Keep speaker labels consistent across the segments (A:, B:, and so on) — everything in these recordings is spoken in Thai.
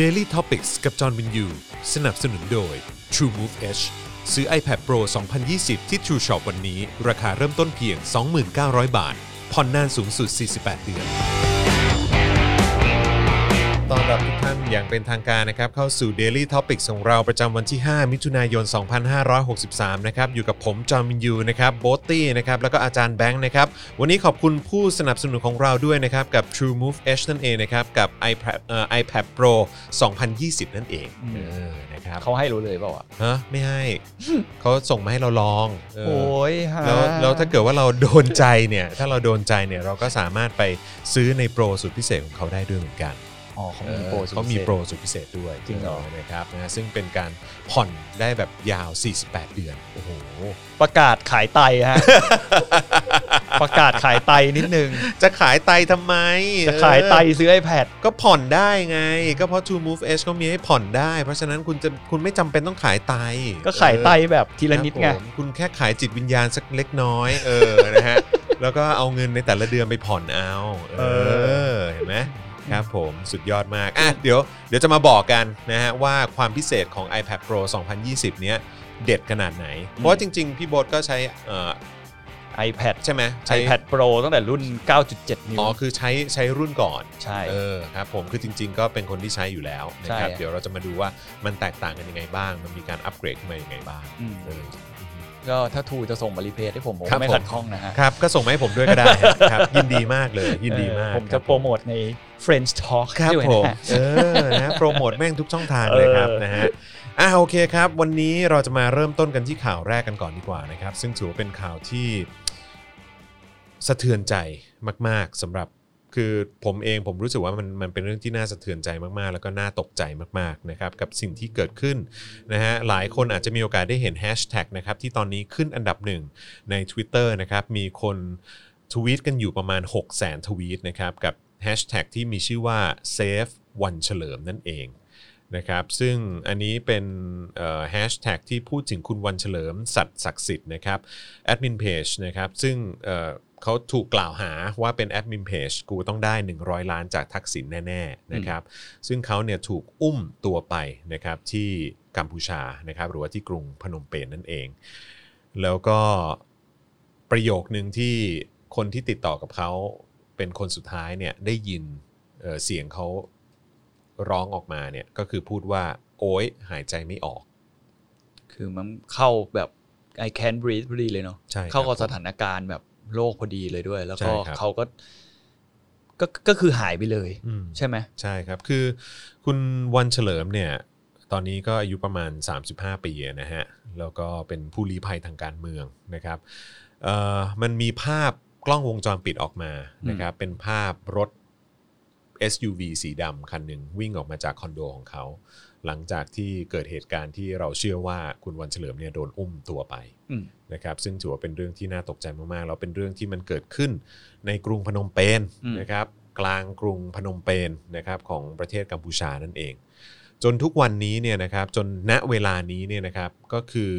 A: Daily Topics กับจอห์นวินยู สนับสนุนโดย True Move Edge ซื้อ iPad Pro 2020 ที่ True Shop วันนี้ ราคาเริ่มต้นเพียง 2,900 บาท ผ่อนนานสูงสุด 48 เดือน ตอนรับทุกท่านอย่างเป็นทางการนะครับ เข้าสู่ Daily Topics ของเราประจำวันที่ 5 มิถุนายน 2563 นะครับ อยู่กับผมจอห์นวินยูนะครับโบทตี้นะครับ แล้วก็อาจารย์แบงค์นะครับ วันนี้ขอบคุณผู้สนับสนุนของเราด้วยนะครับ กับ True Move Edge นั่นเองนะครับ กับ iPad เอ่อ iPad Pro 2020 นั่นเองเออนะครับ
B: เขาให้รู้เลยเปล่าวะ
A: ฮะไม่ให้ เขาส่งมาให้เราลองเออ
B: โอ้ยฮะ
A: แล้วแล้วถ้าเกิดว่าเราโดนใจเนี่ย ถ้าเราโดนใจเนี่ยเราก็สามารถไปซื้อในโปรสุดพิเศษของเขาได้ด้วยเหมือนกัน
B: อ๋อเขามีโปรสุด
A: เขามี
B: พิศษ
A: โปรสุดพิเศษด้วย
B: จริงเหรอ
A: นะครับนะซึ่งเป็นการผ่อนได้แบบยาว 48 เดือน โอ้โห
B: ประกาศขายไต ฮะ ประกาศขายไตนิดนึง
A: จะขายไตทำไม
B: จะขายไต
A: เออ
B: ซื้อ iPad
A: ก็ผ่อนได้ไง ก็เพราะ True Move Edge เขามีให้ผ่อนได้ เพราะฉะนั้นคุณจะคุณไม่จำเป็นต้องขายไต
B: ก็ขายไตแบบทีละนิดไง
A: ครับผมคุณแค่ขายจิตวิญญาณสักเล็กน้อย เออ นะ ฮะ แล้วก็เอาเงินในแต่ละเดือนไปผ่อนเอา เอ
B: เอ
A: อ เห็นไหมครับผมสุดยอดมาก อ่ะ เดี๋ยวเดี๋ยวจะมาบอกกันนะฮะ ว่าความพิเศษของ iPad Pro 2020 เนี้ยเด็ดขนาดไหน
B: อืม
A: เพราะจริง ๆ พี่โบทก็ใช้เอ่อ
B: iPad
A: ใช่ไหมใช้
B: iPad Pro ตั้งแต่รุ่น 9.7 นิ้ว
A: อ๋อ คือใช้ใช้รุ่นก่อน
B: ใช่
A: เออครับผมคือจริง ๆ ก็เป็นคนที่ใช้อยู่แล้วนะครับ
B: ใช่
A: เดี๋ยวเราจะมาดูว่ามันแตกต่างกันยังไงบ้าง มันมีการอัปเกรดขึ้นมายังไงบ้าง
B: อืม
A: เออ
B: ก็ถ้าทูจะส่งมารีเพย์ให้ผมผม
A: ครับ
B: ก็ไม่
A: ผม
B: ขัดข้องนะฮะ
A: ครับ ก็ส่งมาให้ผมด้วยก็ได้ ครับ ยินดีมากเลยยินดีมาก
B: เออผมจะโปรโมทใน French Talk
A: ครับ
B: ด้วย
A: ผม
B: นะฮะ
A: เออนะฮะโปรโมทแม่งทุกช่องทางเลยครับ
B: เออ
A: นะฮะอ่ะโอเคครับ วันนี้เราจะมาเริ่มต้นกันที่ข่าวแรกกันก่อนดีกว่านะครับ ซึ่งถือว่าเป็นข่าวที่ สะเทือนใจมาก ๆสำหรับคือผมเองผมรู้สึกว่ามันมันเป็นเรื่องที่น่าสะเทือนใจมากๆ แล้วก็น่าตกใจมากๆนะครับกับสิ่งที่เกิดขึ้นนะฮะหลายคนอาจจะมีโอกาสได้เห็นแฮชแท็กนะครับที่ตอนนี้ขึ้นอันดับหนึ่งใน Twitter นะครับมีคนทวีตกันอยู่ประมาณ 6 0 0 0 0ทวีตนะครับกับแฮชแท็กที่มีชื่อว่า Save วันเฉลิมนั่นเองนะครับซึ่งอันนี้เป็นแฮชแท็กที่พูดถึงคุณวันเฉลิมสัตย์ศักดิ์สิทธิ์นะครับ แอดมินเพจนะครับซึ่งเอ่อเขาถูกกล่าวหาว่าเป็นแอดมินเพจกูต้องได้ 100 ล้านจากทักษิณแน่ ๆ นะครับ ซึ่งเขาเนี่ยถูกอุ้มตัวไปนะครับที่กัมพูชานะครับหรือว่าที่กรุงพนมเปญนั่นเอง แล้วก็ประโยคหนึ่งที่คนที่ติดต่อกับเขาเป็นคนสุดท้ายเนี่ยได้ยินเอ่อเสียงเขาร้องออกมาเนี่ยก็คือพูดว่าโอ๊ยหายใจไม่ออก
B: คือมันเข้าแบบ I can't breathe พอดีเลยเนาะ
A: ใช่ครับ
B: เข้ากับสถานการณ์แบบโลกพอดีเลยด้วย แล้วก็
A: ใช่ครับ
B: เขาก็ก็ก็คือหายไปเลย
A: อืม
B: ใช่ไหม
A: ใช่ครับ คือคุณวันเฉลิมเนี่ยตอนนี้ก็อายุประมาณ 35 ปีนะฮะ แล้วก็เป็นผู้ลี้ภัยทางการเมืองนะครับเอ่อมันมีภาพกล้องวงจรปิดออกมานะครับ เป็นภาพรถ SUV สีดำคันหนึ่งวิ่งออกมาจากคอนโดของเขา หลังจากที่เกิดเหตุการณ์ที่เราเชื่อว่าคุณวันเฉลิมเนี่ยโดนอุ้มตัวไป
B: อืม
A: นะครับซึ่งถือว่าเป็นเรื่องที่น่าตกใจมากๆแล้วเป็นเรื่องที่มันเกิดขึ้นในกรุงพนมเปญ
B: อืม
A: นะครับกลางกรุงพนมเปญนะครับของประเทศกัมพูชานั่นเอง จนทุกวันนี้เนี่ยนะครับจนณเวลานี้เนี่ยนะครับก็คือ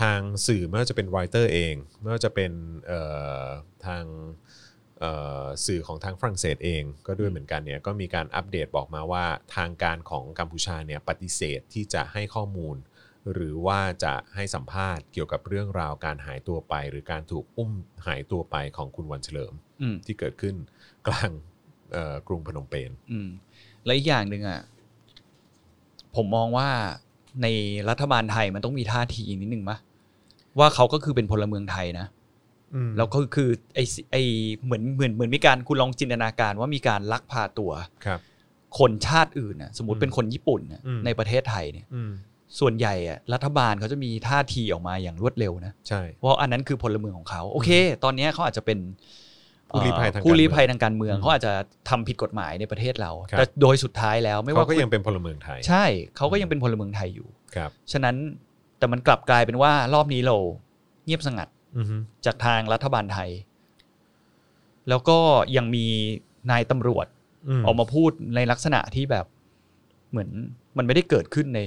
A: ทางสื่อไม่ว่าจะเป็นรอยเตอร์เองไม่ว่าจะเป็นเอ่อทางเอ่อสื่อของทางฝรั่งเศสเองก็ด้วยเหมือนกันเนี่ยก็มีการอัปเดตบอกมาว่าทางการของกัมพูชาเนี่ยปฏิเสธที่จะให้ข้อมูล หรือว่าจะให้สัมภาษณ์เกี่ยวกับเรื่องราวการหายตัวไป หรือการถูกอุ้มหายตัวไปของคุณวันเฉลิม
B: อืม
A: ที่เกิดขึ้นกลางเอ่อกรุงพนมเปญ
B: อืม และอีกอย่างหนึ่งอ่ะ ผมมองว่าในรัฐบาลไทยมันต้องมีท่าทีนิดนึงมะว่าเขาก็คือเป็นพลเมืองไทยนะ แล้วก็คือไอสิไอเหมือนเหมือนเหมือนมีการคุณลองจินตนาการว่ามีการลักพาตัว
A: ครับ
B: คนชาติอื่นนะสมมติเป็นคนญี่ปุ่นน่ะ
A: อืม
B: ในประเทศไทยเนี่ย
A: อืม
B: ส่วนใหญ่อะรัฐบาลเขาจะมีท่าทีออกมาอย่างรวดเร็วนะ
A: ใช่
B: เพราะอันนั้นคือพลเมืองของเขาโอเค ตอนเนี้ยเขาอาจจะเป็น
A: ผู้ลี้ภัยทางการเมือง
B: ผู้ลี้ภัยทางการเมือง
A: อืม
B: เขาอาจจะทำผิดกฎหมายในประเทศเรา
A: ครับ
B: แต่โดยสุดท้ายแล้วไม่ว่า
A: เขาก็
B: คุณ
A: ยังเป็นพลเมืองไทย
B: ใช่เขาก็ยังเป็นพลเมืองไทยอยู่
A: ครับ
B: ฉะนั้นแต่มันกลับกลายเป็นว่ารอบนี้เราเงียบสงัด
A: อือฮึ
B: จากทางรัฐบาลไทย แล้วก็ยังมีนายตำรวจออกมาพูดในลักษณะที่แบบเหมือนมันไม่ได้เกิดขึ้นใน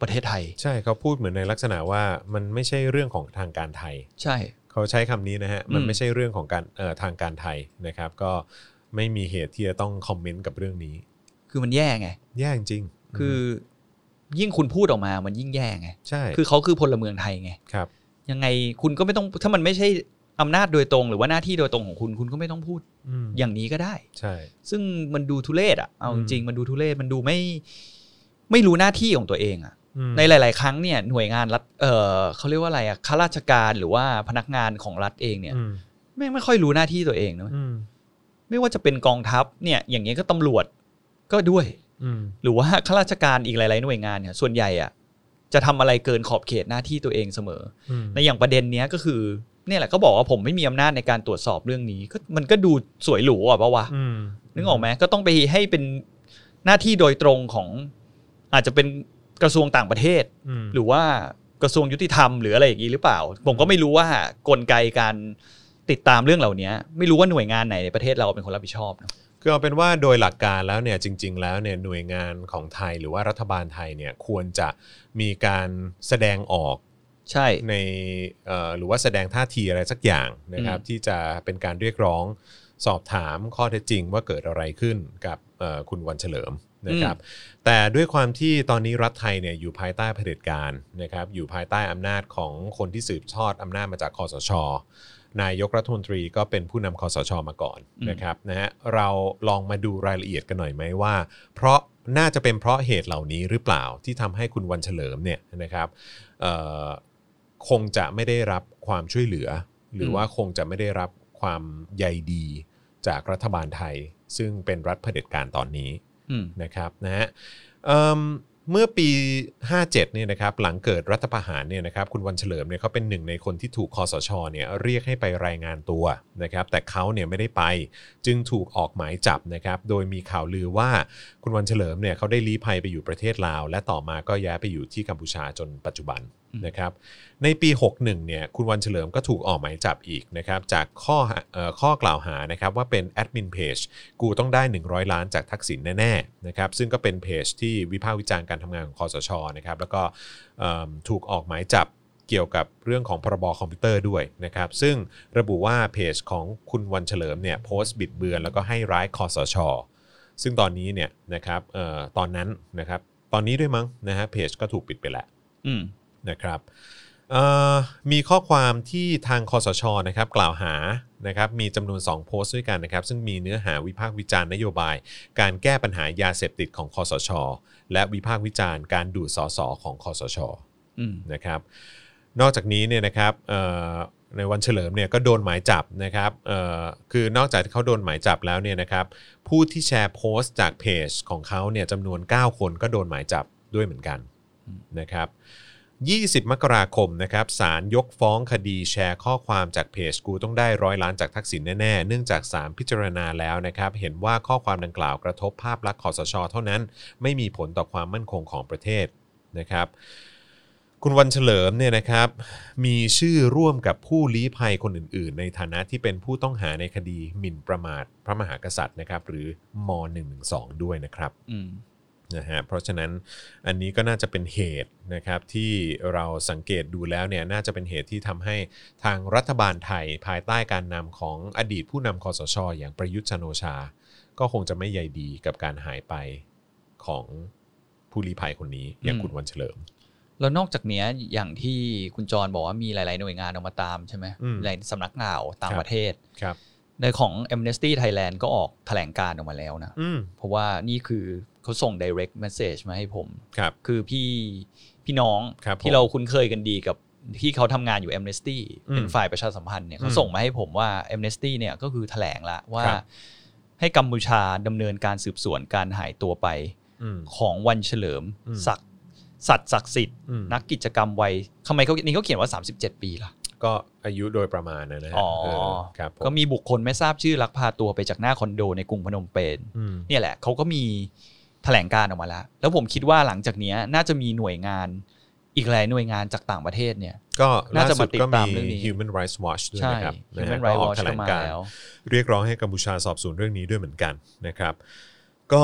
B: ประเทศไทย
A: ใช่เขาพูดเหมือนในลักษณะว่ามันไม่ใช่เรื่องของทางการไทย
B: ใช่
A: เขาใช้คำนี้นะฮะ มัน
B: อืม
A: ไม่ใช่เรื่องของการเอ่อทางการไทยนะครับ ก็ไม่มีเหตุที่จะต้องคอมเมนต์กับเรื่องนี้
B: คือมันแย่ไง
A: แย่จริง
B: คืออยิ่งคุณพูดออกมามันยิ่งแย่ไง
A: ใช่
B: คือเขาคือพลเมืองไทยไง
A: ครับ
B: ยังไงคุณก็ไม่ต้องถ้ามันไม่ใช่อำนาจโดยตรง หรือว่าหน้าที่โดยตรงของคุณคุณก็ไม่ต้องพูด
A: อืม
B: อย่างนี้ก็ได้
A: ใช่
B: ซึ่งมันดูทุเลศอ่ะเอา
A: อืม
B: จริงๆมันดูทุเลศมันดูไม่ ไม่รู้หน้าที่ของตัวเองอ่ะ
A: อืม
B: ในหลาย ๆ ครั้งเนี่ยหน่วยงานรัฐเออเขาเรียกว่าอะไรอ่ะข้าราชการหรือว่าพนักงานของรัฐเองเนี่ย
A: อืม
B: แม่งไม่ค่อยรู้หน้าที่ตัวเองนะเว้ย
A: อืม
B: ไม่ว่าจะเป็นกองทัพเนี่ยอย่างเงี้ยก็ตำรวจก็ด้วย
A: อืม
B: หรือว่าข้าราชการอีกหลาย ๆ หน่วยงานเนี่ยส่วนใหญ่อ่ะจะทำอะไรเกินขอบเขตหน้าที่ตัวเองเสมอ
A: อืม
B: ในอย่างประเด็นเนี้ยก็คือเนี่ยแหละก็บอกว่าผมไม่มีอำนาจในการตรวจสอบเรื่องนี้ก็มันก็ดูสวยหรูอ่ะปะวะ
A: อืม
B: นึกออกไหมก็ต้องไปให้เป็นหน้าที่โดยตรงของ อาจจะเป็นกระทรวงต่างประเทศ
A: อืม
B: หรือว่ากระทรวงยุติธรรมหรืออะไรอย่างนี้หรือเปล่า ผมก็ไม่รู้ว่ากลไกการติดตามเรื่องเหล่านี้ไม่รู้ว่าหน่วยงานไหนในประเทศเราเป็นคนรับผิดชอบนะ
A: คือเอาเป็นว่าโดยหลักการแล้วเนี่ยจริง ๆ แล้วเนี่ยหน่วยงานของไทยหรือว่ารัฐบาลไทยเนี่ยควรจะมีการแสดงออก
B: ใช่
A: ในเอ่อหรือว่าแสดงท่าทีอะไรสักอย่างนะครับ
B: อืม
A: ที่จะเป็นการเรียกร้องสอบถามข้อเท็จจริงว่าเกิดอะไรขึ้นกับเอ่อคุณวันเฉลิมนะครับ แต่ด้วยความที่ตอนนี้รัฐไทยเนี่ยอยู่ภายใต้เผด็จการนะครับอยู่ภายใต้อำนาจของคนที่สืบทอดอำนาจมาจากคอสช นายกรัฐมนตรีก็เป็นผู้นำคอสชมาก่อน
B: อืม
A: นะครับนะฮะเราลองมาดูรายละเอียดกันหน่อยไหมว่า เพราะน่าจะเป็นเพราะเหตุเหล่านี้หรือเปล่าที่ทำให้คุณวันเฉลิมเนี่ยนะครับเอ่อคงจะไม่ได้รับความช่วยเหลือ หรือว่าคงจะไม่ได้รับความใยดีจากรัฐบาลไทย ซึ่งเป็นรัฐเผด็จการตอนนี้
B: อืม
A: นะครับนะฮะเอิ่มเมื่อปี 57เนี่ยนะครับหลังเกิดรัฐประหารเนี่ยนะครับคุณวันเฉลิมเนี่ยเขาเป็นหนึ่งในคนที่ถูกคอสชเนี่ยเรียกให้ไปรายงานตัวนะครับแต่เขาเนี่ยไม่ได้ไปจึงถูกออกหมายจับนะครับโดยมีข่าวลือว่าคุณวันเฉลิมเนี่ยเขาได้ลี้ภัยไปอยู่ประเทศลาว และต่อมาก็ย้ายไปอยู่ที่กัมพูชาจนปัจจุบัน
B: อืม
A: นะครับในปี 61เนี่ยคุณวันเฉลิมก็ถูกออกหมายจับอีกนะครับจากข้อหาเอ่อข้อกล่าวหานะครับว่าเป็นแอดมินเพจ กูต้องได้ 100 ล้านจากทักษิณแน่ๆนะครับซึ่งก็เป็นเพจที่วิพากษ์วิจารณ์การทำงานของคอสชนะครับแล้วก็เอิ่มถูกออกหมายจับเกี่ยวกับเรื่องของพรบคอมพิวเตอร์ด้วยนะครับซึ่งระบุว่าเพจของคุณวันเฉลิมเนี่ยโพสต์บิดเบือนแล้วก็ให้ร้ายคอสช ซึ่งตอนนี้เนี่ยนะครับเอ่อตอนนั้นนะครับตอนนี้ด้วยมั้งนะฮะเพจก็ถูกปิดไปแล้ว
B: อืม
A: นะครับเอ่อมีข้อความที่ทางคอสชนะครับกล่าวหานะครับมีจำนวน 2 โพสต์ด้วยกันนะครับซึ่งมีเนื้อหาวิพากษ์วิจารณ์นโยบาย การแก้ปัญหายาเสพติดของคอสช และวิพากษ์วิจารณ์การดูดสสของคอสช
B: อืม
A: นะครับนอกจากนี้เนี่ยนะครับเอ่อในวันเฉลิมเนี่ยก็โดนหมายจับนะครับเอ่อคือนอกจากที่เขาโดนหมายจับแล้วเนี่ยนะครับผู้ที่แชร์โพสต์จากเพจของเขาเนี่ยจำนวน 9 คนก็โดนหมายจับด้วยเหมือนกัน
B: อืม
A: นะครับ20 มกราคมนะครับศาลยกฟ้องคดีแชร์ข้อความจากเพจกูต้องได้ร้อยล้านจากทักษิณแน่ๆ เนื่องจากศาลพิจารณาแล้วนะครับเห็นว่าข้อความดังกล่าวกระทบภาพลักษณ์คอสช เท่านั้น ไม่มีผลต่อความมั่นคงของประเทศนะครับ คุณวันเฉลิมเนี่ยนะครับมีชื่อร่วมกับผู้ลี้ภัยคนอื่น ๆ ในฐานะที่เป็นผู้ต้องหาในคดีหมิ่นประมาทพระมหากษัตริย์นะครับหรือม .112 ด้วยนะครับ
B: อืม
A: นะฮะเพราะฉะนั้นอันนี้ก็น่าจะเป็นเหตุนะครับที่เราสังเกตดูแล้วเนี่ยน่าจะเป็นเหตุที่ทำให้ทางรัฐบาลไทยภายใต้การนำของอดีตผู้นำคอสช อย่างประยุทธ์จันทร์โอชา ก็คงจะไม่ใยดีกับการหายไปของผู้ลี้ภัยคนนี้อย่าง
B: อืม
A: คุณวันเฉลิม
B: แล้วนอกจากเนี้ยอย่างที่คุณจรบอกว่ามีหลาย ๆ หน่วยงานออกมาตามใช่ไหม
A: อืม
B: หลายสำนักข่าวต่า
A: ค
B: ง
A: รับ
B: ประเทศ
A: ครับ
B: ในของ Amnesty Thailand ก็ออกแถลงการออกมาแล้วนะ
A: อืม
B: เพราะว่านี่คือเขาส่ง direct message มาให้ผม
A: ครับ
B: คือพี่พี่น้อง
A: ครับผม
B: ที่เราคุ้นเคยกันดีกับที่เขาทำงานอยู่ Amnesty
A: อืม
B: เป็นฝ่ายประชาสัมพันธ์เนี่ย
A: อื
B: เขา
A: ม
B: ส่งมาให้ผมว่า Amnesty เนี่ยก็คือแถลงละว่า
A: ครับ
B: ให้กัมพูชาดำเนินการสืบสวนการหายตัวไป
A: อืม
B: ของวันเฉลิม
A: อืม
B: ศักดิ์สัตว์ศักดิ์สิทธิ์
A: อืม
B: นักกิจกรรมวัยทำไมเขานี่เขาเขียนว่า 37 ปีล่ะ
A: ก็อายุโดยประมาณนะนะฮะ
B: อ๋อ
A: เครับผ
B: ก็มีบุคคลไม่ทราบชื่อลักพาตัวไปจากหน้าคอนโดในกรุงพนมเปญ
A: อืม
B: เนี่ยแหละเขาก็มีแถลงการออกมาแล้ว แล้วผมคิดว่าหลังจากเนี้ยน่าจะมีหน่วยงานอีกหลายหน่วยงานจากต่างประเทศเนี่ย
A: ก็ล่า
B: น่าจะ
A: สุ
B: มา
A: ด
B: ติด
A: ก็มี
B: ตามเรื่องนี้
A: Human Rights Watch ด้วย
B: ใช่
A: นะครับนะฮะ
B: Human
A: ก็
B: Rights
A: ออก
B: Watch
A: แถล
B: ก็
A: ง
B: มา
A: การ
B: แล้ว
A: เรียกร้องให้กัมพูชาสอบสวนเรื่องนี้ด้วยเหมือนกันนะครับ ก็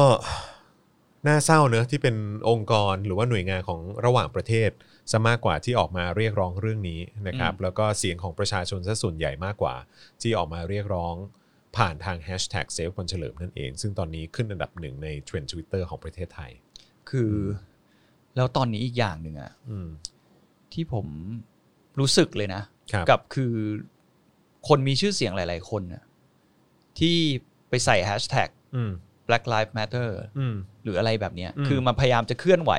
A: น่าเศร้าเนอะที่เป็นองค์กรหรือว่าหน่วยงานของระหว่างประเทศซะมากกว่าที่ออกมาเรียกร้องเรื่องนี้นะครับ แล้วก็เสียงของประชาชนซะส่วนใหญ่มากกว่า ที่ออกมาเรียกร้อง ผ่านทางแฮชแท็กเซฟวันเฉลิมนั่นเอง ซึ่งตอนนี้ขึ้นอันดับหนึ่งในเทรนด์ทวิตเตอร์ของประเทศไทย
B: คือ แล้วตอนนี้อีกอย่างหนึ่งอะ
A: อืม
B: ที่ผมรู้สึกเลยนะ
A: ครับ
B: กับคือคนมีชื่อเสียงหลาย ๆ คนน่ะที่ไปใส่แฮชแท็ก
A: อืม
B: Black Lives Matter
A: อืม
B: หรืออะไรแบบเนี้ย
A: อืม
B: คือมาพยายามจะเคลื่อนไหว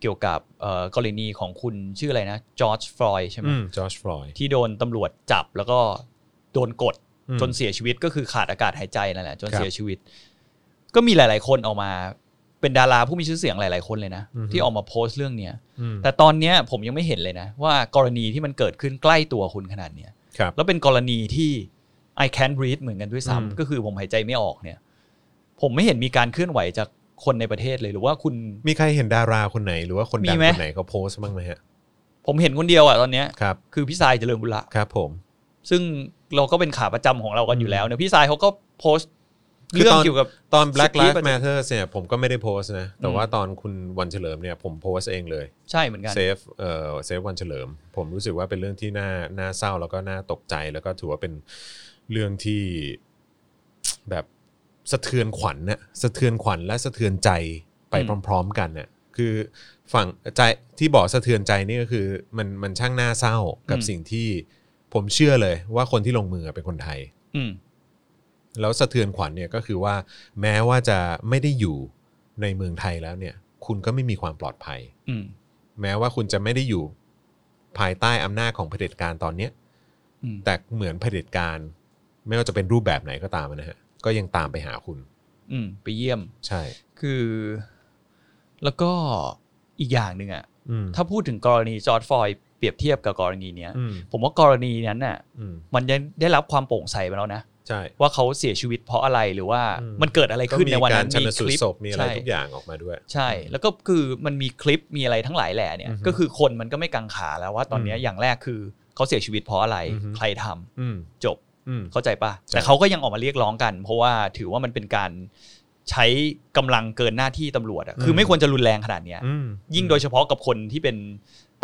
B: เกี่ยวกับเอ่อกรณีของคุณชื่ออะไรนะจอร์จฟลอยใช่ไหม
A: อืมจอชฟลอยด์
B: ที่โดนตำรวจจับแล้วก็โดนกด จนเสียชีวิตก็คือขาดอากาศหายใจนั่นแหละจนเสียชีวิต ก็มีหลาย ๆ คนออกมา เป็นดาราผู้มีชื่อเสียงหลาย ๆ คนเลยนะ ที่ออกมาโพสต์เรื่องเนี้ย
A: อืม
B: แต่ตอนเนี้ยผมยังไม่เห็นเลยนะ ว่ากรณีที่มันเกิดขึ้นใกล้ตัวคุณขนาดเนี้ย
A: ครับ
B: แล้วเป็นกรณีที่ I can't breathe เหมือนกันด้วย
A: อืม
B: ซ้ำก็คือผมหายใจไม่ออกเนี่ย ผมไม่เห็นมีการเคลื่อนไหวจากคนในประเทศเลยหรือว่าคุณ
A: มีใครเห็นดาราคนไหนหรือว่าคนดั
B: มี
A: ง
B: ไหม
A: คนไหนเขาโพสต์บ้างไหมฮะ
B: ผมเห็นคนเดียวอะตอนเนี้ย
A: ครับ
B: คือพี่สายเจริญบุระ
A: ครับผม
B: ซึ่งเราก็เป็นขาประจำของเรากันอยู่แล้วเนี่ยพี่สายเขาก็โพสต์
A: คือ
B: เรื่อ
A: ต
B: ง
A: อน
B: เกี่ยวกับ
A: ตอน Black
B: สิบที่
A: Lives
B: ประจำ
A: Matter เนี่ยผมก็ไม่ได้โพสต์นะ แต่
B: อืม
A: ว่าตอนคุณวันเฉลิมเนี่ยผมโพสต์เองเลย
B: ใช่เหมือนกัน
A: เซฟเอ่อเซฟวันเฉลิม ผมรู้สึกว่าเป็นเรื่องที่น่าน่าเศร้าแล้วก็น่าตกใจ แล้วก็ถือว่าเป็นเรื่องที่แบบสะเทือนขวัญน่ะสะเทือนขวัญและสะเทือนใจไป
B: อืม
A: พร้อม ๆ กันน่ะคือฝั่งใจที่บอกสะเทือนใจนี่ก็คือมันมันช่างน่าเศร้ากับสิ่งที่ผมเชื่อเลยว่าคนที่ลงมือเป็นคนไทย
B: อืม
A: แล้วสะเทือนขวัญเนี่ยก็คือว่าแม้ว่าจะไม่ได้อยู่ในเมืองไทยแล้วเนี่ย คุณก็ไม่มีความปลอดภัย
B: อืม
A: แม้ว่าคุณจะไม่ได้อยู่ภายใต้อำนาจของเผด็จการตอนเนี้ย
B: อืม
A: แต่เหมือนเผด็จการ ไม่ว่าจะเป็นรูปแบบไหนก็ตามนะฮะ ก็ยังตามไปหาคุณ
B: อืม ไปเยี่ยม
A: ใช่
B: คือ แล้วก็อีกอย่างหนึ่งอะ
A: อืม
B: ถ้าพูดถึงกรณีจอร์ดฟลอยด์เปรียบเทียบกับกรณีเนี้ย
A: อืม
B: ผมว่ากรณีนั้นน่ะ
A: อืม
B: มันยังได้รับความโปร่งใสไปแล้วนะ
A: ใช่
B: ว่าเขาเสียชีวิตเพราะอะไรหรือว่า
A: อืม
B: มันเกิดอะไร
A: ก็
B: ขึ้น
A: มี
B: ในวัน
A: การ
B: นั้น
A: ชนสูตรศพมีอะไร
B: ใช่
A: ทุกอย่างออกมาด้วย
B: ใช่ แล้วก็คือมันมีคลิปมีอะไรทั้งหลายแหล่เนี่ย
A: อือฮึ
B: ก็คือคนมันก็ไม่กังขาแล้วว่าตอนเนี้ยอย่างแรกคือเขาเสียชีวิตเพราะอะไร
A: อือฮึ
B: ใครทำ
A: อืม
B: จบ
A: อืม
B: เข้าใจปะ
A: ใช่
B: แต่เขาก็ยังออกมาเรียกร้องกัน เพราะว่าถือว่ามันเป็นการใช้กำลังเกินหน้าที่ตำรวจอะคือไม่ควรจะรุนแรงขนาดเนี้ย
A: อืม
B: ยิ่งโดยเฉพาะกับคนที่เป็น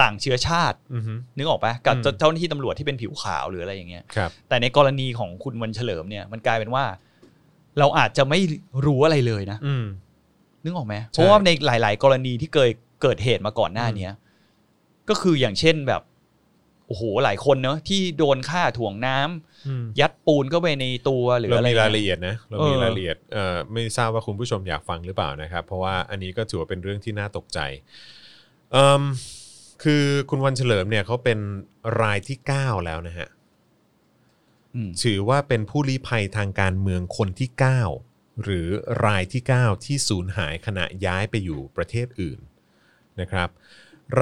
B: ต่างเชื้อชาติ
A: อือฮึ
B: นึกออกปะกับ
A: อืม
B: เจ้าหน้าที่ตำรวจที่เป็นผิวขาวหรืออะไรอย่างเงี้ย
A: ครับ
B: แต่ในกรณีของคุณวันเฉลิมเนี่ยมันกลายเป็นว่า เราอาจจะไม่รู้อะไรเลยนะ
A: อืม
B: นึกออกไหม
A: ใช่
B: เพราะว่าในหลาย ๆ กรณีที่เคยเกิดเหตุมาก่อนหน้าเนี้ยก็คืออย่างเช่นแบบโอ้โหหลายคนเนอะที่โดนฆ่าถ่วงน้ำ
A: อืม
B: ยัดปูนเข้าไปในตัวหรือ
A: เรา
B: อะไร
A: มีรายละเอียดนะเรามี
B: เออ
A: รายละเอียดเอ่อไม่ทราบว่าคุณผู้ชมอยากฟังหรือเปล่านะครับ เพราะว่าอันนี้ก็ถือว่าเป็นเรื่องที่น่าตกใจเอิ่มคือคุณวันเฉลิมเนี่ยเขาเป็นรายที่ 9 แล้วนะฮะ
B: อืม
A: ถือว่าเป็นผู้ลี้ภัยทางการเมืองคนที่ 9 หรือรายที่ 9 ที่สูญหายขณะย้ายไปอยู่ประเทศอื่นนะครับ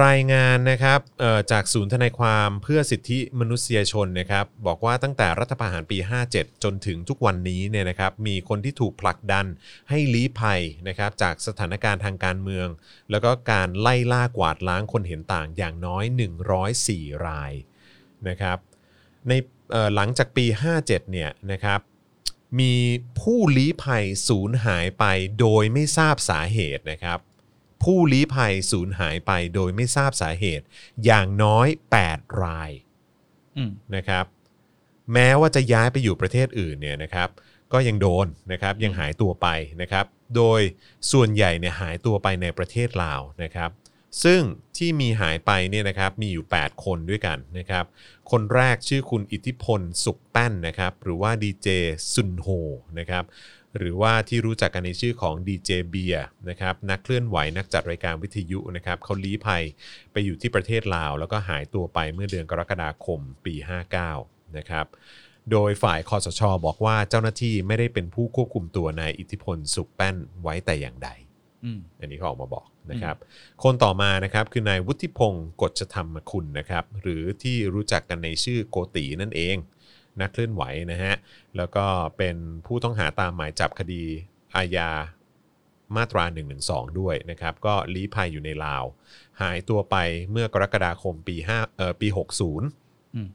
A: รายงานนะครับเอ่อจากศูนย์ทนายความเพื่อสิทธิมนุษยชนนะครับบอกว่าตั้งแต่รัฐประหารปี 57 จนถึงทุกวันนี้เนี่ยนะครับมีคนที่ถูกผลักดันให้ลี้ภัยนะครับจากสถานการณ์ทางการเมือง แล้วก็การไล่ล่ากวาดล้างคนเห็นต่างอย่างน้อย 104 รายนะครับในเอ่อหลังจากปี 57 เนี่ยนะครับมีผู้ลี้ภัยสูญหายไปโดยไม่ทราบสาเหตุนะครับ ผู้ลี้ภัยสูญหายไปโดยไม่ทราบสาเหตุ อย่างน้อย 8 ราย
B: อืม
A: นะครับ แม้ว่าจะย้ายไปอยู่ประเทศอื่นเนี่ยนะครับ ก็ยังโดนนะครับยังหายตัวไปนะครับ โดยส่วนใหญ่เนี่ยหายตัวไปในประเทศลาวนะครับ ซึ่งที่มีหายไปเนี่ยนะครับมีอยู่ 8 คนด้วยกันนะครับ คนแรกชื่อคุณอิทธิพลสุขแป้นนะครับ หรือว่าดีเจซุนโฮนะครับ หรือว่าที่รู้จักกันในชื่อของ DJ เบียร์นะครับ นักเคลื่อนไหวนักจัดรายการวิทยุนะครับเขาลี้ภัยไปอยู่ที่ประเทศลาว แล้วก็หายตัวไปเมื่อเดือนกรกฎาคมปี 59 นะครับ โดยฝ่ายคอสชอบอกว่าเจ้าหน้าที่ไม่ได้เป็นผู้ควบคุมตัวนายอิทธิพลสุขแป้นไว้แต่อย่างใด
B: อืม
A: อันนี้เขาออกมาบอกนะครับ คนต่อมานะครับคือนายวุฒิพงศ์กฎชธรรมคุณนะครับ หรือที่รู้จักกันในชื่อโกตีนั่นเอง นักเคลื่อนไหวนะฮะ แล้วก็เป็นผู้ต้องหาตามหมายจับคดีอาญามาตรา1นึด้วยนะครับ ก็ลี้ภัยอยู่ในลาว หายตัวไปเมื่อกรกฎาคมปี5เอ่อปี 60
B: อืม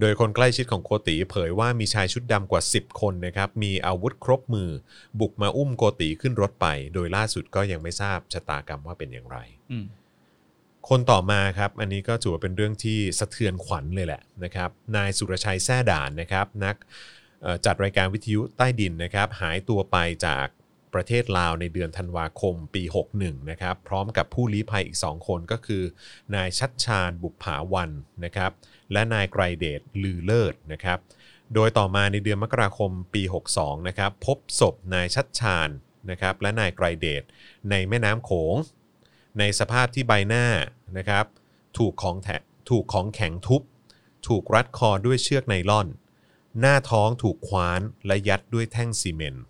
A: โดยคนใกล้ชิดของโกติเผยว่ามีชายชุดดำกว่า 10 คนนะครับ มีอาวุธครบมือ บุกมาอุ้มโกติขึ้นรถไป โดยล่าสุดก็ยังไม่ทราบชะตากรรมว่าเป็นอย่างไร
B: อืม
A: คนต่อมาครับ อันนี้ก็ถือว่าเป็นเรื่องที่สะเทือนขวัญเลยแหละนะครับ นายสุรชัยแท่ด่านนะครับ นัก เอ่อจัดรายการวิทยุใต้ดินนะครับหายตัวไปจากประเทศลาวในเดือนธันวาคมปี 61นะครับพร้อมกับผู้ลี้ภัยอีก 2 คนก็คือ นายชัดชาญบุปผาวันนะครับและนายไกรเดชลือเลิศนะครับโดยต่อมาในเดือนมกราคมปี 62นะครับพบศพนายชัดชาญนะครับและนายไกรเดช ในแม่น้ำโขง ในสภาพที่ใบหน้านะครับ ถูกของแทะถูกของแข็งทุบ ถูกรัดคอด้วยเชือกไนล่อน หน้าท้องถูกคว้านและยัดด้วยแท่งซีเมนต์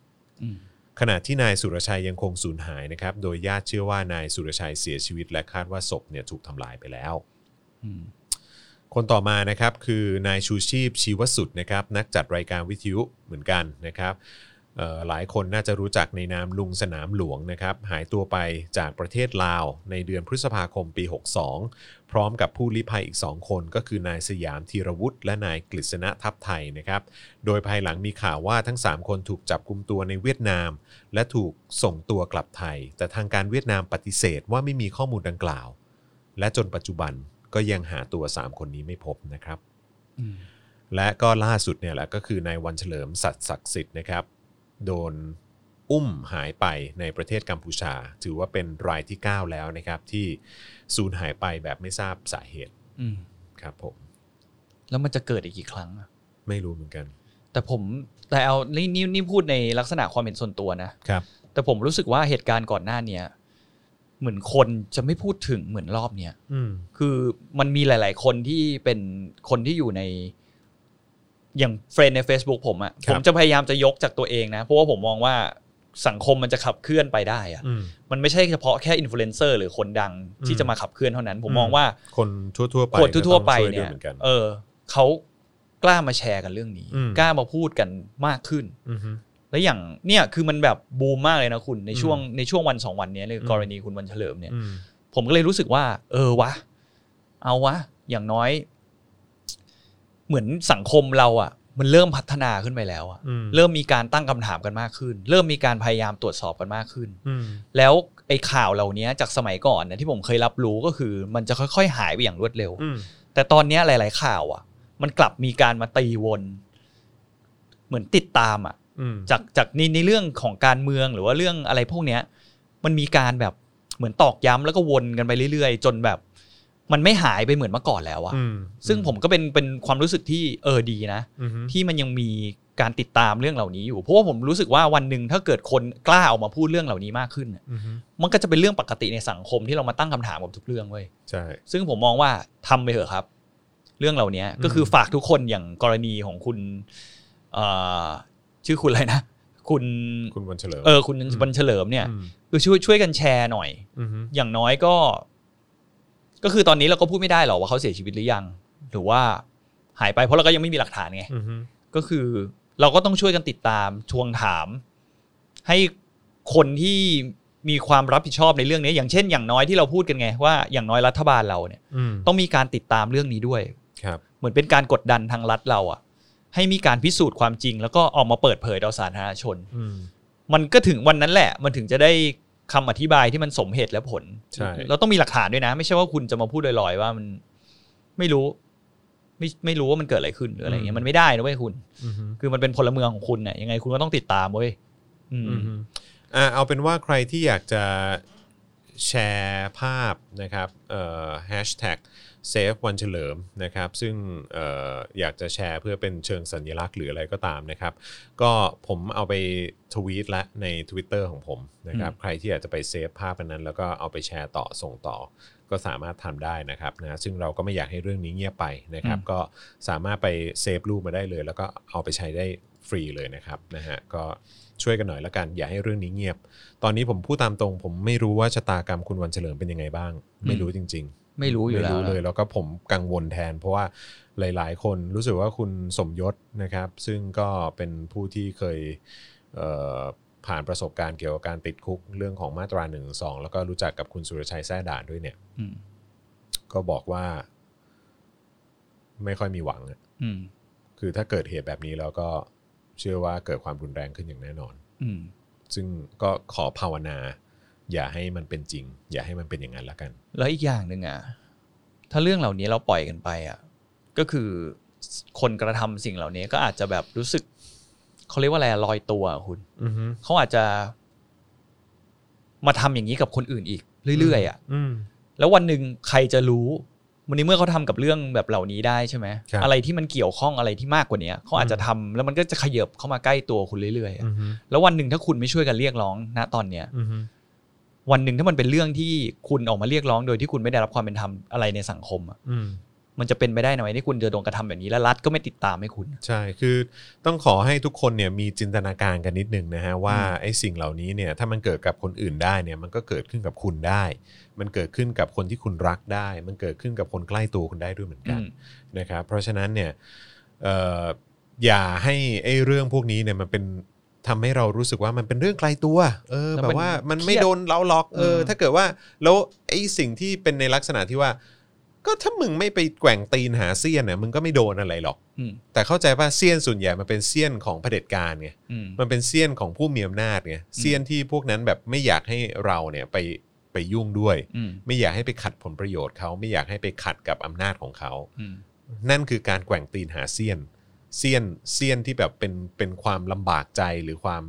B: อืม
A: ขณะที่นายสุรชัยยังคงสูญหายนะครับ โดยญาติเชื่อว่านายสุรชัยเสียชีวิต และคาดว่าศพเนี่ยถูกทำลายไปแล้ว
B: อืม
A: คนต่อมานะครับคือนายชูชีพชีวสุดนะครับนักจัดรายการวิทยุเหมือนกันนะครับเอ่อหลายคนน่าจะรู้จักในนามลุงสนามหลวงนะครับหายตัวไปจากประเทศลาว ในเดือนพฤษภาคมปี 62 พร้อมกับผู้ลี้ภัยอีก 2 คนก็คือนายสยามธีรวุฒิและนายกฤษณะทัพไทยนะครับโดยภายหลังมีข่าวว่าทั้ง 3 คนถูกจับกุมตัวในเวียดนาม และถูกส่งตัวกลับไทย แต่ทางการเวียดนามปฏิเสธว่าไม่มีข้อมูลดังกล่าว และจนปัจจุบันก็ยังหาตัว 3 คนนี้ไม่พบนะครับ
B: อืม
A: และก็ล่าสุดเนี่ยแหละก็คือนายวันเฉลิมสัตย์ศักดิ์สิทธิ์นะครับ โดนอุ้มหายไปในประเทศกัมพูชา ถือว่าเป็นรายที่ 9 แล้วนะครับ ที่สูญหายไปแบบไม่ทราบสาเหตุ
B: อืม
A: ครับผม
B: แล้วมันจะเกิดอีกกี่ครั้งอะ
A: ไม่รู้เหมือนกัน
B: แต่ผมแต่เอานี่นี่นี่พูดในลักษณะความเป็นส่วนตัวนะ
A: ครับ
B: แต่ผมรู้สึกว่าเหตุการณ์ก่อนหน้าเนี้ยเหมือนคนจะไม่พูดถึงเหมือนรอบเนี้ย
A: อืม
B: คือมันมีหลาย ๆ คนที่เป็นคนที่อยู่ในอย่างเฟรนใน Facebook ผมอะ
A: ครั
B: ผ
A: บ
B: มจะพยายามจะยกจากตัวเองนะ เพราะว่าผมมองว่าสังคมมันจะขับเคลื่อนไปได้อะ
A: อืม
B: มันไม่ใช่เฉพาะแค่อินฟลูเอนเซอร์หรือคนดังที่จะมาขับเคลื่อนเท่านั้น ผม
A: อืม
B: มองว่า
A: คนทั่วๆไป
B: คนทั่ว ๆ ไป
A: ก็ต้องช่ด้
B: เนี่
A: วย เหมือนกัน
B: เออเขากล้ามาแชร์กันเรื่องนี้
A: อืม
B: กล้ามาพูดกันมากขึ้น
A: อือฮึ
B: และอย่างเนี่ยคือมันแบบบูมมากเลยนะคุณในช่วง
A: อืม
B: ในช่วงวันสองวันเนี้ยเลย
A: อืม
B: กรณีคุณวันเฉลิมเนี่ย
A: อืม
B: ผมก็เลยรู้สึกว่า เออวะ เอาวะ อย่างน้อย เหมือนสังคมเราอะ่ะ มันเริ่มพัฒนาขึ้นไปแล้วอะ
A: อืม
B: เริ่มมีการตั้งคำถามกันมากขึ้น เริ่มมีการพยายามตรวจสอบกันมากขึ้น
A: อืม
B: แล้วไอ้ข่าวเหล่านี้จากสมัยก่อนนะที่ผมเคยรับรู้ก็คือ มันจะค่อยๆ หายไปอย่างรวดเร็ว
A: อืม
B: แต่ตอนเนี้ยหลาย ๆ ข่าวอะ่ะ มันกลับมีการมาตีวน เหมือนติดตามอ่ะ
A: อืม
B: จากจากในในเรื่องของการเมืองหรือว่าเรื่องอะไรพวกเนี้ย มันมีการแบบเหมือนตอกย้ำแล้วก็วนกันไปเรื่อยๆ จนแบบ มันไม่หายไปเหมือนเมื่อก่อนแล้วอะ
A: อืม
B: ซึ่งผมก็เป็นเป็นความรู้สึกที่เออดีนะ
A: อือฮึ
B: ที่มันยังมีการติดตามเรื่องเหล่านี้อยู่เพราะว่าผมรู้สึกว่าวันหนึ่งถ้าเกิดคนกล้าออกมาพูดเรื่องเหล่านี้มากขึ้นน่ะ
A: อือฮึ
B: มันก็จะเป็นเรื่องปกติในสังคมที่เรามาตั้งคำถามกับทุกเรื่องเว้ย
A: ใช่
B: ซึ่งผมมองว่าทำไปเถอะครับ เรื่องเหล่านี้ก็คือฝากทุกคนอย่างกรณีของคุณเอ่อชื่อคุณอะไรนะ คุณ
A: คุณวันเฉลิม
B: เออคุณ
A: อืม
B: บันเฉลิมเนี่ย
A: อืม
B: คือช่วยช่วยกันแชร์หน่อย
A: อือฮึ
B: อย่างน้อยก็ ก็คือตอนนี้เราก็พูดไม่ได้หรอกว่าเขาเสียชีวิตหรือยัง หรือว่าหายไปเพราะเราก็ยังไม่มีหลักฐานไง
A: อือฮึ
B: ก็คือเราก็ต้องช่วยกันติดตามทวงถาม ให้คนที่มีความรับผิดชอบในเรื่องนี้ อย่างเช่น อย่างน้อยที่เราพูดกันไงว่าอย่างน้อยรัฐบาลเราเนี่ย
A: อืม
B: ต้องมีการติดตามเรื่องนี้ด้วย
A: ครับ
B: เหมือนเป็นการกดดันทางรัฐเราอะให้มีการพิสูจน์ความจริง แล้วก็ออกมาเปิดเผยต่อสาธารณชน
A: อืม
B: มันก็ถึงวันนั้นแหละ มันถึงจะได้คำอธิบายที่มันสมเหตุและผล
A: ใช่
B: เราต้องมีหลักฐานด้วยนะ ไม่ใช่ว่าคุณจะมาพูดลอยๆว่ามันไม่รู้ ไม่ไม่รู้ว่ามันเกิดอะไรขึ้นหรืออะไรอย่างเงี้ยมันไม่ได้นะเว้ยคุณ
A: อือฮึ
B: คือมันเป็นพลเมืองของคุณเนี่ยยังไงคุณก็ต้องติดตามเว้ยอืม
A: อ่าเอาเป็นว่าใครที่อยากจะแชร์ภาพนะครับเอ่อแฮชแท็กเซฟวันเฉลิมนะครับซึ่งเอ่ออยากจะแชร์เพื่อเป็นเชิงสัญลักษณ์หรืออะไรก็ตามนะครับ ก็ผมเอาไปทวีตและใน Twitter ของผมนะครับใครที่อยากจะไปเซฟภาพอันนั้น แล้วก็เอาไปแชร์ต่อส่งต่อ ก็สามารถทำได้นะครับนะซึ่งเราก็ไม่อยากให้เรื่องนี้เงียบไปนะครับ
B: อืม
A: ก็สามารถไปเซฟรูปมาได้เลย แล้วก็เอาไปใช้ได้ฟรีเลยนะครับนะฮะก็ช่วยกันหน่อยละกัน อย่าให้เรื่องนี้เงียบ ตอนนี้ผมพูดตามตรง ผมไม่รู้ว่าชะตากรรมคุณวันเฉลิมเป็นยังไงบ้าง ไม่รู้จริง ๆ
B: ไม่รู้อยู่
A: ไม่
B: แล้ว
A: รู้เลยแล้วก็ผมกังวลแทน เพราะว่าหลาย ๆ คนรู้สึกว่าคุณสมยศนะครับ ซึ่งก็เป็นผู้ที่เคยเอ่อผ่านประสบการณ์เกี่ยวกับการติดคุกเรื่องของมาตรา1นึแล้วก็รู้จักกับคุณสุรชัยแซ่ด่านด้วยเนี่ย
B: อืม
A: ก็บอกว่า ไม่ค่อยมีหวังอะ
B: อืม
A: คือถ้าเกิดเหตุแบบนี้แล้วก็เชื่อว่าเกิดความรุนแรงขึ้นอย่างแน่นอน
B: อืม
A: ซึ่งก็ขอภาวนา อย่าให้มันเป็นจริง อย่าให้มันเป็นอย่างนั้นละกัน
B: แล้วอีกอย่างหนึ่งอ่ะ ถ้าเรื่องเหล่านี้เราปล่อยกันไปอ่ะ ก็คือคนกระทำสิ่งเหล่านี้ก็อาจจะแบบรู้สึก เขาเรียกว่าอะไรอะลอยตัวอะคุณ
A: อือฮึ
B: เขาอาจจะ มาทำอย่างนี้กับคนอื่นอีก เรื่อยๆอ่ะ
A: อืม
B: แล้ววันหนึ่งใครจะรู้ วันนี้เมื่อเขาทำกับเรื่องแบบเหล่านี้ได้ใช่ไหม
A: ครับ
B: อะไรที่มันเกี่ยวข้องอะไรที่มากกว่าเนี้ยเขาอาจจะ
A: อืม
B: ทำแล้วมันก็จะขยับเข้ามาใกล้ตัวคุณเรื่อยๆอะ
A: อือฮึ
B: แล้ววันหนึ่งถ้าคุณไม่ช่วยกันเรียกร้องณตอนเนี้ย
A: อือฮึ
B: วันหนึ่งถ้ามันเป็นเรื่องที่คุณออกมาเรียกร้องโดยที่คุณไม่ได้รับความเป็นธรรมอะไรในสังคมอะ
A: อืม
B: มันจะเป็นไปได้ไหมที่คุณจะโดนกระทำแบบนี้แล้วรัฐก็ไม่ติดตามให้คุณ
A: ใช่ คือต้องขอให้ทุกคนเนี่ยมีจินตนาการกันนิดนึงนะฮะว่าไอ้สิ่งเหล่านี้เนี่ยถ้ามันเกิดกับคนอื่นได้เนี่ยมันก็เกิดขึ้นกับคุณได้ มันเกิดขึ้นกับคนที่คุณรักได้ มันเกิดขึ้นกับคนใกล้ตัวคุณได้ด้วยเหมือนกัน
B: อืม
A: นะครับ เพราะฉะนั้นเนี่ยเอ่ออย่าให้ไอ้เรื่องพวกนี้เนี่ยมันเป็นทำให้เรารู้สึกว่ามันเป็นเรื่องไกลตัว เออ
B: แล้ว
A: แบ
B: มัน
A: บว่ามัน
B: เครียด
A: ไม่โดนเราล็อกเอออ
B: ม
A: ถ้าเกิดว่าแล้วไอ้สิ่งที่เป็นในลักษณะที่ว่า ก็ถ้ามึงไม่ไปแกว่งตีนหาเสี้ยนเนี่ยมึงก็ไม่โดนอะไรหรอก
B: อืม
A: แต่เข้าใจว่าเซียนส่วนใหญ่มันเป็นเซียนของเผด็จการไง
B: อืม
A: มันเป็นเซียนของผู้มีอำนาจไง เซียนที่พวกนั้นแบบไม่อยากให้เราเนี่ยไปไปยุ่งด้วย
B: อืม
A: ไม่อยากให้ไปขัดผลประโยชน์เขาไม่อยากให้ไปขัดกับอำนาจของเขา
B: อืม
A: นั่นคือการแกว่งตีนหาเซียน เซียนเซียนที่แบบเป็นเป็นความลำบากใจหรือความ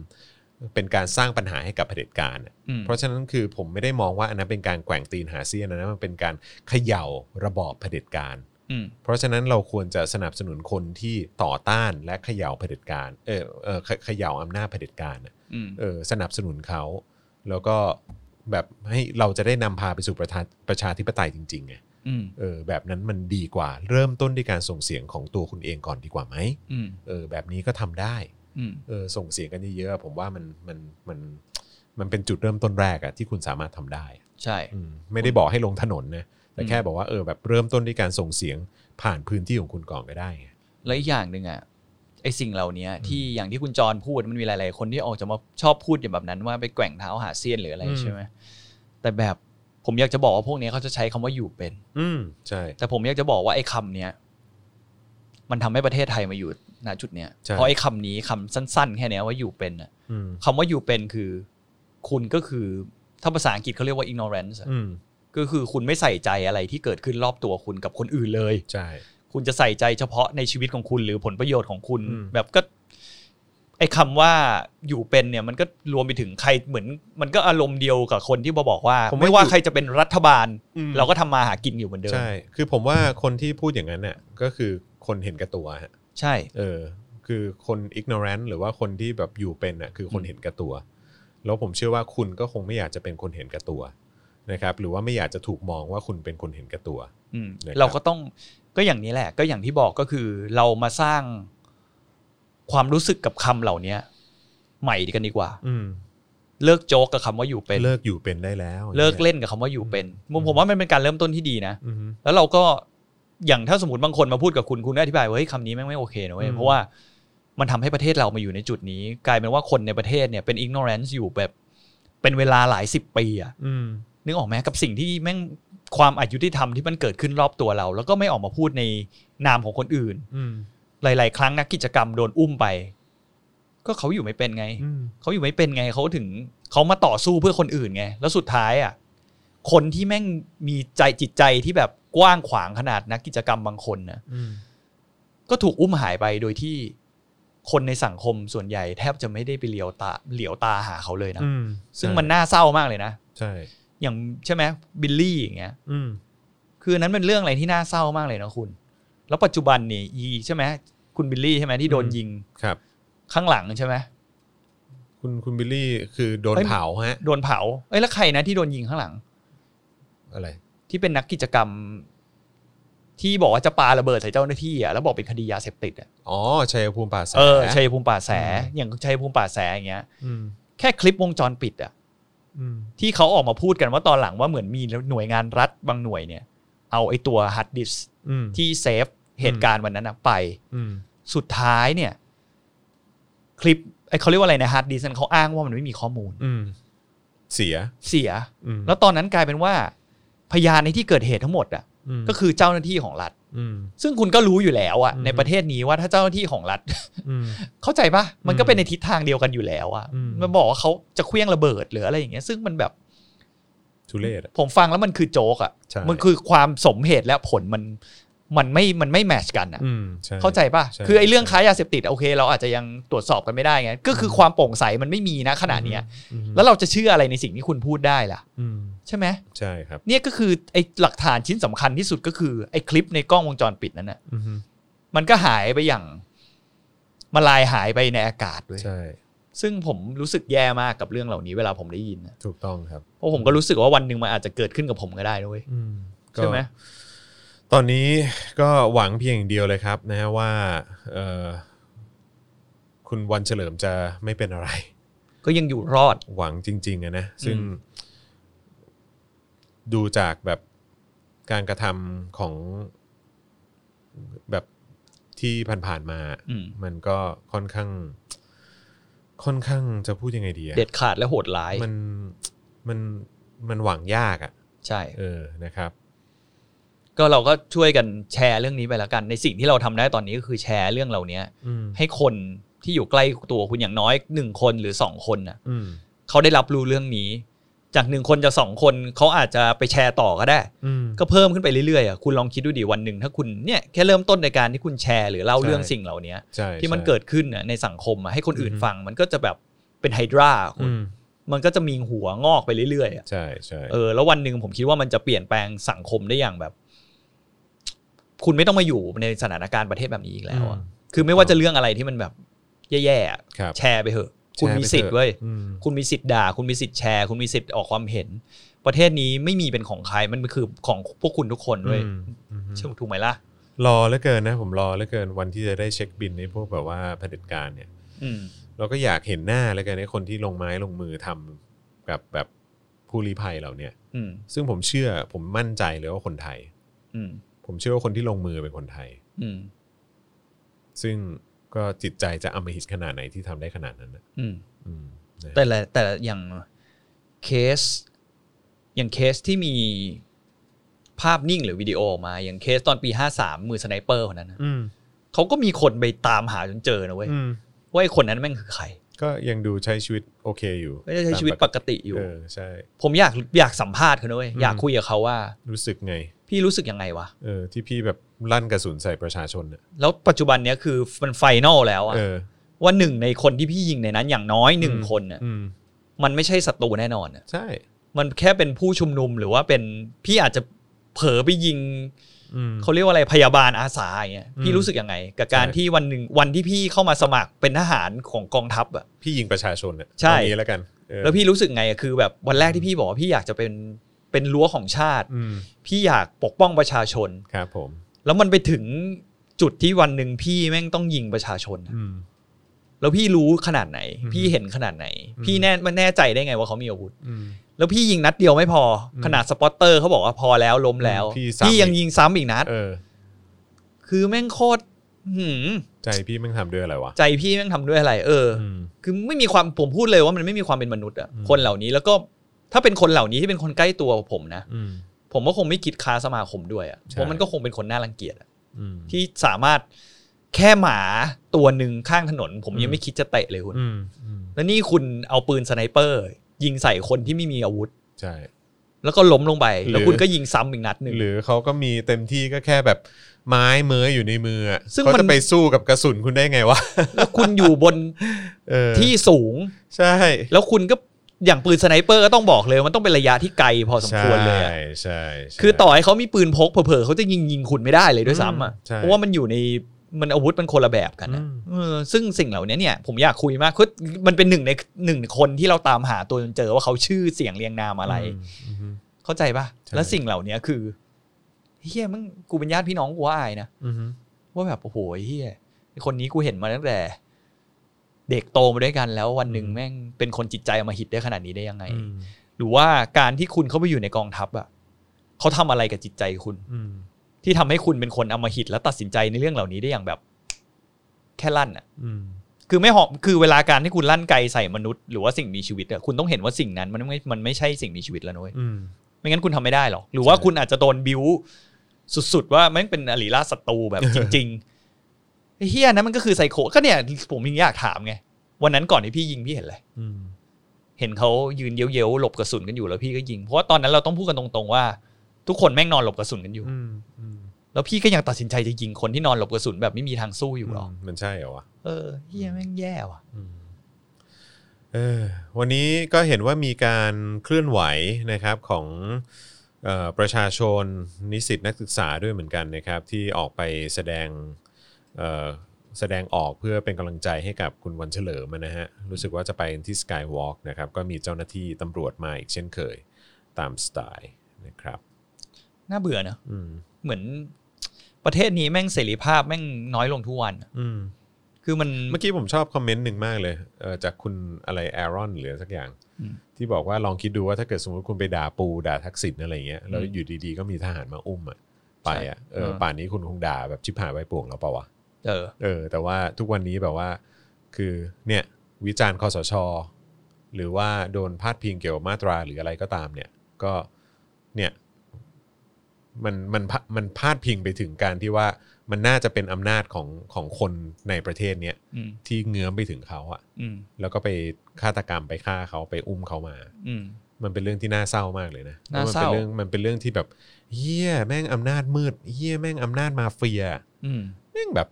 A: เป็นการสร้างปัญหาให้กับเผด็จการอะ
B: อืม
A: เพราะฉะนั้นคือผมไม่ได้มองว่าอันนั้นเป็นการแกว่งตีนหาเซียนอันะมันเป็นการเขย่าระบอบเผด็จการ
B: อืม
A: เพราะฉะนั้นเราควรจะสนับสนุนคนที่ต่อต้านและเขย่าเผด็จการเออเออเขเขย่าอำนาจเผด็จการน่ะ
B: อืม
A: เออสนับสนุนเขา แล้วก็แบบให้เราจะได้นำพาไปสู่ประชาประชาธิปไตยจริงๆไง
B: อืม
A: เออแบบนั้นมันดีกว่า เริ่มต้นด้วยการส่งเสียงของตัวคุณเองก่อนดีกว่าไหม
B: อืม
A: เออแบบนี้ก็ทำได้
B: อืม
A: เออส่งเสียงกันเยอะๆผมว่ามันมันมันมันเป็นจุดเริ่มต้นแรกอะที่คุณสามารถทำได้
B: ใช่
A: อืมไม่ได้บอกให้ลงถนนนะแต่
B: อืม
A: แค่บอกว่าเออแบบเริ่มต้นด้วยการส่งเสียงผ่านพื้นที่ของคุณก่อนก็ได้ไง
B: แล้วอีกอย่างหนึ่งอะไอสิ่งเหล่านี้ที่อย่างที่คุณจรพูดมันมีหลาย ๆ คนที่ออกจะมาชอบพูดอย่างแบบนั้นว่าไปแกว่งเท้าหาเซียนหรืออะไร
A: อืม
B: ใช่ไหมแต่แบบผมอยากจะบอกว่าพวกนี้เขาจะใช้คำว่าอยู่เป็น
A: อืมใช่
B: แต่ผมอยากจะบอกว่าไอ้คำเนี้ยมันทำให้ประเทศไทยมาอยู่ณจุดเนี้ย
A: ใช่
B: เพราะไอ้คำนี้คำสั้น ๆ แค่เนี้ยว่าอยู่เป็นอะ
A: อืม
B: คำว่าอยู่เป็นคือ คุณก็คือถ้าภาษาอังกฤษเขาเรียกว่า ignorance อะ
A: อืม
B: ก็คือคุณไม่ใส่ใจอะไรที่เกิดขึ้นรอบตัวคุณกับคนอื่นเลย
A: ใช่
B: คุณจะใส่ใจเฉพาะในชีวิตของคุณหรือผลประโยชน์ของคุณ
A: อืม
B: แบบก็ ไอ้คำว่าอยู่เป็นเนี่ย มันก็รวมไปถึงใครเหมือน มันก็อารมณ์เดียวกับคนที่มาบอกว่า ไม่ว่าใครจะเป็นรัฐบาล เราก็ทำมาหากินอยู่เหมือนเดิม
A: ใช่ คือผมว่าคนที่พูดอย่างนั้นเนี่ยก็คือคนเห็นแก่ตัวฮะ
B: ใช่
A: เออ คือคน ignorant หรือว่าคนที่แบบอยู่เป็นน่ะคือคน
B: อืม
A: เห็นแก่ตัว แล้วผมเชื่อว่าคุณก็คงไม่อยากจะเป็นคนเห็นแก่ตัวนะครับ หรือว่าไม่อยากจะถูกมองว่าคุณเป็นคนเห็นแก่ตัว
B: อืม
A: นะครับ
B: เราก็ต้องก็อย่างนี้แหละ ก็อย่างที่บอกก็คือ เรามาสร้างความรู้สึกกับคำเหล่านี้ใหม่ดีกันดีกว่า
A: อืม
B: เลิกโจ๊กกับคำว่าอยู่เป็น
A: เลิกอยู่เป็นได้แล้ว
B: เลิกเล่นกับคำว่าอยู่เป็นผมผมว่ามันเป็นการเริ่มต้นที่ดีนะ
A: อืม
B: แล้วเราก็อย่างถ้าสมมติบางคนมาพูดกับคุณคุณก็อธิบายว่าเฮ้ยคำนี้แม่งไม่โอเคนะเว้ย
A: อืม
B: เพราะว่ามันทำให้ประเทศเรามาอยู่ในจุดนี้ กลายเป็นว่าคนในประเทศเนี่ยเป็น ignorance อยู่แบบ เป็นเวลาหลายสิบปีอะ
A: อืม
B: นึกออกไหมกับสิ่งที่แม่งความอายุติธรรมที่มันเกิดขึ้นรอบตัวเรา แล้วก็ไม่ออกมาพูดในนามของคนอื่น
A: อืม
B: หลาย ๆ ครั้งนักกิจกรรมโดนอุ้มไป ก็เขาอยู่ไม่เป็นไง
A: อืม
B: เขาอยู่ไม่เป็นไงเขาถึงเขามาต่อสู้เพื่อคนอื่นไง แล้วสุดท้ายอ่ะคนที่แม่งมีใจจิตใจที่แบบกว้างขวางขนาดนักกิจกรรมบางคนนะ
A: อืม
B: ก็ถูกอุ้มหายไปโดยที่คนในสังคมส่วนใหญ่แทบจะไม่ได้ไปเหลียวตาเหลียวตาหาเขาเลยนะ
A: อืม
B: ซึ่ง
A: ใช่
B: มันน่าเศร้ามากเลยนะ
A: ใช่
B: อย่างใช่ไหมบิลลี่อย่างเงี้ย
A: อืม
B: คืออันนั้นเป็นเรื่องอะไรที่น่าเศร้ามากเลยนะคุณ แล้วปัจจุบันนี่อีใช่ไหมคุณบิลลี่ใช่ไหมที่โดนยิง
A: ครับ
B: ข้างหลังใช่ไหม
A: คุณคุณบิลลี่คือโดน
B: เอ้ย
A: เผาฮะ
B: โดนเผาเอ้ยแล้วใครนะที่โดนยิงข้างหลัง
A: อะไร
B: ที่เป็นนักกิจกรรม ที่บอกว่าจะปาระเบิดใส่เจ้าหน้าที่อ่ะแล้วบอกเป็นคดียาเสพติดอ่ะ
A: อ๋อชัยภูมิป่าแส
B: เออชัยภูมิป่าแส
A: อืม
B: อย่างชัยภูมิป่าแสอย่างเงี้ย
A: อืม
B: แค่คลิปวงจรปิดอ่ะ
A: อืม
B: ที่เขาออกมาพูดกันว่าตอนหลังว่าเหมือนมีหน่วยงานรัฐบางหน่วยเนี่ย เอาไอ้ตัวฮัดดิส
A: อืม
B: ที่เซฟเหตุการณ์วันนั้นอะไป
A: อืม
B: สุดท้ายเนี่ย คลิปไอ้เขาเรียกว่าอะไรนะฮัดดิสเขาอ้างว่ามันไม่มีข้อมูล
A: อืมเสีย
B: เสีย
A: อืม
B: แล้วตอนนั้นกลายเป็นว่า พยานในที่เกิดเหตุทั้งหมดอ่ะ
A: ม
B: ก็คือเจ้าหน้าที่ของรัฐ
A: อืม
B: ซึ่งคุณก็รู้อยู่แล้วอะ
A: อืม
B: ในประเทศนี้ว่าถ้าเจ้าหน้าที่ของรัฐ
A: อืม
B: เข้าใจปะมันก็เป็นในทิศทางเดียวกันอยู่แล้วอะ
A: อืม
B: มันบอกว่าเขาจะเคลี้ยงระเบิดหรืออะไรอย่างเงี้ย ซึ่งมันแบบ
A: ทุเรศอะ
B: ผมฟังแล้วมันคือโจ๊กอะ
A: ใช่
B: มันคือความสมเหตุและผลมัน มันไม่มันไม่แมทชกันอ่ะ
A: อืมใช่
B: เข้าใจป่ะ
A: ใช่
B: คือไอ้เรื่องค้ายาเสพติดโอเค เราอาจจะยังตรวจสอบกันไม่ได้ไง ก็คือ
A: ม
B: ความโปร่งใสมันไม่มีนะขนาดเนี้ย
A: อืม
B: แล้วเราจะเชื่ออะไรในสิ่งที่คุณพูดได้ล่ะ
A: อืม
B: ใช่ไหม
A: ใช่ครับ
B: เนี่ยก็คือไอ้หลักฐานชิ้นสำคัญที่สุดก็คือไอ้คลิปในกล้องวงจรปิดนั้นน่ะ
A: อืม
B: มันก็หายไปอย่างมาลายหายไปในอากาศเลย
A: ใช่
B: ซึ่งผมรู้สึกแย่มากกับเรื่องเหล่านี้เวลาผมได้ยินนะ
A: ถูกต้องครับ
B: เพราะผมก็รู้สึกว่าวันหนึ่งมันอาจจะเกิดขึ้นกับผมก็ได้ด้วย
A: อืมก็
B: ใช่ไหม
A: ตอนนี้ก็หวังเพียงอย่างเดียวเลยครับนะฮะว่าเอ่อคุณวันเฉลิมจะไม่เป็นอะไร
B: ก็ยังอยู่รอด
A: หวังจริงๆอะนะซึ่ง
B: อืม
A: ดูจากแบบการกระทำของแบบที่ผ่านๆมา
B: อืม
A: มันก็ค่อนข้าง ค่อนข้างจะพูดยังไงดีอะ
B: เด็ดขาดและโหดร้าย
A: มันมันมันหวังยากอะ
B: ใช่
A: เออนะครับ
B: ก็เราก็ช่วยกันแชร์เรื่องนี้ไปแล้วกัน ในสิ่งที่เราทำได้ตอนนี้ก็คือแชร์เรื่องเหล่านี้
A: อืม
B: ให้คนที่อยู่ใกล้ตัวคุณอย่างน้อยหนึ่งคนหรือสองคนน่ะ
A: อืม
B: เขาได้รับรู้เรื่องนี้ จากหนึ่งคนจะสองคนเขาอาจจะไปแชร์ต่อก็ได้
A: อืม
B: ก็เพิ่มขึ้นไปเรื่อยๆอ่ะคุณลองคิดดูดิวันหนึ่งถ้าคุณเนี่ยแค่เริ่มต้นในการที่คุณแชร์หรือเล่า
A: ใช่
B: เรื่องสิ่งเหล่านี้
A: ใช่
B: ที่มัน
A: ใช่
B: เกิดขึ้นน่ะในสังคมอ่ะให้คนอื่น
A: อือฮึ
B: ฟัง มันก็จะแบบเป็นไฮดราคุ
A: อื
B: ณ
A: ม
B: มันก็จะมีหัวงอกไปเรื่อยๆอ่ะ
A: ใช่ใช่
B: เออแล้ววันหนึ่งผมคิดว่ามันจะเปลี่ยนแปลงสังคมได้อย่างแบบ คุณไม่ต้องมาอยู่ในสถานการณ์ประเทศแบบนี้อีกแล้วอะ
A: ม
B: คือไม่ว่าจะเรื่องอะไรที่มันแบบแย่ๆอะ
A: ครับ
B: แชร์ไปเถอะ คุณมี
A: แชร์ไป
B: สิท
A: ถ
B: ธิ์
A: อะ
B: เว้ย
A: อืม
B: คุณมีสิทธิ์ด่า คุณมีสิทธิ์แชร์ คุณมีสิทธิ์ออกความเห็น ประเทศนี้ไม่มีเป็นของใครมันคือของพวกคุณทุกคนเว้ย
A: อืมอืม
B: เชื่อถูกไหมล่ะ
A: รอเหลือเกินนะ ผมรอเหลือเกินวันที่จะได้เช็คบินในพวกแบบว่าเผด็จการเนี่ย
B: อืม
A: เราก็อยากเห็นหน้าแล้วกันในคนที่ลงไม้ลงมือทำกับแบบผู้ลี้ภัยเราเนี่ย
B: อืม
A: ซึ่งผมเชื่อผมมั่นใจเลยว่าคนไทย
B: อืม
A: ผมเชื่อว่าคนที่ลงมือเป็นคนไทย
B: อืม
A: ซึ่งก็จิตใจจะอำมหิตขนาดไหนที่ทำได้ขนาดนั้นนะ
B: อืม
A: อืมนะ
B: แต่ละแต่ละอย่างเคส อย่างเคสที่มีภาพนิ่งหรือวิดีโอออกมา อย่างเคสตอนปี 53 มือสไนเปอร์คนนั้นนะ
A: อืม
B: เขาก็มีคนไปตามหาจนเจอนะเว้ย
A: อืม
B: ว่าไอ้คนนั้นแม่งคือใคร ก็
A: ก็ยังดูใช้ชีวิตโอเคอยู่
B: จะใช้ชีวิตปกติอยู่
A: เออใช่
B: ผมอยากอยากสัมภาษณ์เขานะเว้ย
A: อืม
B: อยากคุยกับเขาว่า
A: รู้สึกไง
B: พี่รู้สึกยังไงวะ
A: เออที่พี่แบบลั่นกระสุนใส่ประชาชนน่ะ
B: แล้วปัจจุบันเนี้ยคือมันไฟนอลแล้วอะ
A: เออ
B: ว่าหนึ่งในคนที่พี่ยิงในนั้นอย่างน้อยหนึ่ง
A: อืม
B: คนน่ะ
A: อืม
B: มันไม่ใช่ศัตรูแน่นอนน่ะ
A: ใช่
B: มันแค่เป็นผู้ชุมนุมหรือว่าเป็นพี่อาจจะเผลอไปยิง
A: อืม
B: เขาเรียกว่าอะไรพยาบาลอาสาอย่างเงี้ย
A: อื
B: พี่
A: ม
B: รู้สึกยังไง กับการ
A: ใช่
B: ที่วันหนึ่งวันที่พี่เข้ามาสมัครเป็นทหารของกองทัพอะ
A: พี่ยิงประชาชนน่ะ
B: ใช่
A: เอางี้แล้วกันเออ
B: แล้วพี่รู้สึกไงอะคือแบบวันแรกที่พี่บอกว่าพี่อยากจะเป็นเป็นรั้วของชาติ
A: อืม
B: พี่อยากปกป้องประชาชน
A: ครับผม
B: แล้วมันไปถึงจุดที่วันหนึ่งพี่แม่งต้องยิงประชาชนอะ
A: อืม
B: แล้วพี่รู้ขนาดไหน
A: อืม
B: พี่เห็นขนาดไหน
A: อืม
B: พี่แน่มันแน่ใจได้ไงว่าเขามีอาวุธ
A: อืม
B: แล้วพี่ยิงนัดเดียวไม่พออ
A: ม
B: ขนาดสปอตเตอร์เขาบอกว่าพอแล้วล้มแล้ว
A: พี่ซ้ำ
B: พี่ยัง
A: อีก
B: ยิงซ้ำอีกนัด
A: เออ
B: คือแม่งโคตรหืม
A: ใจพี่แม่งทำด้วยอะไรวะ
B: ใจพี่แม่งทำด้วยอะไร เอออ
A: อืม
B: คือไม่มีความผมพูดเลยว่ามันไม่มีความเป็นมนุษย์อะ
A: อืม
B: คนเหล่านี้แล้วก็ถ้าเป็นคนเหล่านี้ที่เป็นคนใกล้ตัวผมนะ
A: อืม
B: ผมก็คงไม่คิดค้าสมาคมด้วยอะ
A: ใช่
B: เพราะมันก็คงเป็นคนน่ารังเกียจอะ
A: อืม
B: ที่สามารถแค่หมาตัวหนึ่งข้างถนน ผมยั
A: อื
B: ง
A: ม
B: ไม่คิดจะเตะเลยคุณ
A: อืมอืม
B: แล้วนี่คุณเอาปืนสไนเปอร์ ยิงใส่คนที่ไม่มีอาวุธ
A: ใช่
B: แล้วก็ล้มลงไป
A: หรือ
B: แล้วคุณก็ยิงซ้ำอีกนัดหนึ่ง
A: หรือเขาก็มีเต็มที่ก็แค่แบบไม้เมืออยู่ในมืออะ
B: ซึ่ง
A: เขา
B: มั
A: จะ
B: น
A: ไปสู้กับกระสุนคุณได้ไงวะ
B: แล้วคุณอยู่บน
A: เออ
B: ที่สูง
A: ใช่
B: แล้วคุณก็อย่างปืนสไนเปอร์ก็ต้องบอกเลยมันต้องเป็นระยะที่ไกลพอสมควรเลยอะ
A: ใช่ใช่ใช่
B: คือต่อให้เขามีปืนพกเผลอๆเขาจะยิงยิงคุณไม่ได้เลยด้วยซ้ำอ่ะ
A: อืมใช่
B: เพราะว่ามันอยู่ในมันอาวุธมันคนละแบบกันนะ
A: อืม
B: เออซึ่งสิ่งเหล่านี้เนี่ยผมอยากคุยมากคือมันเป็นหนึ่งในหนึ่งคนที่เราตามหาตัวจนเจอว่าเขาชื่อเสียงเรียงนามอะไร
A: อืม
B: เข้าใจปะ
A: ใช่
B: แล้วสิ่งเหล่านี้คือเฮียมึงกูเป็นญาติพี่น้องกูว่าอายนะ
A: อืมอืม
B: ว่าแบบโอ้โหเฮียไอ้คนนี้กูเห็นมาตั้งแต่ เด็กโตมาด้วยกันแล้ววันหนึ่งแม่งเป็นคนจิตใจอำมาหิตได้ขนาดนี้ได้ยังไง
A: อืม
B: หรือว่าการที่คุณเข้าไปอยู่ในกองทัพอ่ะเขาทำอะไรกับจิตใจคุณ
A: อืม
B: ที่ทำให้คุณเป็นคนอำมหิตและตัดสินใจในเรื่องเหล่านี้ได้อย่างแบบ แค่ลั่นอ่ะ
A: อืม
B: คือไม่หอมคือเวลาการที่คุณลั่นไกลใส่มนุษย์หรือว่าสิ่งมีชีวิตอ่ะคุณต้องเห็นว่าสิ่งนั้นมันไม่มันไม่ใช่สิ่งมีชีวิตแล้วนุ้ย
A: อืม
B: ไม่งั้นคุณทำไม่ได้หรอกหรือว่า
A: ใช่
B: คุณอาจจะโดนบิวสุดๆ ว่าแมันเป็นอริราชศัตรู แบบจริงๆไอ้เฮียนะมันก็คือไซโคก็เนี่ยผมยังอยากถามไงวันนั้นก่อนที่พี่ยิงพี่เห็นอะไร
A: อืม
B: เห็นเขายืนเย้ยวๆหลบกระสุนกันอยู่แล้วพี่ก็ยิงเพราะว่าตอนนั้นเราต้องพูดกันตรงๆว่า ทุกคนแม่งนอนหลบกระสุนกันอยู่
A: อืมอืม
B: แล้วพี่ก็ยังตัดสินใจจะยิงคนที่นอนหลบกระสุนแบบไม่มีทางสู้อยู่หรอก
A: มมันใช่เหรอวะ
B: เออเฮียแม่งแย่ว่ะ
A: เออวันนี้ก็เห็นว่ามีการเคลื่อนไหวนะครับของเออประชาชนนิสิตนักศึกษาด้วยเหมือนกันนะครับ ที่ออกไปแสดงเอ่อแสดงออกเพื่อเป็นกำลังใจให้กับคุณวันเฉลิมนะฮะรู้สึกว่าจะไปที่ Skywalk นะครับก็มีเจ้าหน้าที่ตำรวจมาอีกเช่นเคยตามสไตล์นะครับ
B: น่าเบื่อเนอะ
A: อืม
B: เหมือนประเทศนี้แม่งเสรีภาพแม่งน้อยลงทุกวันอะ
A: อืม
B: คือมัน
A: เมื่อกี้ผมชอบคอมเมนต์หนึ่งมากเลยเอ่อจากคุณอะไรแอรอนหรือสักอย่าง
B: อืม
A: ที่บอกว่าลองคิดดูว่าถ้าเกิดสมมติคุณไปด่าปูด่าทักษิณอะไรเงี้ยแล้ว
B: อืม
A: อยู่ดีๆก็มีทหารมาอุ้มอะไปอะเออ
B: เออ
A: ป่านนี้คุณคงด่าแบบชิบหายไว้ป่วงแล้วเปล่าวะ
B: เออ
A: เออแต่ว่าทุกวันนี้แบบว่า คือเนี่ยวิจารณ์คอสช หรือว่าโดนพาดพิงเกี่ยวกับมาตราหรืออะไรก็ตามเนี่ย ก็เนี่ยมันมันพะมันพาดพิงไปถึงการที่ว่ามันน่าจะเป็นอำนาจของของคนในประเทศเนี้ย
B: อืม
A: ที่เงื้อมไปถึงเขาอะ
B: อืม
A: แล้วก็ไปฆาตกรรมไปฆ่าเขาไปอุ้มเขามา
B: อืม
A: มันเป็นเรื่องที่น่าเศร้ามากเลยนะ
B: น่าเศ
A: พะมัน
B: ร้า
A: เป็นเรื่องมันเป็นเรื่องที่แบบเฮี้ยแม่งอำนาจมืดเฮี้ยแม่งอำนาจมาเฟีย
B: อืม
A: แม่งแบบ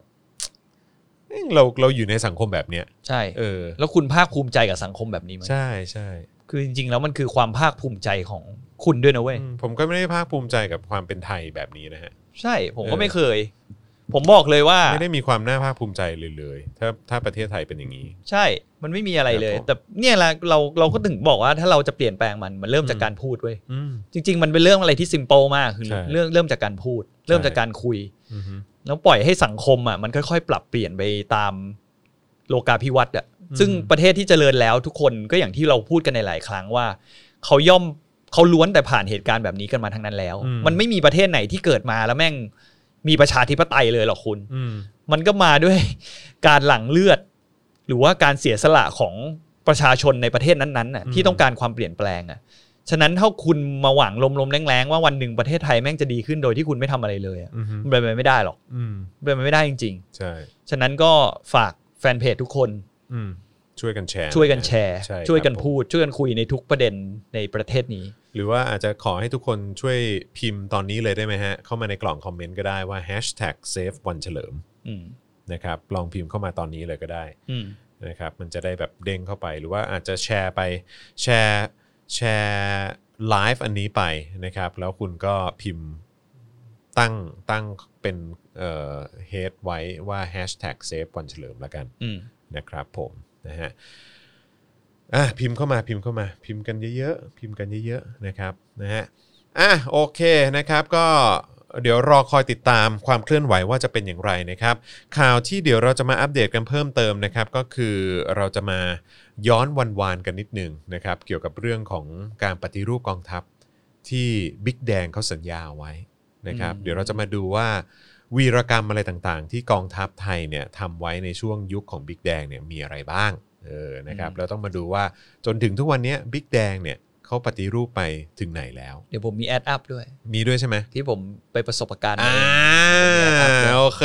A: แม่งเราเราอยู่ในสังคมแบบเนี้ย
B: ใช่
A: เออ
B: แล้วคุณภาคภูมิใจกับสังคมแบบนี้ไหม
A: ใช่ใช่
B: คือจริงๆแล้วมันคือความภาคภูมิใจของคุณด้วยนะเว้ย
A: อืมผมก็ไม่ได้ภาคภูมิใจกับความเป็นไทยแบบนี้นะฮะ
B: ใช่ ผม
A: เอ
B: ก็
A: อ
B: ไม่เคย ผมบอกเลยว่า
A: ไม่ได้มีความน่าภาคภูมิใจเลยเลยถ้าถ้าประเทศไทยเป็นอย่างนี้
B: ใช่ มันไม่มีอะไรเลย
A: ครับผม
B: แต่เนี่ยแหละเราเราก็ถึงบอกว่าถ้าเราจะเปลี่ยนแปลงมัน มันเริ่มจาก
A: อืม
B: การพูดเว้ย
A: อืม
B: จริง ๆ มันเป็นเรื่องอะไรที่ซิมเปิลมาก คือ
A: ใช่
B: เรื่องเริ่มจากการพูด เริ่มจากการคุย
A: อือฮึ
B: แล้วปล่อยให้สังคมอ่ะมันค่อยๆ ปรับเปลี่ยนไปตามโลกาภิวัตน์อ่ะ ซึ่งประเทศที่เจริญแล้วทุกคนก็อย่างที่เราพูดกันในหลายครั้งว่าเขาย่อมเขาล้วนแต่ผ่านเหตุการณ์แบบนี้กันมาทั้งนั้นแล้ว
A: อืม
B: มันไม่มีประเทศไหนที่เกิดมาแล้วแม่งมีประชาธิปไตยเลยหรอกคุณ
A: อืม
B: มันก็มาด้วย การหลั่งเลือด หรือว่าการเสียสละของประชาชนในประเทศนั้นๆน่ะที่ต้องการความเปลี่ยนแปลงอ่ะฉะนั้นถ้าคุณมาหวังลมๆแรงๆว่าวันหนึ่งประเทศไทยแม่งจะดีขึ้นโดยที่คุณไม่ทำอะไรเลยอ่ะ
A: อือฮึ
B: มันเป็นไปไม่ได้หรอก
A: อืม
B: มันเป็นไปไม่ได้จริง
A: ใช่
B: ๆ ฉะนั้นก็ฝากแฟนเพจทุกคน
A: อืมช่วยกันแชร์
B: ช่วยกันแชร์
A: ใครับ
B: ช่วยกัน
A: ผม
B: พูด ช่วยกันคุยในทุกประเด็นในประเทศนี้
A: หรือว่าอาจจะขอให้ทุกคนช่วยพิมพ์ตอนนี้เลยได้ไหมฮะ เข้ามาในกล่องคอมเมนต์ก็ได้ว่า hashtag save วันเฉลิม
B: อืม
A: นะครับลองพิมพ์เข้ามาตอนนี้เลยก็ได้
B: อืม
A: นะครับมันจะได้แบบเด้งเข้าไป หรือว่าอาจจะแชร์ไปแชร์แชร์ไลฟ์อันนี้ไปนะครับ แล้วคุณก็พิมพ์ตั้งตั้งเป็นเอ่อ head ไว้ว่า hashtag save วันเฉลิมแล้วกัน
B: อืม
A: นะครับผมนะฮะอ่ะพิมพ์เข้ามาพิมพ์เข้ามา พิมพ์กันเยอะๆพิมพ์กันเยอะๆนะครับนะฮะอ่ะโอเคนะครับก็เดี๋ยวรอคอยติดตามความเคลื่อนไหวว่าจะเป็นอย่างไรนะครับ ข่าวที่เดี๋ยวเราจะมาอัปเดตกันเพิ่มเติมนะครับ ก็คือเราจะมาย้อนวันวานกันนิดหนึงนะครับ เกี่ยวกับเรื่องของการปฏิรูปกองทัพที่บิ๊กแดงเขาสัญญาเอาไว้นะครับ เดี๋ยวเราจะมาดูว่า วีรกรรมอะไรต่างๆ ที่กองทัพไทยเนี่ยทำไว้ในช่วงยุคของบิ๊กแดงเนี่ยมีอะไรบ้างเออนะครับแล้วต้องมาดูว่าจนถึงทุกวันเนี้บิ๊กแดงเนี่ยเขาปฏิรูปไปถึงไหนแล้ว
B: เดี๋ยวผมมีแอดอัพด้วย
A: มีด้วยใช่ไหม
B: ที่ผมไปประสบการณ์มา
A: อ่า
B: เองผมมี add up ด้วย
A: โอเค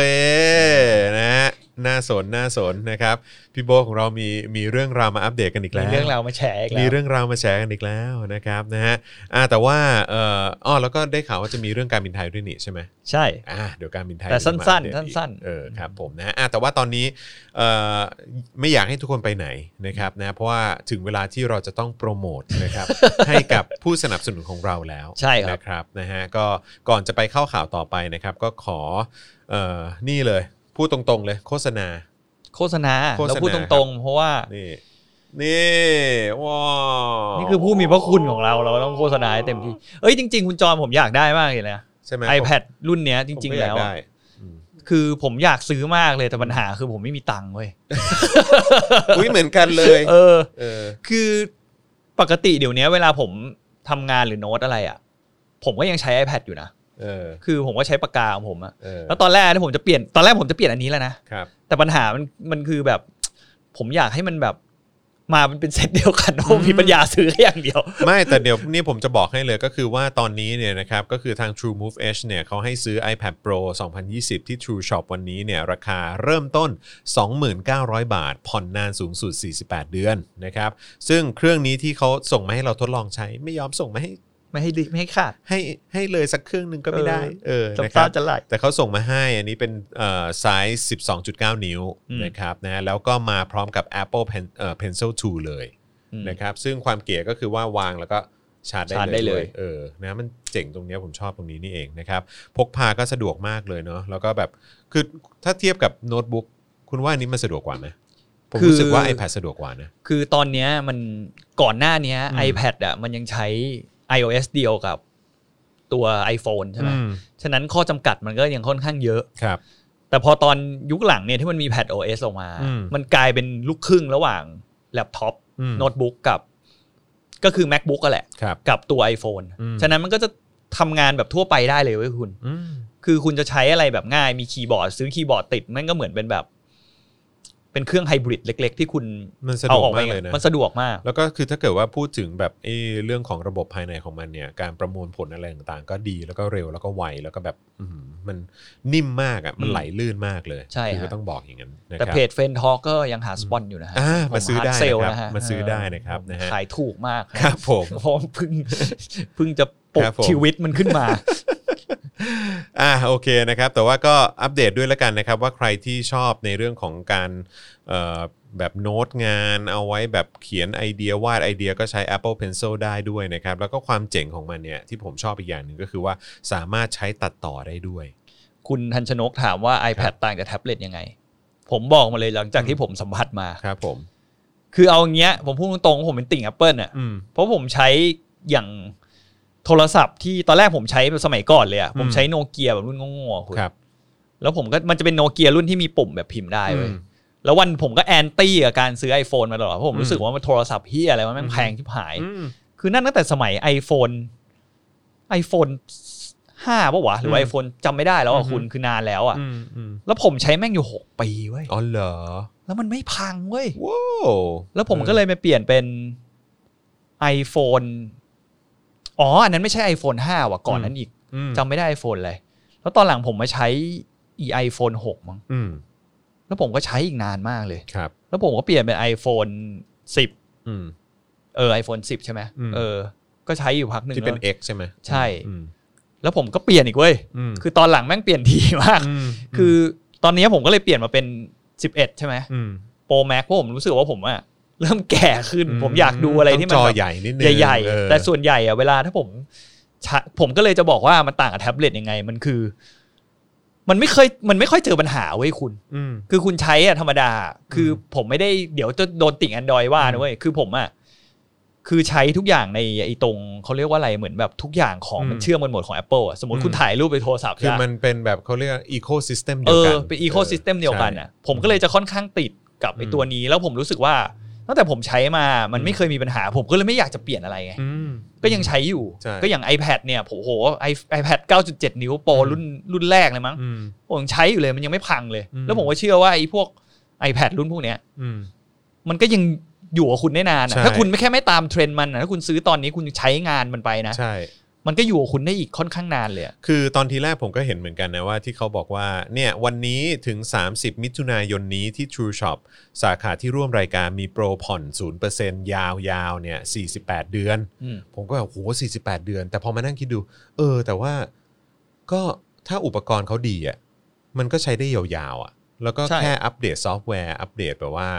A: นะฮะน่าสนน่าสนนะครับพี่โบของเรามีมีเรื่องราวมาอัปเดตกันอีก
B: มี
A: แล้ว
B: เรื่องราวมาแชร์อีกแล้ว
A: มีเรื่องราวมาแชร์กันอีกแล้วนะครับนะฮะอ่าแต่ว่าเอ่ออ้อแล้วก็ได้ข่าวว่าจะมีเรื่องการบินไทยด้วยนี่ใช่ไหม
B: ใช่
A: อ่าเดี๋ยวการบินไทย
B: แต่สั้นๆ
A: จะมาอัปเดตอีก
B: สั้นๆ
A: เออครับผมนะอ่ะแต่ว่าตอนนี้เอ่อไม่อยากให้ทุกคนไปไหนนะครับนะเพราะว่าถึงเวลาที่เราจะต้องโปรโมท นะครับ ให้กับผู้สนับสนุนของเราแล้ว
B: ใช่ครับ
A: นะครับนะฮะก็ก่อนจะไปเข้าข่าวต่อไปนะครับ ก็ขอเอ่อนี่เลยพูดตรงๆเลยโฆษณา
B: โฆษณา
A: โฆษณา
B: เราพูดตรงๆ เพราะว่า
A: นี่นี่ว้าว
B: นี่คือผู้มีพระคุณของเราเราต้องโฆษณาให้เต็มที่ เอ้ยจริง ๆ คุณจอมผมอยากได้มากเลยนะ
A: ใช่ไหม
B: iPad รุ่นเนี้ย
A: ผม
B: จริง
A: ผมก็
B: ๆ
A: อยา
B: แล้
A: ก
B: วอะ
A: ได้อืม
B: คือผมอยากซื้อมากเลยแต่ปัญหาคือผมไม่มีตังค์เว้ย
A: อุ้ยเหมือนกันเลย
B: เออ
A: เออ
B: คือปกติเดี๋ยวนี้เวลาผมทำงานหรือโน้ตอะไรอ่ะ ผมก็ยังใช้ iPad อยู่นะ
A: เออ
B: คือผมก็ใช้ปากกาของผมอะ
A: เออ
B: แล้วตอนแรกที่ผมจะเปลี่ยนตอนแรกผมจะเปลี่ยนอันนี้แล้วนะครับ แต่ปัญหามันมันคือแบบ ผมอยากให้มันแบบมามันเป็นเซตเดียวกัน ผมมีปัญญาซื้อแค่อย่างเดียว
A: ไม่แต่เดี๋ยวนี่ผมจะบอกให้เลยก็คือว่าตอนนี้เนี่ยนะครับก็คือทาง True Move Edge เนี่ยเขาให้ซื้อ iPad Pro 2020 ที่ True Shop วันนี้เนี่ยราคาเริ่มต้น 2,900 บาท ผ่อนนานสูงสุด 48 เดือนนะครับ ซึ่งเครื่องนี้ที่เขาส่งมาให้เราทดลองใช้ไม่ยอมส่งมาให้
B: ไม่ให้ดิไม่ให้ขาด
A: ให้ให้เลยสักครึ่งหนึ่งก็ไม่ได้ เออนะ
B: น้ำ
A: ครั
B: ตา
A: บ
B: จะไหล
A: แต่เขาส่งมาให้อันนี้เป็นไซส์ 12.9 นิ้ว
B: อืม
A: นะครับนะแล้วก็มาพร้อมกับ Apple Pen เอ่อ Pencil 2 เลย
B: อืม
A: นะครับซึ่งความเก๋ก็คือว่าวางแล้วก็ชาร์จได้
B: ชาร์จได้
A: เล
B: เลย ย
A: เออนะมันเจ๋งตรงเนี้ยผมชอบตรงนี้นี่เองนะครับพกพาก็สะดวกมากเลยเนาะแล้วก็แบบคือถ้าเทียบกับโน้ตบุ๊กคุณว่าอันนี้มันสะดวกกว่าไหมผมรู้สึกว่า iPad สะดวกกว่านะ
B: คือตอนเนี้ยมันก่อนหน้าเนี้ย
A: อืม
B: iPad อ่ะมันยังใช้ iOS เดียวกับตัว iPhone ใช่ไหม
A: อืม
B: ฉะนั้นข้อจำกัดมันก็ยังค่อนข้างเยอะ
A: ครับ
B: แต่พอตอนยุคหลังเนี่ยที่มันมีแพด OS ออกมา
A: อืม
B: มันกลายเป็นลูกครึ่งระหว่างแล็ปท็อป
A: อืม
B: โน้ตบุ๊กกับ ก็คือ MacBook ก็แหละ
A: ครับ
B: กับตัว iPhone
A: อืม
B: ฉะนั้นมันก็จะทำงานแบบทั่วไปได้เลยเว้ยคุณ
A: อืม
B: คือคุณจะใช้อะไรแบบง่ายมีคีย์บอร์ด ซื้อคีย์บอร์ดติดมันก็เหมือนเป็นแบบ เป็นเครื่องไฮบริดเล็ก ๆ ที่คุณ
A: มันสะด
B: เอา
A: วก
B: ออกไป
A: มากเลยนะ
B: มันสะดวกมาก
A: แล้วก็คือถ้าเกิดว่าพูดถึงแบบไอ้เรื่องของระบบภายในของมันเนี่ยการประมวลผลอะไรต่างๆ ก็ดีแล้วก็เร็วแล้วก็ไวแล้วก็แบบอื้อหือมันนิ่มมากอ่ะมันไหลลื่นมากเลย
B: ใช่ฮะ
A: คือก็ต้องบอกอย่างนั้นนะ
B: แต่
A: ครับ
B: เพจเฟนทอก็ยังหาสปอนอยู่นะฮะ
A: อ่ามาซื้อได้
B: เซล
A: นะครับ
B: นะฮะ
A: มาซื้อได้นะครับนะฮะ
B: ขายถูกมาก
A: ครับผม
B: เพราะเพิ่ง เพิ่งจะปลุ
A: ครั
B: ก
A: บผม
B: ชีวิตมันขึ้น มา
A: อ่าโอเคนะครับ แต่ว่าก็อัปเดตด้วยละกันนะครับ ว่าใครที่ชอบในเรื่องของการเอ่อแบบโน้ตงานเอาไว้แบบเขียนไอเดียวาดไอเดียก็ใช้ Apple Pencil ได้ด้วยนะครับ แล้วก็ความเจ๋งของมันเนี่ยที่ผมชอบอีกอย่างหนึ่งก็คือว่าสามารถใช้ตัดต่อได้ด้วย
B: คุณทันชนกถามว่า iPad ต่างจากแท็บเล็ตยังไง ผมบอกมาเลยหลังจากที่ผมสัมผัสมา
A: ครับผม
B: คือเอาอย่างเงี้ย ผมพูดตรงๆว่าผมเป็นติ่ง Apple อ่ะ
A: อืม
B: เพราะผมใช้อย่างโทรศัพท์ที่ตอนแรกผมใช้แบบสมัยก่อนเลยอะ
A: อืม
B: ผมใช้โนเกียแบบรุ่นโง่ๆอะคุณ
A: ครับ
B: แล้วผมก็มันจะเป็นโนเกียรุ่นที่มีปุ่มแบบพิมพ์ได้เว้ย
A: อืม
B: แล้ววันผมก็แอนตี้กับการซื้อ iPhone มาตลอดเพราะผม
A: อื
B: รู้
A: ม
B: สึกว่ามันโทรศัพท์เฮียอะไรวะแม่
A: อื
B: ง
A: ม
B: แพงชิบหาย
A: อืม
B: คือนั่นตั้งแต่สมัย iPhone iPhone 5ป่ะวะหรือว่า
A: อืม
B: iPhone จำไม่ได้แล้ว
A: อื
B: อ่ะ
A: ม
B: คุณคือนานแล้วอ่ะ
A: อืมอืม
B: แล้วผมใช้แม่งอยู่ 6 ปีเว้ย
A: อ๋อเหรอ
B: แล้วมันไม่พังเว้ย
A: ว้าว
B: แล้วผมก็เลยไปเปลี่ยนเป็น iPhone อ๋อ อันนั้นไม่ใช่ iPhone 5 ว่ะ ก่อนนั้นอีก
A: อืม
B: จำไม่ได้ iPhone เลย แล้วตอนหลังผมมาใช้อี iPhone 6 มั้ง
A: อืม
B: แล้วผมก็ใช้อีกนานมากเลย
A: ครับ
B: แล้วผมก็เปลี่ยนเป็น iPhone 10
A: อืม
B: เออ iPhone 10 ใช่ไหม
A: อืม
B: เออ ก็ใช้อยู่พักหนึ่ง
A: ที่เป็น
B: แล้ว
A: X ใช่ไหม
B: ใช่
A: อืม
B: แล้วผมก็เปลี่ยนอีกเว้ย
A: อืม
B: คือตอนหลังแม่งเปลี่ยนทีมาก
A: ม
B: คือตอนนี้ผมก็เลยเปลี่ยนมาเป็น 11 ใช่ไหม
A: อืม
B: โปรแม็กเพราะผมรู้สึกว่าผมอะเริ่มแก่ขึ้น
A: อืม
B: ผมอยากดูอะไรที่มัน
A: ต้งจอ
B: แบบ
A: ใหญ่นิดนึง
B: ใหญ่
A: เออ
B: ๆ แต่ส่วนใหญ่อะเวลาถ้าผมใช้ผมก็เลยจะบอกว่ามันต่างกับแท็บเล็ตยังไง มันคือ มันไม่เคยมันไม่ค่อยเจอปัญหาเว้ยคุณ
A: อืม
B: คือคุณใช้อะธรรมดา คืออผมไม่ได้เดี๋ยวจะโดนติ่งแอนดรอยว่า
A: อื
B: นะ
A: ม
B: เว้ยคือผมอะคือใช้ทุกอย่างในไอ้ตรงเขาเรียกว่าอะไรเหมือนแบบทุกอย่างของมันเชื่อมกันหมดของ Apple อะสมมติคุณถ่ายรูปไปโทรศัพท์
A: คือ
B: ใช่ปะ
A: มันเป็นแบบเขาเรียกอีโคซิสเต็ม
B: เอ
A: เดียว
B: อ
A: กัน
B: เป็นอีโคซิสเต็มเดียวกัน
A: ใช่
B: อ่ะผมก็เลยจะค่อนข้างติดกับไอ
A: อืม
B: ตัวนี้ แล้วผมรู้สึกว่าตั้งแต่ผมใช้มามันไม่เคยมีปัญหา ผมก็เลยไม่อยากจะเปลี่ยนอะไรไง
A: อืม
B: ก็ยังใช้อยู่
A: ใช่
B: ก็อย่าง iPad เนี่ยผมโหไอไอแพด9.7 นิ้วโปรรุ่นรุ่นแรกเลยมั้ง
A: อืม
B: ผมยังใช้อยู่เลยมันยังไม่พังเลย
A: อืม
B: แล้วผมก็เชื่อว่าไอพวก iPad รุ่นพวกเนี้ย
A: อืม
B: มันก็ยังอยู่กับคุณได้นานอะ
A: ใช่
B: ถ้าคุณไม่แค่ไม่ตามเทรนด์มันอะถ้าคุณซื้อตอนนี้คุณใช้งานมันไปนะ
A: ใช่
B: มันก็อยู่กับคุณได้อีกค่อนข้างนานเลยอะ
A: คือตอนทีแรกผมก็เห็นเหมือนกันนะว่าที่เขาบอกว่าเนี่ยวันนี้ถึง 30 มิถุนายนนี้ที่ True Shop สาขาที่ร่วมรายการมีโปรผ่อน 0%ยาวๆเนี่ย48 เดือน
B: อืม
A: ผมก็แบบโห48 เดือน แต่พอมานั่งคิดดู เออ แต่ว่าก็ถ้าอุปกรณ์เขาดีอ่ะมันก็ใช้ได้ยาวๆอ่ะแล้วก็แค่อัปเดตซอฟต์แวร์ อัปเดตแบบว่า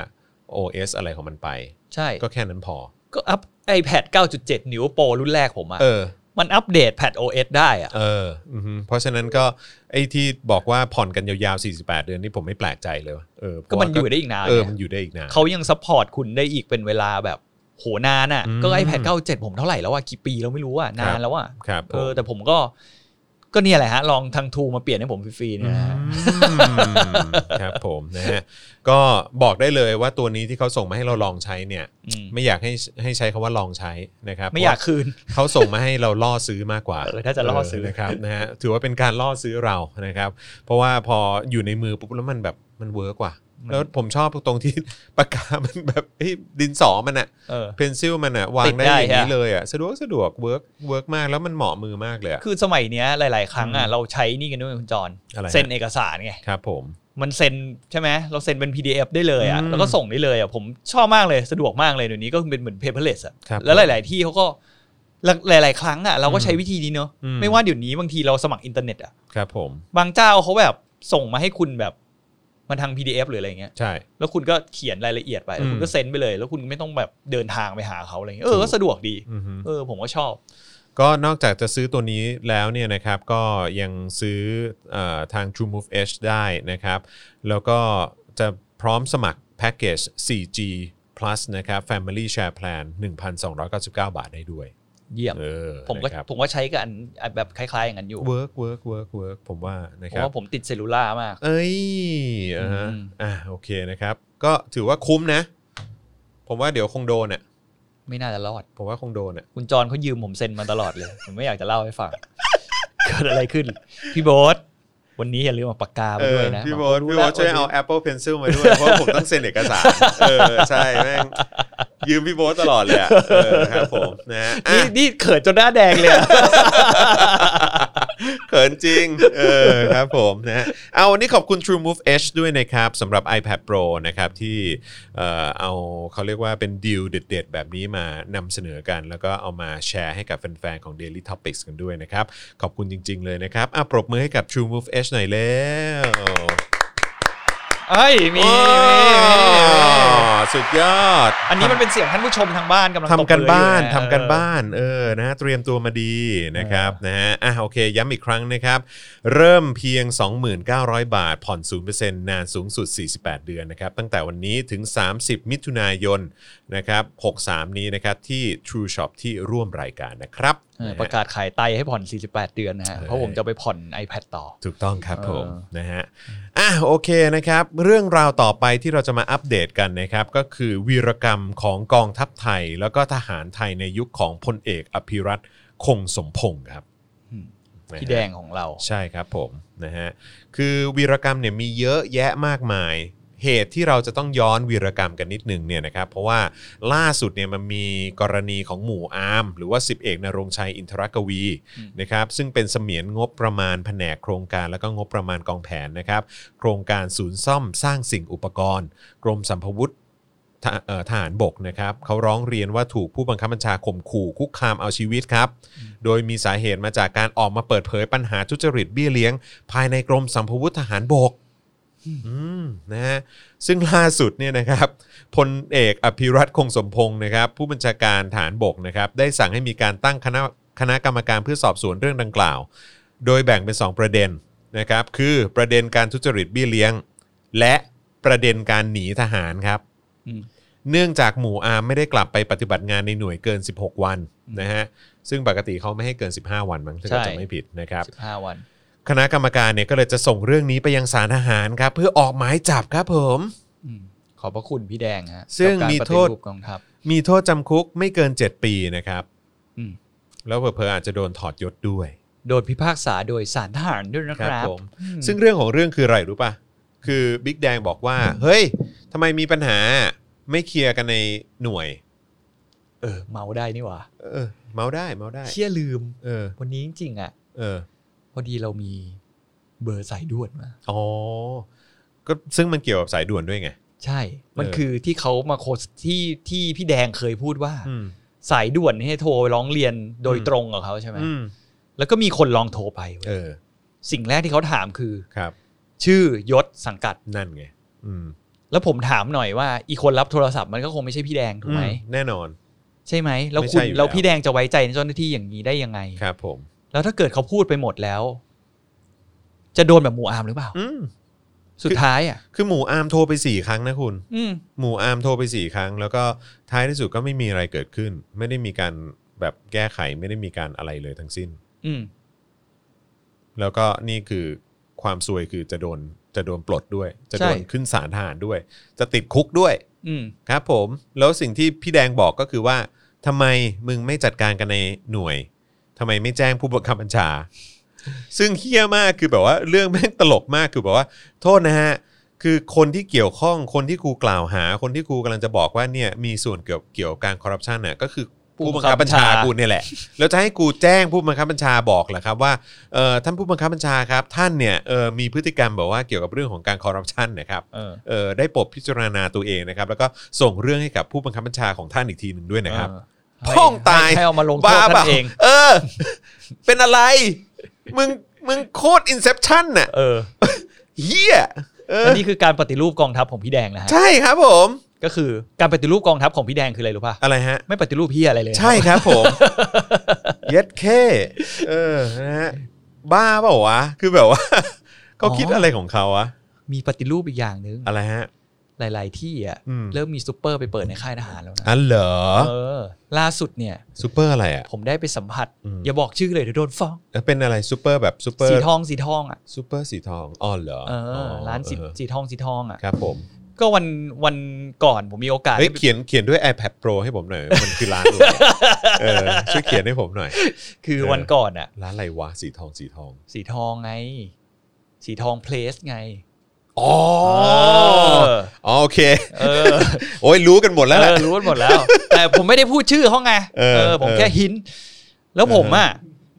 A: OS อะไรของมันไป
B: ใช่
A: ก็แค่นั้นพอ
B: ก็อัพไอแพด9.7 นิ้วโปรรุ่นแรกผมอะ
A: เออ
B: มันอัปเดตแพด OS ได้อะ
A: เอออือฮึเพราะฉะนั้นก็ไอ้ที่บอกว่าผ่อนกันยาวๆ 48 เดือนนี่ผมไม่แปลกใจเลยว่ะเออเพ
B: ก็
A: ราะ
B: มัน
A: ว่า
B: อยู่ได้อีกนาน
A: เออ
B: ไง
A: มันอยู่ได้อีกนาน
B: เขายังซัพพอร์ตคุณได้อีกเป็นเวลาแบบโหนานอ่ะ
A: อืม
B: ก็ไอแพด97 ผมเท่าไหร่แล้วอ่ะกี่ปีแล้วไม่รู้อ่ะ นา
A: ครั
B: น
A: บ
B: แล้วอ่ะ
A: ครับผม
B: เออ แต่ผมก็ ก็เนี่ยแหละฮะ ลองทางทูมาเปลี่ยนให้ผมฟรีๆเนี่ยนะฮะ
A: อืม ครับผมนะฮะก็บอกได้เลยว่าตัวนี้ที่เขาส่งมาให้เราลองใช้เนี่ย
B: อืม
A: ไม่อยากให้ให้ใช้คำว่าลองใช้นะครับ
B: ไม่อยาก
A: เพระ
B: คืน
A: ว่เขา ส่งมาให้เราล่อซื้อมากกว่า
B: เออถ้าจะล่อซื้อ
A: นะครับนะฮะถือว่าเป็นการล่อซื้อเรานะครับ เพราะว่าพออยู่ในมือปุ๊บแล้วมันแบบมันเวิร์กว่ะแล้วผมชอบตรงที่ ปากกามันแบบเฮ้ยดินสอมันอะ
B: เออ
A: เพนซิลมันอะวาง
B: ติด
A: ได้
B: ได้
A: อย่างนี้
B: ฮะ
A: เลยอะสะดวกสะดวกเวิร์กเวิร์กมากแล้วมันเหมาะมือมากเลยอะ
B: คือสมัยเนี้ยหลาย ๆ ครั้งอ่ะ
A: อืม
B: เราใช้นี่กันด้วยคุณจอน
A: อะไรฮะ
B: เซ็นเอกสารไง
A: ครับผม
B: มันเซ็นใช่ไหม เราเซ็นเป็น PDF ได้เลยอ่ะ
A: อืม
B: แล้วก็ส่งได้เลยอ่ะ ผมชอบมากเลย สะดวกมากเลยเดี๋ยวนี้ก็เป็นเหมือน paperless อ่ะ
A: ครับ
B: แล้วหลาย ๆ ที่เขาก็ แล้วหลาย ๆ ครั้งอ่ะเราก็ใช้วิธีนี้เนอะ
A: อืม
B: ไม่ว่าเดี๋ยวนี้บางทีเราสมัครอินเทอร์เน็ตอ่ะ
A: ครับผม
B: บางเจ้าเขาแบบส่งมาให้คุณแบบมันทาง PDF หรืออะไรเงี้ย
A: ใช่
B: แล้วคุณก็เขียนรายละเอียดไปแล้วคุณก็เซ็นไปเลย แล้วคุณไม่ต้องแบบเดินทางไปหาเขาอะไรเงี้ยเออก็สะดวกดี
A: อือฮึ
B: เออ ผมก็ชอบ
A: ก็นอกจากจะซื้อตัวนี้แล้วเนี่ยนะครับก็ยังซื้อเออทาง True Move Edge ได้นะครับ แล้วก็จะพร้อมสมัครแพ็กเกจ 4G plus นะครับ Family Share Plan 1,299 บาทได้ด้วย
B: เยี่ยม
A: เออ
B: ผมก็
A: นะครับ
B: ผมก็ใช้กับอันอันแบบคล้าย ๆ อย่างนั้นอยู่
A: work work work work ผมว่านะ
B: เพ
A: ครั
B: ราะ
A: บ
B: ว่าผมติดเซลลูล่ามาก
A: เอ้ยอ่าฮะ
B: อืม
A: อ่ะโอเคนะครับ ก็ถือว่าคุ้มนะ ผมว่าเดี๋ยวคงโดนอ่ะ
B: ไม่น่าจะรอด
A: ผมว่าคงโดนอ่ะ
B: คุณจอนเขายืมผมเซ็นมาตลอดเลย ผมไม่อยากจะเล่าให้ฟัง เกิดอะไรขึ้น พี่โบ๊ทวันนี้อย่าลืมเอาปากกามาด้วยนะ
A: เออพี่โบทพี่โบทช่วยเอา Apple Pencil มาด้วย เพราะผมต้องเซ็นเอก สารเออใช่แม่งยืมพี่โบทตลอดเลยอะเออครับผมนะฮะอ่ะ
B: นี่นี่เขินจนหน้าแดงเลยอะ
A: เขินจริง เออครับผมนะฮะเอาวันนี้ขอบคุณ True Move Edge ด้วยนะครับสำหรับ iPad Pro นะครับที่เอ่อเอาเขาเรียกว่าเป็นดีลเด็ดๆ แบบนี้มานำเสนอกัน แล้วก็เอามาแชร์ให้กับแฟนๆของ Daily Topics กันด้วยนะครับ ขอบคุณจริง ๆ เลยนะครับอ่ะปรบมือให้กับ True Move Edge หน่อยแล้ว
B: เอ้ยมีมีมีมี
A: สุดยอด
B: อันนี้มันเป็นเสียงท่านผู้ชมทางบ้านกำลังต
A: ทำกัน
B: มืออยู่
A: บ้านะ ทำกันบ้านเออนะเตรียมตัวมาดีนะครับนะฮะอ่ะโอเคย้ำอีกครั้งนะครับ เริ่มเพียง 29,000 บาท ผ่อน 0%นานสูงสุด 48 เดือนนะครับตั้งแต่วันนี้ถึง 30 มิถุนายนนะครับ63 นี้นะครับที่ True Shop ที่ร่วมรายการนะครับ
B: เออประกาศขายไตให้ผ่อน 48 เดือนนะฮะ
A: เออ
B: เพราะผมจะไปผ่อน iPad ต่อ
A: ถูกต้องครับ
B: เออ
A: ผมนะฮะอ่ะโอเคนะครับ เรื่องราวต่อไปที่เราจะมาอัปเดตกันนะครับ ก็คือวีรกรรมของกองทัพไทย แล้วก็ทหารไทยในยุคของพลเอกอภิรัตคงสมพงศ์ครับ
B: อืม
A: นะฮะ
B: พี่แดงของเรา
A: ใช่ครับผมนะฮะคือวีรกรรมเนี่ยมีเยอะแยะมากมาย เหตุที่เราจะต้องย้อนวีรกรรมกันนิดหนึ่งเนี่ยนะครับเพราะว่าล่าสุดเนี่ยมันมีกรณีของหมู่อาร์มหรือว่าสิบเอกนรงชัยอินทรกวี
B: อืม
A: นะครับซึ่งเป็นเสมียนงบประมาณแผนกโครงการและก็งบประมาณกองแผนนะครับโครงการศูนย์ซ่อมสร้างสิ่งอุปกรณ์ กรมสัมพวุธ ทหเอ่อทหารบกนะครับเขาร้องเรียนว่าถูกผู้บังคับบัญชาข่มขู่คุกคามเอาชีวิตครับ โดยมีสาเหตุมาจากการออกมาเปิดเผยปัญหาทุจริตเบี้ยเลี้ยง ภายในกรมสัมพวุธทหารบกอืมนะฮะซึ่งล่าสุดเนี่ยนะครับพลเอกอภิรัตคงสมพงศ์นะครับ ผู้บัญชาการฐานบกนะครับ ได้สั่งให้มีการตั้งคณะคณะกรรมการเพื่อสอบสวนเรื่องดังกล่าว โดยแบ่งเป็น 2 ประเด็นนะครับคือประเด็นการทุจริตเบี้ยเลี้ยง และประเด็นการหนีทหารครับ
B: อืม
A: เนื่องจากหมู่อาร์มไม่ได้กลับไปปฏิบัติงานในหน่วยเกิน 16 วันนะฮะซึ่งปกติเขาไม่ให้เกิน 15 วันมั้งถ้าเกิด
B: ใช่
A: จะไม่ผิดนะครับ
B: 15 วัน
A: คณะกรรมการเนี่ยก็เลยจะส่งเรื่องนี้ไปยังศาลทหารครับ เพื่อออกหมายจับครับผม
B: อืมขอบพระคุณพี่แดงฮะ
A: ซึ่ง
B: กับการ
A: มี
B: ปฏิ
A: โทษ
B: รูปกองทัพ
A: มีโทษจำคุกไม่เกิน 7 ปีนะครับ
B: อืม
A: แล้วเผลอๆอาจจะโดนถอดยศด้วย
B: โดยพิพากษาโดยสารทหารด้วยนะ
A: ค
B: ค
A: รั
B: รับ
A: ผม
B: อืม
A: ซึ่งเรื่องของเรื่องคืออะไรรู้ป่ะ คือบิ๊กแดงบอกว่า เฮ้ยทำไมมีปัญหาไม่เคลียร์กันในหน่วย
B: เออเมาได้นี่หว่า
A: เออ เมาได้เมาได้
B: เชี่ยลืม
A: เออ
B: วันนี้จริงๆอ่ะ
A: เออ
B: พอดีเรามีเบอร์สายด่วนมา
A: อ๋อ ก็ซึ่งมันเกี่ยวกับสายด่วนด้วยไง
B: ใช่ มัน
A: เออ
B: คือที่เขามาโคสที่ที่พี่แดงเคยพูดว่า
A: อืม
B: สายด่วนให้โทรร้องเรียนโดย
A: อืม
B: ตรงกับเขาใช่ไหม
A: อืม
B: แล้วก็มีคนลองโทรไปเว้ย
A: เออ
B: สิ่งแรกที่เขาถามคือ
A: ครับ
B: ชื่อยศสังกัด
A: นั่นไง อืม
B: แล้วผมถามหน่อยว่า อีคนรับโทรศัพท์มันก็คงไม่ใช่พี่แดงถูกไหม
A: อืแน่นอน
B: ใช่ไหมแล้ว
A: ไม่ใช่
B: คุณ
A: อยู่แล้ว
B: แล้วพี่แดงจะไว้ใจในเจ้าหน้าที่อย่างนี้ได้ยังไง
A: ครับผม
B: แล้วถ้าเกิดเขาพูดไปหมดแล้ว จะโดนแบบหมูอามหรือเปล่า
A: อืม
B: สุดท้ายอ่ะ
A: คือหมูอาร์มโทรไปสี่ครั้งนะคุณ
B: อืม
A: หมูอาร์มโทรไปสี่ครั้ง แล้วก็ท้ายที่สุดก็ไม่มีอะไรเกิดขึ้น ไม่ได้มีการแบบแก้ไข ไม่ได้มีการอะไรเลยทั้งสิ้น
B: อืม
A: แล้วก็นี่คือความซวยคือจะโดน จะโดนปลดด้วย จะโดน
B: ใช่
A: ขึ้นศาลทหารด้วย จะติดคุกด้วย
B: อืม
A: ครับผม แล้วสิ่งที่พี่แดงบอกก็คือว่าทำไมมึงไม่จัดการกันในหน่วยทำไมไม่แจ้งผู้บังคับบัญชา ซึ่งเฮี้ยมากคือแบบว่าเรื่องแม่งตลกมากคือแบบว่า โทษนะฮะ คือคนที่เกี่ยวข้องคนที่ครูกล่าวหา คนที่ครูกำลังจะบอกว่าเนี่ยมีส่วนเกี่ยวเกี่ยวกับการคอร์รัปชันน่ะก็คือผู้บังคับบัญชากูเนี่ยแหละ แล้วจะให้กูแจ้งผู้บังคับบัญชาบอกเหรอครับว่าเอ่อท่านผู้บังคับบัญชาครับท่านเนี่ยเอ่อมีพฤติกรรมแบบว่าเกี่ยวกับเรื่องของการคอร์รัปชันนะครับ
B: เออ
A: เอ่อได้โปรดพิจารณาตัวเองนะครับ แล้วก็ส่งเรื่องให้กับผู้บังคับบัญชาของท่านอีกทีหนึ่งด้วยนะครับ
B: เออ ให้
A: พ่องตาย
B: ให้ให้เอามาลงโท
A: บ้า
B: ษ
A: เป
B: กั
A: ล่าน
B: เอง
A: เออ เป็นอะไร มึงมึงโคตรอินเซ t ชั n น่ะ
B: เออ
A: เฮียเออ
B: และนี่คือการปฏิรูปกองทัพของพี่แดงนะฮะ
A: ใช่ครับผม
B: ก็คือการปฏิรูปกองทัพของพี่แดงคืออะไรรู้ป่ะ
A: อะไรฮะ
B: ไม่ปฏิรูปพี่อะไรเลยนะ
A: ใช่ครับผม เย็ดเคเออนะฮะบ้าเปล่าวะ คือแบบว่า เขาคิดอะไรของเขาวะ
B: มีปฏิรูปอีกอย่างหนึ่ง
A: อะไรฮะ
B: หลาย ๆ ที่อ่ะ
A: อืม
B: เริ่มมีซูเปอร์ไปเปิดในค่ายทหารแล้วนะ
A: อันเหรอ
B: เออ ล่าสุดเนี่ย
A: ซูเปอร์อะไรอ่ะ
B: ผมได้ไปสัมผัส
A: อืม
B: อย่าบอกชื่อเลยเดี๋ยวโดนฟ้อง
A: แล้วเป็นอะไรซูเปอร์แบบซูเปอร์
B: สีทองสีทองอ่ะ
A: ซูเปอร์สีทองอ๋อเหรอ
B: เอออร้านสี
A: เออ
B: สีทองสีทองอ่ะ
A: ครับผม
B: ก็วันวันก่อนผมมีโอกาส
A: เฮ้ย
B: ได้ไป
A: เขียนเขียนด้วย iPad Pro ให้ผมหน่อย มันคือ ร้านอะไรเออช่วยเขียนให้ผมหน่อย
B: คือ
A: เออ
B: วันก่อนอ่ะ
A: ร้านอะไรวะสีทองสีทอง
B: สีทองไง สีทองเพลสไง
A: อ๋อ
B: เออ
A: อ๋อโอเค
B: เออ
A: โอ้ยรู้กันหมดแล้วแหละ
B: เออรู้กันหมดแล้ว แต่ผมไม่ได้พูดชื่อห้องไง
A: เออ
B: ผม
A: เออ
B: แค่หิน แล้วผมอ่ะ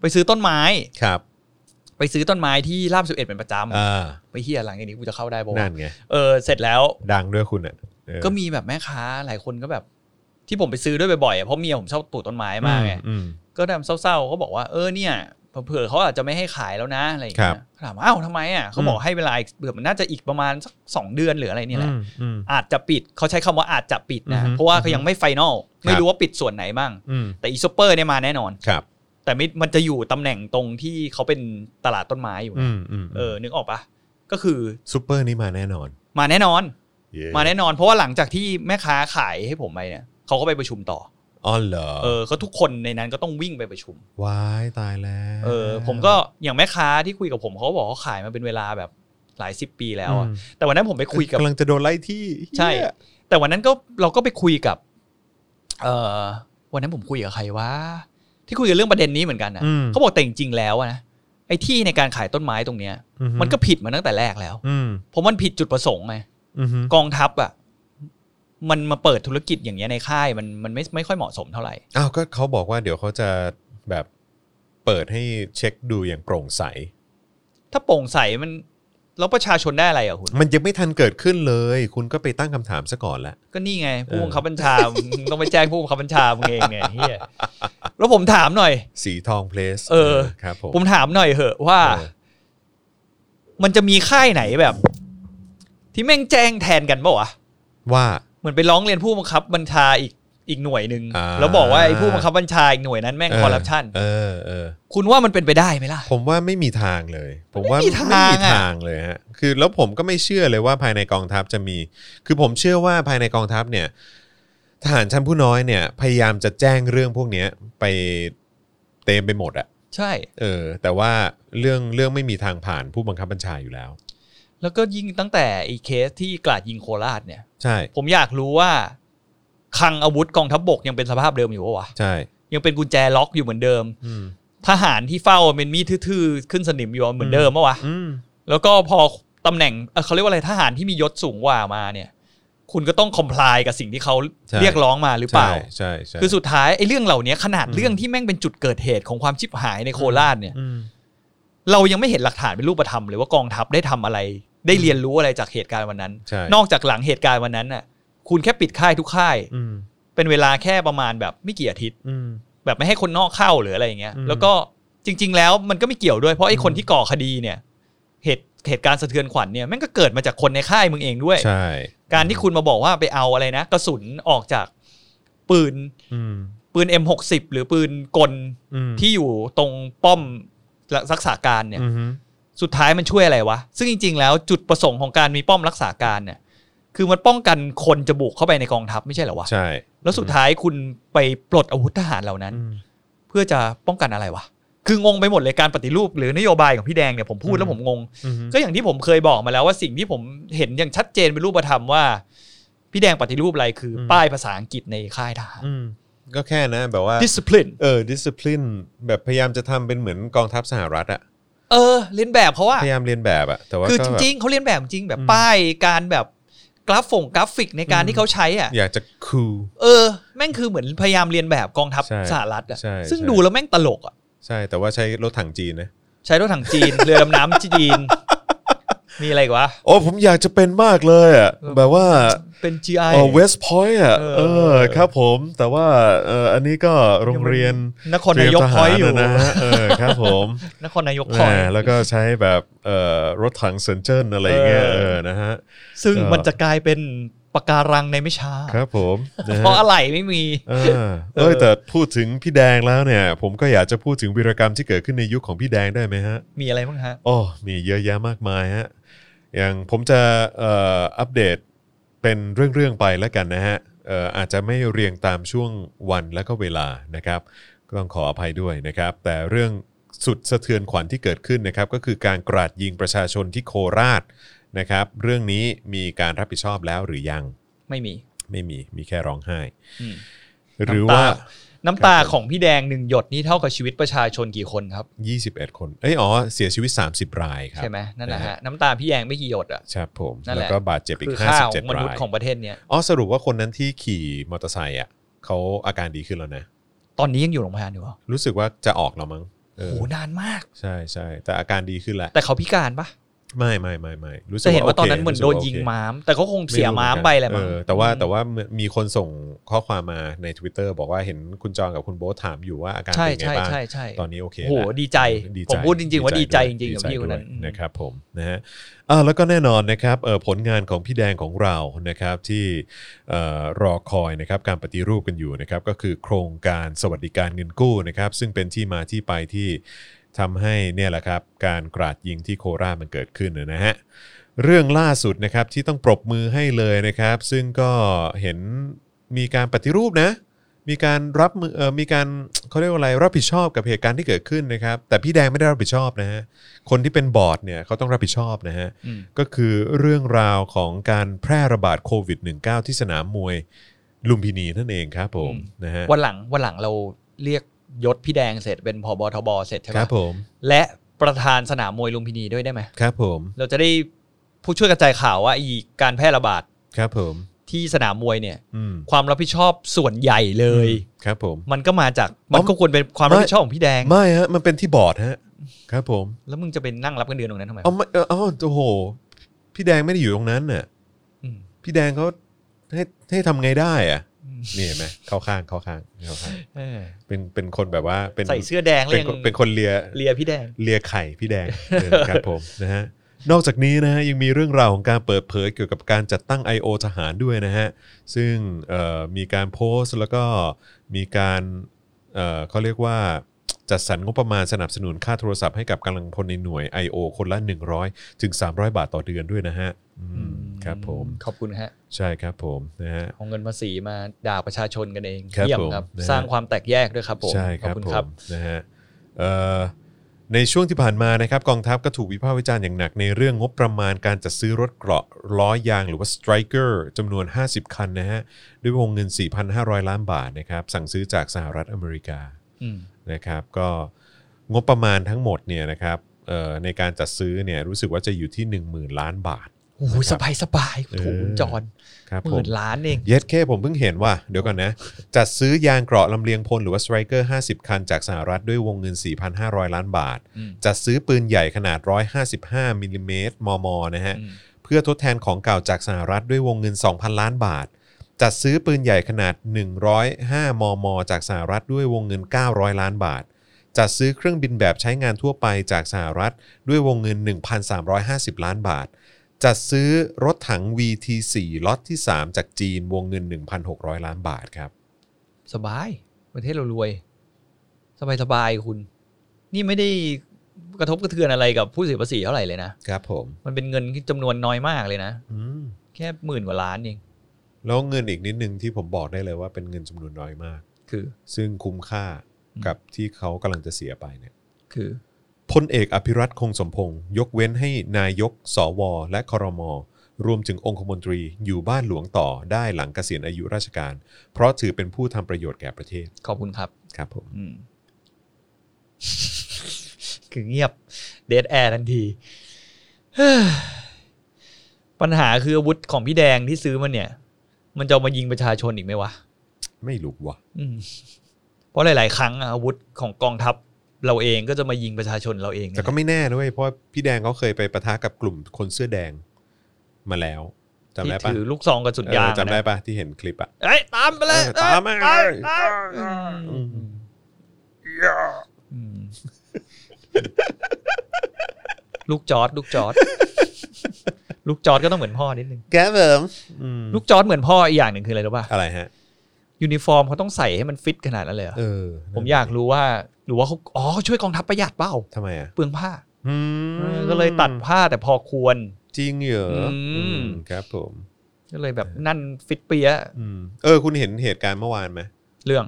B: ไปซื้อต้นไม้
A: ครับ
B: ไปซื้อต้นไม้ที่ราบสิบเอ็ดเป็นประจำ
A: อ่า
B: ไปเฮียหลังอย่างนี้กูจะเข้าได้ปะวะ
A: นั่นไง
B: เออเสร็จแล้ว
A: ดังด้วยคุณอ่ะเออ
B: ก็มีแบบแม่ค้าหลายคนก็แบบ ที่ผมไปซื้อด้วยบ่อยๆอะเพราะเมียผมชอบปลูกต้นไม้มากไง
A: อืม
B: ก็ดํเศร้าๆก็บอกว่าเออเนี่ยเผื่อๆเขาอาจจะไม่ให้ขายแล้วนะอะไรอย่างเงี้
A: ครั
B: ย
A: บ
B: ถามว่าอ้าวทำไมอ่ะเขาบอกให้เวลาอีกเผื่อมันน่าจะอีกประมาณสักสองเดือนหรืออะไร
A: อืม
B: นี่แหละ
A: อืม
B: อาจจะปิดเขาใช้คำว่าอาจจะปิดนะ
A: อือฮึ
B: เพราะว่าเขายังไม่ไฟนอลไม่
A: ครับ
B: รู้ว่าปิดส่วนไหนบ้าง
A: อืม
B: แต่อีซูเปอร์เนี่ยมาแน่นอน
A: ครับ
B: แต่ไม่มันจะอยู่ตำแหน่งตรงที่เขาเป็นตลาดต้นไม้อยู่
A: อื
B: นะ
A: มอืม
B: เออนึกออกปะก็คือ
A: ซูเปอร์นี่มาแน่นอน
B: มาแน่นอน
A: เย้
B: มาแน่นอน เพราะว่าหลังจากที่แม่ค้าขายให้ผมไปเนี่ยเขาก็ไปประชุมต่อ
A: อ๋อเหรอ
B: เออก็ทุกคนในนั้นก็ต้องวิ่งไปประชุม
A: ว้ายตายแล้ว
B: เออ ผมก็อย่างแม่ค้าที่คุยกับผมเขาก็บอกเขาขายมาเป็นเวลาแบบหลายสิบปีแล้วอะ
A: อืม
B: แต่วันนั้นผมไปคุยกับ
A: กำลังจะโดนไล่ที่
B: ใช่
A: เหี้ย
B: แต่วันนั้นก็เราก็ไปคุยกับ เออวันนั้นผมคุยกับใครวะที่คุยกันเรื่องประเด็นนี้เหมือนกันนะ
A: อืม
B: เขาบอกแต่จริงๆแล้วอะนะไอ้ที่ในการขายต้นไม้ตรงเนี้ย
A: อือฮึ
B: มันก็ผิดมาตั้งแต่แรกแล้ว
A: อืม
B: เพราะมันผิดจุดประสงค์ไง
A: อือฮึ
B: กองทัพอ่ะมันมาเปิดธุรกิจอย่างเงี้ยในค่ายมันมันไม่ไม่ค่อยเหมาะสมเท่าไหร่
A: อ้าวก็เขาบอกว่าเดี๋ยวเขาจะแบบเปิดให้เช็คดูอย่างโปร่งใส
B: ถ้าโปร่งใสมันแล้วประชาชนได้อะไรอ่ะคุณ
A: มันยังไม่ทันเกิดขึ้นเลย คุณก็ไปตั้งคำถามซะก่อนละ
B: ก็นี่ไง
A: เออ
B: ผู้บังคับบัญชา มึงต้องไปแจ้งผู้บังคับบัญชามึงเองเนี่ยเฮียแล้วผมถามหน่อย
A: สีทองเพลส
B: เออ
A: ครับผม
B: ผมถามหน่อยเหอะว่า
A: เออ
B: มันจะมีค่ายไหนแบบ ที่แม่งแจ้งแทนกันเปล่าวะ
A: ว่า
B: เหมือนไปร้องเรียนผู้บังคับบัญชาอีกอีกหน่วยหนึ่ง
A: อ่า
B: แล้วบอกว่าไอ้ผู้บังคับบัญชาอีกหน่วยนั้นแม่งคอร์รัปชัน
A: เออเออ
B: คุณว่ามันเป็นไปได้ไหมล่ะ
A: ผมว่าไม่มีทางเลย ผมว่า
B: ไม่
A: ไม่
B: มี
A: มี
B: ทาง
A: ทางเลยฮะ คือแล้วผมก็ไม่เชื่อเลยว่าภายในกองทัพจะมี คือผมเชื่อว่าภายในกองทัพเนี่ยทหารชั้นผู้น้อยเนี่ย พยายามจะแจ้งเรื่องพวกเนี้ยไปเต็มไปหมดอะ
B: ใช่
A: เออ แต่ว่าเรื่องเรื่องไม่มีทางผ่านผู้บังคับบัญชาอยู่แล้ว
B: แล้วก็ยิ่งตั้งแต่ไอ้เคสที่กราดยิงโคราชเนี่ย
A: ใช่
B: ผมอยากรู้ว่าคลังอาวุธกองทัพบกยังเป็นสภาพเดิมอยู่ปะวะ
A: ใช่
B: ยังเป็นกุญแจล็อกอยู่เหมือนเดิม
A: อืม
B: ทหารที่เฝ้าเป็นมีดทื่อๆขึ้นสนิมอยู่เหมือนเดิมปะวะ
A: อืม
B: แล้วก็พอตำแหน่งเอ่อเขาเรียกว่าอะไรทหารที่มียศสูงกว่ามาเนี่ย คุณก็ต้องคอมพลายกับสิ่งที่เขาเรียกร้องมาหรือเปล่า
A: ใช่ใช่ใช่
B: คือสุดท้ายไอ้เรื่องเหล่านี้ขนาด
A: อืม
B: เรื่องที่แม่งเป็นจุดเกิดเหตุของความชิบหายในโคราชเนี่ย
A: อืม
B: เรายังไม่เห็นหลักฐานเป็นรูปธรรมเลยว่ากองทัพได้ทำอะไร ได้เรียนรู้อะไรจากเหตุการณ์วันนั้น
A: ใช่
B: นอกจากหลังเหตุการณ์วันนั้นน่ะ คุณแค่ปิดค่ายทุกค่าย
A: อืม
B: เป็นเวลาแค่ประมาณแบบไม่กี่อาทิตย์
A: อืม
B: แบบไม่ให้คนนอกเข้าหรืออะไรอย่างเงี้ย
A: อืม
B: แล้วก็จริง ๆ แล้วมันก็ไม่เกี่ยวด้วยเพราะไอ้คน
A: อืม
B: ที่ก่อคดีเนี่ย เหตุเหตุการณ์สะเทือนขวัญเนี่ยแม่งก็เกิดมาจากคนในค่ายมึงเองด้วย
A: ใช่
B: การที่คุณมาบอกว่าไปเอาอะไรนะกระสุนออกจากปืน
A: อืม
B: ปืน M60 หรือปืนกล
A: อืม
B: ที่อยู่ตรงป้อมรักษาการเนี่ย
A: อืม
B: สุดท้ายมันช่วยอะไรวะ ซึ่งจริง ๆ แล้วจุดประสงค์ของการมีป้อมรักษาการเนี่ย คือมันป้องกันคนจะบุกเข้าไปในกองทัพไม่ใช่เหรอวะ
A: ใช่
B: แล้วสุดท้ายคุณไปปลดอาวุธทหารเหล่านั้น
A: อืม
B: เพื่อจะป้องกันอะไรวะ คืองงไปหมดเลยการปฏิรูปหรือนโยบายของพี่แดงเนี่ยผมพูด
A: อืม
B: แล้วผมงง
A: อืม
B: ก็อย่างที่ผมเคยบอกมาแล้วว่าสิ่งที่ผมเห็นอย่างชัดเจนเป็นรูปธรรมว่า พี่แดงปฏิรูปอะไรคือป้ายภาษาอังกฤษในค่ายทหาร
A: อืมก็แค่นะแบบว่า
B: discipline
A: เออ discipline แบบพยายามจะทำเป็นเหมือนกองทัพสหรัฐอะ
B: เออเลียนแบบเขาว่า
A: พยายามเรียนแบบอะแต่ว่า
B: คือ
A: ก็
B: จ
A: แบบ
B: ริง ๆเขาเลียนแบบจริงแบบ
A: อืม
B: ป้ายการแบบกราฟฟงกราฟิกในการ
A: อืม
B: ที่เขาใช้อ่ะ
A: อยากจะคูล
B: เออ แม่งคือเหมือนพยายามเรียนแบบกองทัพ
A: ใช่
B: สหรัฐอ่ะ
A: ใช่
B: ซึ่ง
A: ใช่
B: ดูแล้วแม่งตลกอ่ะ
A: ใช่แต่ว่าใช้รถถังจีนนะ
B: ใช้รถถังจีน เรือดำน้ำจีน มีอะไรอีกวะ
A: โอ้ผมอยากจะเป็นมากเลยอ่ะ
B: เออ
A: แบบว่า
B: เป็น GI
A: เออเวสพอยต์อ่ะ
B: เอ
A: เอ
B: อ
A: อครับผมแต่ว่าเอออันนี้ก็โรงเรียน
B: นครนายก
A: เตรีมท
B: พ
A: ห
B: อยต์อยู่
A: ะนะฮะเออครับผม
B: นครนายกพอยต์
A: อ่าแล้วก็ใช้แบบเอ่อรถถังเซนเจอร์อะไรอย่างเงี้ย
B: เออ
A: เออนะฮะ
B: ซึ่ง
A: เออ
B: มันจะกลายเป็นปะการังในไม่ช้า
A: ครับผมนะฮะ
B: เพราะอะไรไม่มี
A: เออเอยแต่พูดถึงพี่แดงแล้วเนี่ย ผมก็อยากจะพูดถึงวีรกรรมที่เกิดขึ้นในยุคของพี่แดงได้ไหมฮะ
B: มีอะไรบ้างฮะ
A: อ๋อมีเยอะแยะมากมายฮะอย่างผมจะเอ่ออัปเดตเป็นเรื่องๆไปแล้วกันนะฮะเอ่ออาจจะไม่เรียงตามช่วงวันและก็เวลานะครับก็ต้องขออภัยด้วยนะครับ แต่เรื่องสุดสะเทือนขวัญที่เกิดขึ้นนะครับ ก็คือการกราดยิงประชาชนที่โคราชนะครับ เรื่องนี้มีการรับผิดชอบแล้วหรือยัง
B: ไม่มี
A: ไม่มีมีแค่ร้องไห้
B: อืม
A: หรือว่า
B: น้ำตา น้ำตาของพี่แดงหนึ่งหยดนี่เท่ากับชีวิตประชาชนกี่คนครับ
A: 21 คน เอ้ย อ๋อ เสียชีวิต 30 รายครับ
B: ใช่ไหมนั่นนะ
A: นะ
B: ฮะ
A: ฮะ
B: น้ำตาพี่แดงไม่กี่หยดอ่ะ
A: ใช่ผม
B: นั่นแห
A: แล้
B: ละ
A: วก็บาดเจ็บอี
B: คื
A: ก
B: อค่าของม
A: 57
B: นุษ
A: รา
B: ย์
A: ย
B: ของประเทศเนี้ย
A: อ๋อ สรุปว่าคนนั้นที่ขี่มอเตอร์ไซค์อ่ะเขาอาการดีขึ้นแล้วนะ
B: ตอนนี้ยังอยู่โรงพยาบาลอยู่เหรอ
A: รู้สึกว่าจะออกแล้วมั้งเอ
B: โอ้
A: อ
B: โหนานมาก
A: ใช่ใช่แต่อาการดีขึ้นแล้ว
B: แต่เขาพิการปะ
A: ไม่ไม่ไม่ไม่รู้สึก
B: จะเห็นว่า
A: โค
B: ตอนนั้นเหมือนโดน
A: รู้สึก
B: ยิง
A: ว่โอเค
B: ม้าม แต่เขาคงเสียม้ามไปแหละมั้ง
A: เออแต่ว่าแต่ว่ามีคนส่งข้อความมาใน Twitter บอกว่าเห็นคุณจองกับคุณโบ๊ทถามอยู่ว่าอาการ
B: ใช่
A: เป็นไง
B: ใช่
A: บ้าง
B: ใช่ใช่
A: ตอนนี้โอเค
B: โอ้โห
A: แล้ว
B: ดีใจ
A: ดีใจ
B: ผมพูดจริง ๆ ว่าดีใจ
A: วย
B: จริงๆกับ
A: ดี
B: พี่คน
A: ด้วย
B: นั้นอืม
A: นะครับผมนะฮะอ่าแล้วก็แน่นอนนะครับเอ่อผลงานของพี่แดงของเรานะครับที่เอ่อรอคอยนะครับการปฏิรูปกันอยู่นะครับก็คือโครงการสวัสดิการเงินกู้นะครับซึ่งเป็นที่มาที่ไปที่ทำให้เนี่ยแหละครับการกราดยิงที่โคราชมันเกิดขึ้นนะฮะเรื่องล่าสุดนะครับที่ต้องปรบมือให้เลยนะครับ ซึ่งก็เห็นมีการปฏิรูปนะ มีการรับมือเอ่อมีการเขาเรียกว่าอะไรรับผิดชอบกับเหตุการณ์ที่เกิดขึ้นนะครับ แต่พี่แดงไม่ได้รับผิดชอบนะฮะคนที่เป็นบอร์ดเนี่ยเขาต้องรับผิดชอบนะฮะ
B: อืม
A: ก็คือเรื่องราวของการแพร่ระบาดโควิด -19 ที่สนามมวยลุมพินีนั่นเองครับผม
B: อืม
A: นะฮะ
B: วันหลังวันหลังเราเรียกยศพี่แดงเสร็จเป็นผบทบเสร็จใช่ไห
A: ค
B: ม
A: รับผม
B: และประธานสนามมวยลุมพินีด้วยได้ไหม
A: ครับผม
B: เราจะได้ผู้ช่วยกระจายข่าวว่าอีกการแพร่ระบาด
A: ครับผม
B: ที่สนามมวยเนี่ย
A: อืม
B: ความรับผิดชอบส่วนใหญ่เลย
A: ครับผม
B: มันก็มาจากมันก็ควรเป็นความรับผิดชอบของพี่แดง
A: ไม่ฮะมันเป็นที่บอร์ดฮะครับผม
B: แล้วมึงจะไปนั่งรับเงินเดือนตรงนั้นทำไม
A: เอาไม่เอาโอ้โห พี่แดงไม่ได้อยู่ตรงนั้นน่ะ
B: อืม
A: พี่แดงเขาให้ให้ทำไงได้อะนี่เห็นไหมเข้าข้างเข้าข้างเข้าข้าง
B: เออ
A: เป็นเป็นคนแบบว่าเป็น
B: ใส่เสื้อแดงเลย
A: เป็น
B: ง
A: คนเป็นคนเลีย
B: เลียพี่แดง
A: เลียไข่พี่แดง เออครับผมนะฮะนอกจากนี้นะฮะยังมีเรื่องราวของการเปิดเผยเกี่ยวกับการจัดตั้ง I.O. ทหารด้วยนะฮะ ซึ่งเอ่อมีการโพสต์แล้วก็มีการเอ่อเขาเรียกว่าจัดสรรงบประมาณสนับสนุนค่าโทรศัพท์ให้กับกำลังพลในหน่วย I.O. คนละ 100 ถึง 300 บาทต่อเดือนด้วยนะฮะอืมครับผม
B: ขอบคุณฮะ
A: ใช่ครับผมนะฮะ
B: เอาเงินภาษีมาด่าประชาชนกันเอง
A: ครับ
B: เยี่ยม
A: ผม
B: ครับ
A: นะฮะ
B: สร้างความแตกแยกด้วยครับผม
A: ใช่
B: ข
A: ค
B: อบ
A: รับ
B: คุณ
A: ผ
B: ครับ
A: มนะฮะเอ่อในช่วงที่ผ่านมานะครับกองทัพก็ถูกวิพากษ์วิจารณ์อย่างหนักในเรื่องงบประมาณการจัดซื้อรถเกราะล้อยางหรือว่า Striker จำนวน 50 คันนะฮะด้วยวงเงิน 4,500 ล้านบาทนะครับสั่งซื้อจากสหรัฐอเมริกา
B: อืม
A: นะครับก็งบประมาณทั้งหมดเนี่ยนะครับเอ่อในการจัดซื้อเนี่ยรู้สึกว่าจะอยู่ที่ 10,000 ล้านบาท
B: โอ้โหสบายสบายๆโอ้
A: เอ
B: โห
A: อ
B: คุณจอน
A: ครับ
B: ห
A: ผ
B: มื่
A: ม
B: นล้านเอง
A: เย็ดเคผมเพิ่งเห็นว่า เดี๋ยวก่อนนะ จัดซื้อยางเกราะลำเลียงพลหรือว่าสไตรเกอร์50 คันจากสหรัฐด้วยวงเงิน 4,500 ล้านบาท
B: อืม
A: จัดซื้อปืนใหญ่ขนาด 155มิลลิเมตรมม นะฮะ
B: อืม
A: เพื่อทดแทนของเก่าจากสหรัฐด้วยวงเงิน 2,000 ล้านบาท จัดซื้อปืนใหญ่ขนาด 105 มม จากสหรัฐด้วยวงเงิน 900 ล้านบาท จัดซื้อเครื่องบินแบบใช้งานทั่วไปจากสหรัฐด้วยวงเงิน 1,350 ล้านบาท จัดซื้อรถถัง VT4 ล็อตที่ 3 จากจีนวงเงิน 1,600 ล้านบาทครับ
B: สบายประเทศเรารวย สบายสบายๆคุณ นี่ไม่ได้กระทบกระเทือนอะไรกับผู้เสียภาษีเท่าไหร่เลยนะครับ
A: ผม
B: มันเป็นเงินที่จำนวนน้อยมากเลยนะ
A: อืม
B: แค่หมื่นกว่าล้านเอง
A: แล้วเงินอีกนิดนึงที่ผมบอกได้เลยว่าเป็นเงินจำนวนน้อยมาก
B: คือ
A: ซึ่งคุ้มค่ากับที่เขากำลังจะเสียไปเนี่ย
B: คือ
A: พลเอกอภิรัตคงสมพงศ์ยกเว้นให้นายก สว และครม รวมถึงองคมนตรีอยู่บ้านหลวงต่อได้หลังเกษียณอายุราชการ เพราะถือเป็นผู้ทำประโยชน์แก่ประเทศ
B: ขอบคุณครับ
A: ครับผม
B: อืม คือเงียบเด a แอร์ทันที ปัญหาคืออาวุธของพี่แดงที่ซื้อมันเนี่ย มันจะเอามายิงประชาชนอีกไหมวะ
A: ไม่รู้ว่ะ
B: อืมเพราะหลาย ๆ ครั้งอะอาวุธของกองทัพ เราเองก็จะมายิงประชาชนเราเอง
A: แต่ก็ไม่แน่นะเว้ยเพราะพี่แดงเขาเคยไปปะทะกับกลุ่มคนเสื้อแดงมาแล้วจำ
B: ที่
A: ได้ปะ
B: ถือลูกซองกับสุดยาง
A: เออจำได้
B: นะ
A: ปะที่เห็นคลิปอะ
B: เอ้ยตามไปเลย
A: เออตามมา
B: เอ้ยเอ้ยเอ้ยอืมอืมลูกจอร์ดลูกจอร์ดลูกจอร์ดก็ต้องเหมือนพ่อนิดนึง
A: แกเบิม
B: ลูกจอร์ดเหมือนพ่ออีกอย่างหนึ่งคืออะไรรู้ป่ะ
A: อะไรฮะ
B: ยูนิฟอร์มเขาต้องใส่ให้มันฟิตขนาดนั้นเลยเหรอ
A: เออ
B: ผมอยากรู้ว่าหรือว่าเขาอ๋อช่วยกองทัพประหยัดเปล่า
A: ทำไมอ่ะ
B: เปลืองผ้า
A: อืม
B: เออก็เลยตัดผ้าแต่พอควร
A: จริงเหรอ
B: อืม
A: อืมครับผม
B: ก็เลยแบบนั่นฟิตเปียะ
A: อืมเออ คุณเห็นเหตุการณ์เมื่อวานไหม
B: เรื่อง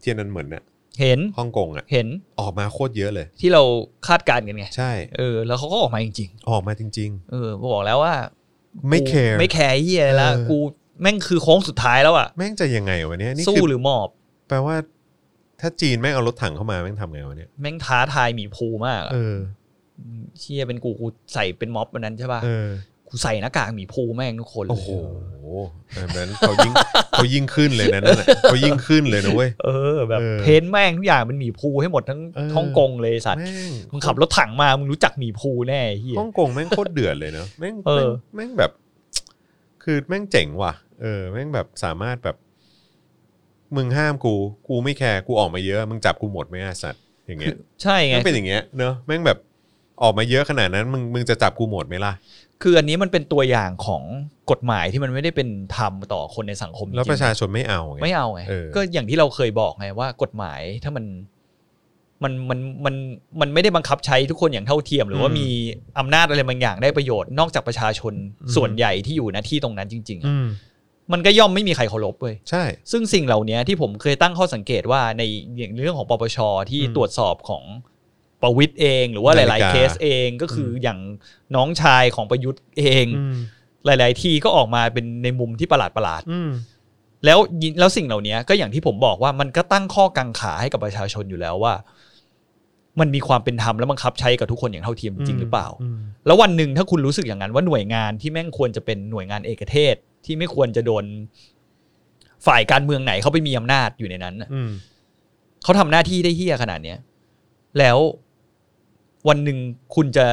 A: เทียนนันเหมือนน่ะ
B: เห็น
A: ฮ่องกงอ่ะ
B: เห็น
A: ออกมาโคตรเยอะเลย
B: ที่เราคาดการณ์กันไง
A: ใช่
B: เออ แล้วเขาก็ออกมาจริง
A: ออกมาจริง
B: ๆ เออบอกแล้วว่า
A: ๆ ไม่
B: กู
A: แคร์
B: ไม่แคร์เฮียอะไรละ
A: เออ
B: กูแม่งคือโค้งสุดท้ายแล้วอ่ะ
A: แม่งจะยังไงวะเนี้ยนี่
B: สู้
A: คือ
B: หรือหมอบ
A: แปลว่า ถ้าจีนแม่งเอารถถังเข้ามาแม่งทำไงวะเนี้ย
B: แม่งท้าทายหมีภูมากอะ
A: เออ
B: เชียเป็นกูกูใส่เป็นม็อบวันนั้นใช่ป่ะ
A: เออ
B: กูใส่หน้ากากหมีภูแม่งทุกคนเลย
A: โอ้โหแบบนั้นเขายิ่งเขายิ่งขึ้นเลยนะนั่นแหละเขายิ่งขึ้นเลยนะเว้ย
B: เออ แบบ
A: เออ
B: เพ้นท์แม่งทุกอย่างเป็นหมีภูให้หมดทั้ง
A: เออ
B: ฮ่องกงเลยสัตว์
A: แม่ง
B: มึงขับรถถังมามึงรู้จักหมีภูแน่ไอ้เฮีย
A: ฮ่องกงแม่งโคตรเดือดเลยเนาะแม่ง
B: เอ
A: แม่ง
B: อ
A: แม่งแบบ คือแม่งเจ๋งว่ะ เออ แม่งแบบสามารถแบบ มึงห้ามกู กูไม่แคร์กูออกมาเยอะ มึงจับกูหมดไหมอ่ะสัตว์อย่างเงี้ย
B: ใช่ไง
A: แม่งเป็นอย่างเงี้ยเนาะแม่งแบบออกมาเยอะขนาดนั้น มึงมึงจะจับกูหมดไหมล่ะ
B: คืออันนี้มันเป็นตัวอย่างของกฎหมายที่มันไม่ได้เป็นธรรมต่อคนในสังคมจงๆ
A: แล้วประชาชนไม่เอาง
B: ไม่เอาไง
A: เออ
B: ก็อย่างที่เราเคยบอกไงว่ากฎหมายถ้ามันมันมันมันมันไม่ได้บังคับใช้ทุกคนอย่างเท่าเทียม หรือว่ามีอำนาจอะไรบางอย่างได้ประโยชน์นอกจากประชาชนส่วนใหญ่ที่อยู่หน้าที่ตรงนั้นจริงๆอะ
A: อืม
B: มันก็ย่อมไม่มีใครเคารพเว้ย
A: ใช่
B: ซึ่งสิ่งเหล่านี้ที่ผมเคยตั้งข้อสังเกตว่าในอย่างเรื่องของปปชที่
A: อืม
B: ตรวจสอบของประวิตยเอง หรือว่าหลาย
A: นาฬิ
B: ๆ
A: กา
B: เคสเองก็คืออย่างน้องชายของประยุทธ์เอง
A: อืม
B: หลาย ๆ ที่ก็ออกมาเป็นในมุมที่ประหลาดประหลาด
A: อืม
B: ๆแล้วยิแล้วสิ่งเหล่านี้ก็อย่างที่ผมบอกว่ามันก็ตั้งข้อกังขาให้กับประชาชนอยู่แล้วว่า มันมีความเป็นธรรมและบังคับใช้กับทุกคนอย่างเท่าเทียมจริงหรือเปล่า
A: ม
B: แล้ววันหนึ่งถ้าคุณรู้สึกอย่างนั้นว่าหน่วยงานที่แม่งควรจะเป็นหน่วยงานเอกเทศ ที่ไม่ควรจะโดน ฝ่ายการเมืองไหนเขาไปมีอำนาจอยู่ในนั้นน่ะ
A: อืม
B: เขาทำหน้าที่ได้เฮี้ยขนาดเนี้ยแล้ววันหนึ่งคุณจะ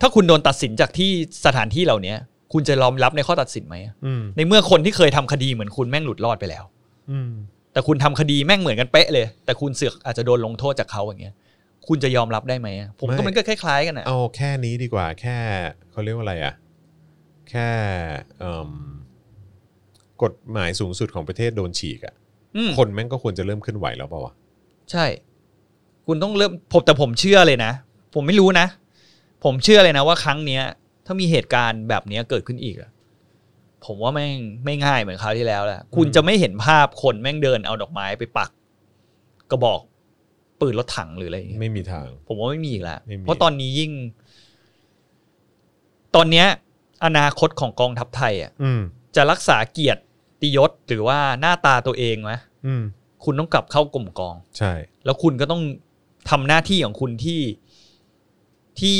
B: ถ้าคุณโดนตัดสินจากที่สถานที่เหล่านี้คุณจะยอมรับในข้อตัดสินไหมอะ
A: อืม
B: ในเมื่อคนที่เคยทำคดีเหมือนคุณแม่งหลุดรอดไปแล้ว
A: อืม
B: แต่คุณทำคดีแม่งเหมือนกันเป๊ะเลย แต่คุณเสือกอาจจะโดนลงโทษจากเขาอย่างเงี้ย คุณจะยอมรับได้ไหมอะผมก็มันก็คล้ายๆกันนะ
A: เอาแค่นี้ดีกว่า แค่เขาเรียกว่าอะไรอ่ะ แค่เอิ่มกฎหมายสูงสุดของประเทศโดนฉีกอ่ะ
B: อืม
A: คนแม่งก็ควรจะเริ่มเคลื่อนไหวแล้วเปล่าวะ
B: ใช่ คุณต้องเริ่มผมแต่ผมเชื่อเลยนะ ผมไม่รู้นะ ผมเชื่อเลยนะว่าครั้งเนี้ย ถ้ามีเหตุการณ์แบบเนี้ยเกิดขึ้นอีกอะผมว่าแม่งไม่ง่ายเหมือนคราวที่แล้วแหละคุณจะไม่เห็นภาพคนแม่งเดินเอาดอกไม้ไปปัก กระบอกปืนรถถังหรืออะไรอย่างเงี้ย
A: ไม่มีทาง
B: ผมว่าไม่มีอีกแล้ว
A: ไม่มี
B: เพราะตอนนี้ยิ่ง ตอนเนี้ย อนาคตของกองทัพไทยอ่ะ
A: อืม
B: จะรักษาเกียรติยศหรือว่าหน้าตาตัวเองไหม
A: อืม
B: คุณต้องกลับเข้ากลุ่มกอง
A: ใช่
B: แล้วคุณก็ต้องทำหน้าที่ของคุณที่ที่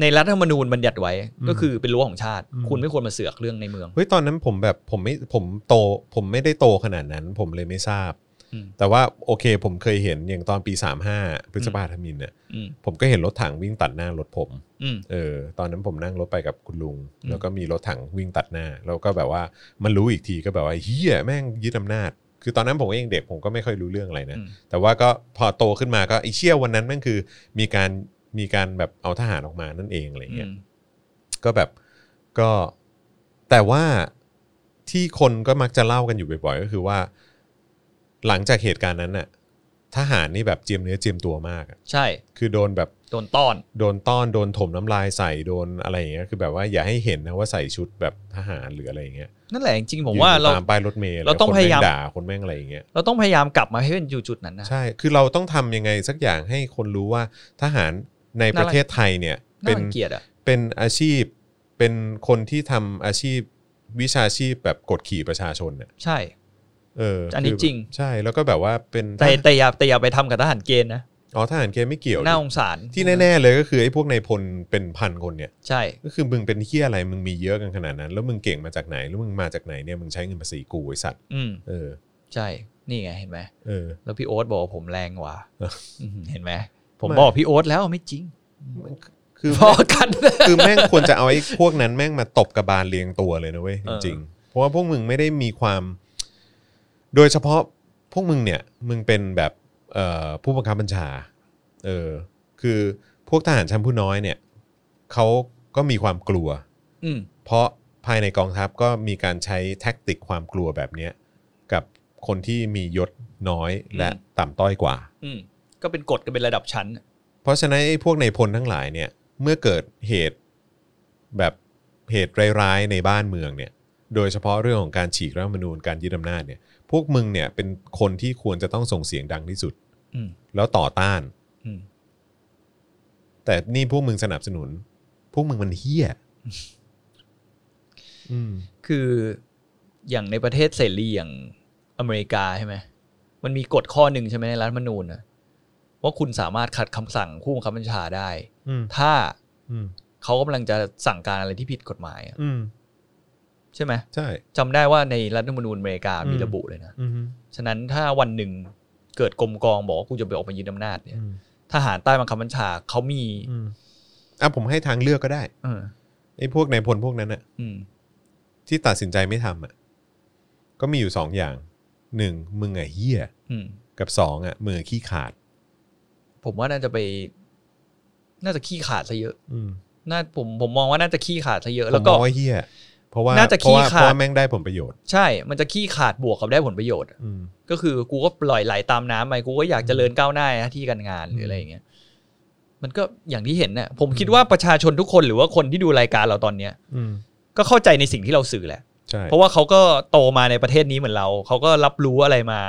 B: ในรัฐธรรมนูญบัญญัติไว้ ก็คือเป็นรั้วของชาติ คุณไม่ควรมาเสือกเรื่องในเมือง
A: เฮ้ยตอนนั้นผมแบบผมไม่ผมโต ผมไม่ได้โตขนาดนั้น ผมเลยไม่ทราบ
B: อืม
A: แต่ว่าโอเค ผมเคยเห็นอย่างตอนปี 35 พฤษภาธมินเนี่ย
B: อืม
A: ผมก็เห็นรถถังวิ่งตัดหน้ารถผม
B: อืม
A: เออตอนนั้นผมนั่งรถไปกับคุณลุง
B: อืม
A: แล้วก็มีรถถังวิ่งตัดหน้า แล้วก็แบบว่ามันรู้อีกทีก็แบบว่าเฮียแม่งยึดอำนาจ คือตอนนั้นผมเองเด็กผมก็ไม่ค่อยรู้เรื่องอะไรนะ
B: อืม
A: แต่ว่าก็พอโตขึ้นมาก็ไอเชี่ยวันนั้นแม่งคือมีการมีการแบบเอาทหารออกมานั่นเองอะไรเงี้ย
B: อืม
A: ก็แบบก็แต่ว่าที่คนก็มักจะเล่ากันอยู่บ่อยๆ ก็คือว่า หลังจากเหตุการณ์นั้นน่ะทหารนี่แบบเจียมเนื้อเจียมตัวมากอะ
B: ใช่
A: คือโดนแบบ
B: โดนต้อน
A: โดนต้อนโดนถมน้ำลายใส่โดนอะไรอย่างเงี้ยคือแบบว่าอย่าให้เห็นนะว่าใส่ชุดแบบทหารหรืออะไรอย่างเงี้ย
B: นั่นแหละจริงๆผมว่าเรา
A: ยืนอยู่ตามป้ายรถเมล์
B: เราต้อง
A: คนแ
B: พยายาม
A: ด่าคนแม่งอะไรอย่างเงี้ย
B: เราต้องพยายามกลับมาให้เป็นอยู่จุดนั้นนะ
A: ใช่คือเราต้องทำยังไงสักอย่างให้คนรู้ว่าทหารในประเทศไทยเนี่ย
B: น่า
A: เป็น
B: รังเกียจอ่ะ
A: เป็นอาชีพเป็นคนที่ทำอาชีพวิชาชีพแบบกดขี่ประชาชนเนี่ย
B: ใช่
A: เออ
B: อั
A: อั
B: นนี้จริง
A: ใช่แล้วก็แบบว่าเป็น
B: แต่แต่อย่าแต่อย่าไปทำกับทหารเกณฑ์นะ
A: อ๋อทหารเกณฑ์ไม่เกี่ยว
B: น่าส
A: ดิ
B: งสาร
A: ที่แน่ๆเลยก็คือไอ้พวกในายพลเป็นพันคนเนี่ย
B: ใช่
A: ก็คือมึงเป็นเฮี้ยอะไรมึงมีเยอะกันขนาดนั้น แล้วมึงเก่งมาจากไหนแล้วมึงมาจากไหนเนี่ยมึงใช้เงินภาษีกูไอ้สัตว์
B: อืม
A: เออ
B: ใช่ นี่ไงเห็นไหม
A: เออ
B: แล้วพี่โอ๊ตบอกว่าผมแรงกว่า
A: เออ
B: อืมเห็นไหมผมบอกพี่โอ๊ตแล้วไม่จริง
A: คือ
B: พอกัน
A: คือแม่งควรจะเอาไอ้พวกนั้นแม่งมาตบกระบาลเรียงตัวเลยนะเว้ยจ
B: เออ
A: ริงๆเพราะว่าพวกมึงไม่ได้มีความ โดยเฉพาะพวกมึงเนี่ย มึงเป็นแบบเอ่อผู้บังคับบัญชา เออ คือพวกทหารชั้นผู้น้อยเนี่ยเขาก็มีความกลัว
B: อืม
A: เพราะภายในกองทัพก็มีการใช้แท็กติกความกลัวแบบเนี้ยกับคนที่มียศน้อยและต่ำต้อยกว่า
B: อืมก็เป็นกฎกันเป็นระดับชั้น
A: เพราะฉะนั้นไอ้พวกในายพลทั้งหลายเนี่ย เมื่อเกิดเหตุแบบเหตุร้ายๆในบ้านเมืองเนี่ย โดยเฉพาะเรื่องของการฉีกรัฐธรรมนูญการยึดอำนาจเนี่ย พวกมึงเนี่ยเป็นคนที่ควรจะต้องส่งเสียงดังที่สุด
B: อืม
A: แล้วต่อต้าน
B: อืม
A: แต่นี่พวกมึงสนับสนุน พวกมึงมันเฮี้ยอืม
B: คืออย่างในประเทศเสรีอย่างอเมริกาใช่ไหมมันมีกฎข้อหนึ่งใช่ไหมในรัฐธรรมนูญนะว่าคุณสามารถขัดคำสั่งผู้บังคับบัญชาได้
A: อืม
B: ถ้า
A: อืม
B: เขากำลังจะสั่งการอะไรที่ผิดกฎหมายอะ
A: อืม
B: ใช่ไหม
A: ใช่
B: จำได้ว่าในรัฐธรรมนูญอเมริกามี
A: อืม
B: ระบุเลยนะ
A: อืม
B: ฉะนั้นถ้าวันหนึ่งเกิดกรมกองบอกว่ากูจะไปออกมายึดอำนาจเนี่ย
A: อืม
B: ทหารใต้บังคับบัญชาเขามี
A: อืมอ่ะผมให้ทางเลือกก็ได้
B: เออ
A: ไอ้พวกนายพลพวกนั้นน่ะ
B: อืม
A: ที่ตัดสินใจไม่ทำอ่ะก็มีอยู่สองอย่างหนึ่งมึงอ่ะเฮี้ย
B: อืม
A: กับสองอ่ะมึงอะขี้ขาด
B: ผมว่าน่าจะไป น่าจะขี้ขาดซะเยอะ
A: อืม
B: น่าผมผมมองว่าน่าจะขี้ขาดซะเยอะ
A: แล้
B: แล้ว ว
A: ก็
B: ก็
A: ว่าเฮี้ยเพราะว่า
B: น่าจะ
A: เพราะว่า
B: ขี้ขา
A: เพ
B: ด
A: ราะว่าแม่งได้ผลประโยชน์
B: ใช่ มันจะขี้ขาดบวกกับได้ผลประโยชน์อะ
A: อืม
B: ก็คือกูก็ปล่อยไหลตามน้ำไปกูก็อยากเจริญก้าวหน้าหน้าที่การงานหรืออะไรอย่างเงี้ย มันก็อย่างที่เห็นเนี่ยผมคิดว่าประชาชนทุกคนหรือว่าคนที่ดูรายการเราตอนเนี้ย
A: อืม
B: ก็เข้าใจในสิ่งที่เราสื่อแหละ
A: ใช่
B: เพราะว่าเขาก็โตมาในประเทศนี้เหมือนเรา เขาก็รับรู้อะไรมา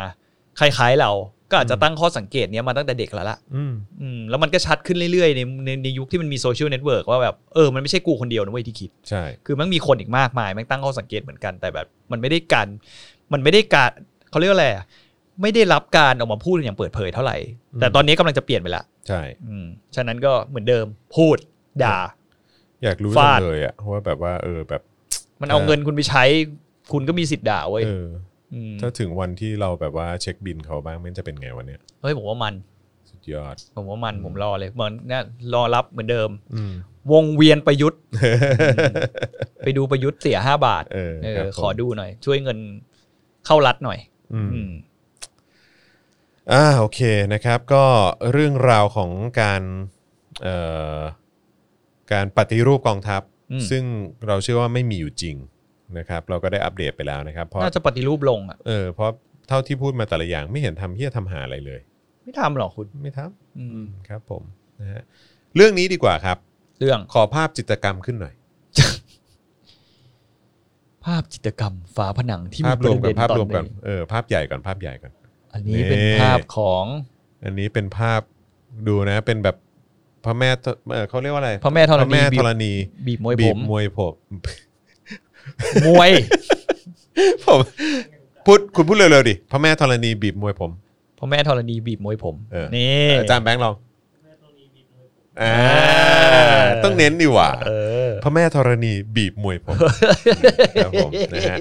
B: คล้ายๆเรา ก็อาจจะตั้งข้อสังเกตเนี้ยมาตั้งแต่เด็กแล้วล่ะ
A: อืม
B: อืมแล้วมันก็ชัดขึ้นเรื่อยๆ ในในในยุคที่มันมีโซเชียลเน็ตเวิร์กว่าแบบเออมันไม่ใช่กูคนเดียวนะเว้ยที่คิด
A: ใช่
B: คือมันมีคนอีกมากมายแมันตั้งข้อสังเกตเหมือนกันแต่แบบ มันไม่ได้การ มันไม่ได้การเขาเรียกว่าอะไรอะไม่ได้รับการออกมาพูดอย่างเปิดเผยเท่าไหร่ แต่ตอนนี้กำลังจะเปลี่ยนไปละ
A: ใช่
B: อืมฉะนั้นก็เหมือนเดิมพูดด่า
A: อยากรู้
B: ฟา
A: จั
B: ด
A: งเลยอ่ะว่าแบบว่า เออแบบ
B: มันเอา
A: เออ
B: เงินคุณไปใช้ คุณก็มีสิทธิ์ด่าเว้ย
A: เออ
B: ม
A: ถ้าถึงวันที่เราแบบว่าเช็คบินเขาบ้างแม่งจะเป็นไงวันเนี้ย
B: เฮ้ยผมว่ามัน
A: สุดยอด
B: ผมว่ามันผมรอเลยเหมือนเนะรอรับเหมือนเดิม
A: อืม
B: วงเวียนประยุทธ์ ไปดูประยุทธ์เสียห้าบาท
A: เออ
B: เออ
A: ครับผม
B: ขอดูหน่อย ช่วยเงินเข้ารัฐหน่อย
A: อืม
B: อืม
A: อ่าโอเคนะครับก็เรื่องราวของการเอ่อการปฏิรูปกองทัพ
B: อืม
A: ซึ่งเราเชื่อว่าไม่มีอยู่จริงนะครับ เราก็ได้อัปเดตไปแล้วนะครับเพราะ
B: น่าจะปฏิรูปลงอ่ะ
A: เออเพราะเท่าที่พูดมาแต่ละอย่างไม่เห็นทำเฮี้ยทำหาอะไรเลย
B: ไม่ทำหรอกคุณ
A: ไม่ท
B: อืม
A: ำครับผมนะฮะเรื่องนี้ดีกว่าครับ
B: เรื่อง
A: ขอภาพจิตรกรรมขึ้นหน่อย
B: ภาพจิตรกรรมฝาผนังที่
A: ภาพ
B: มีป
A: รวมก่อ
B: ระเด็น
A: นภาพ
B: ตอน
A: รวมก่อน
B: นี้
A: เออภาพใหญ่ก่อนภาพใหญ่ก่อน
B: อันนี้
A: นี่
B: เป็นภาพของ
A: อันนี้เป็นภาพดูนะเป็นแบบพระแม่ธเอ่อเขาเรียกว่าอะไร
B: พระแม่ธ
A: พ
B: ร
A: ระ
B: ณี
A: แม่
B: บี
A: ธ
B: บ
A: รณี
B: บีบมวยผ
A: บีบ
B: ม
A: มวยผม
B: มวย
A: ผมพูดคุณพูดเร็วๆดิพระแม่ธรณีบีบมวยผม
B: พระแม่ธรณีบีบมวยผม
A: เออ
B: นี่
A: อาจารย์แบงค์ลองอ่า
B: เออ
A: ต้องเน้นดีกว่า
B: เออ
A: พระแม่ธรณีบีบมวยผมครับผมนะฮะ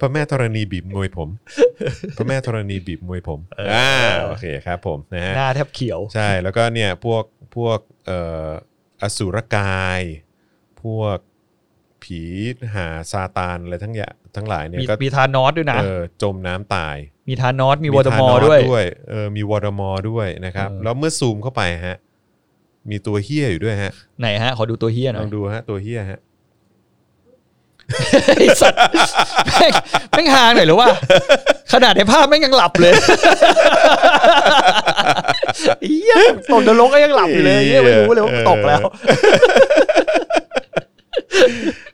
A: พระแม่ธรณีบีบมวยผม พระแม่ธรณีบีบมวยผมอ่าโอเคครับผมนะฮะ
B: หน้าแทบเขียว
A: ใช่แล้วก็เนี่ยพวกพวกเอ่ออสุรกาย พวกผีหาซาตานอะไรทั้งอย่าทั้งหลายเนี่ย
B: มี
A: ก็
B: มีธานอสด้วยนะ
A: เออจมน้ำตาย
B: มีธานอสมีวอตมอร์ด้วย
A: เออ มีวอตมอร์ด้วยนะครับ
B: เออ
A: แล้วเมื่อซูมเข้าไปฮะ มีตัวเฮี้ยอยู่ด้วยฮะ
B: ไหนฮะ ขอดูตัวเฮียหน่
A: ล
B: อ
A: อย งดูฮะ ตัวเฮี้ยฮะ
B: ไอสัตว์แม่งแม่งหางหน่อยหรือว่า ขนาดในภาพแม่งยังหลับเลยเหี้ยตกนรกก็ยังหลับอยู่เลยเหี้ยไม่รู้เลยว่ากูตกแล้ว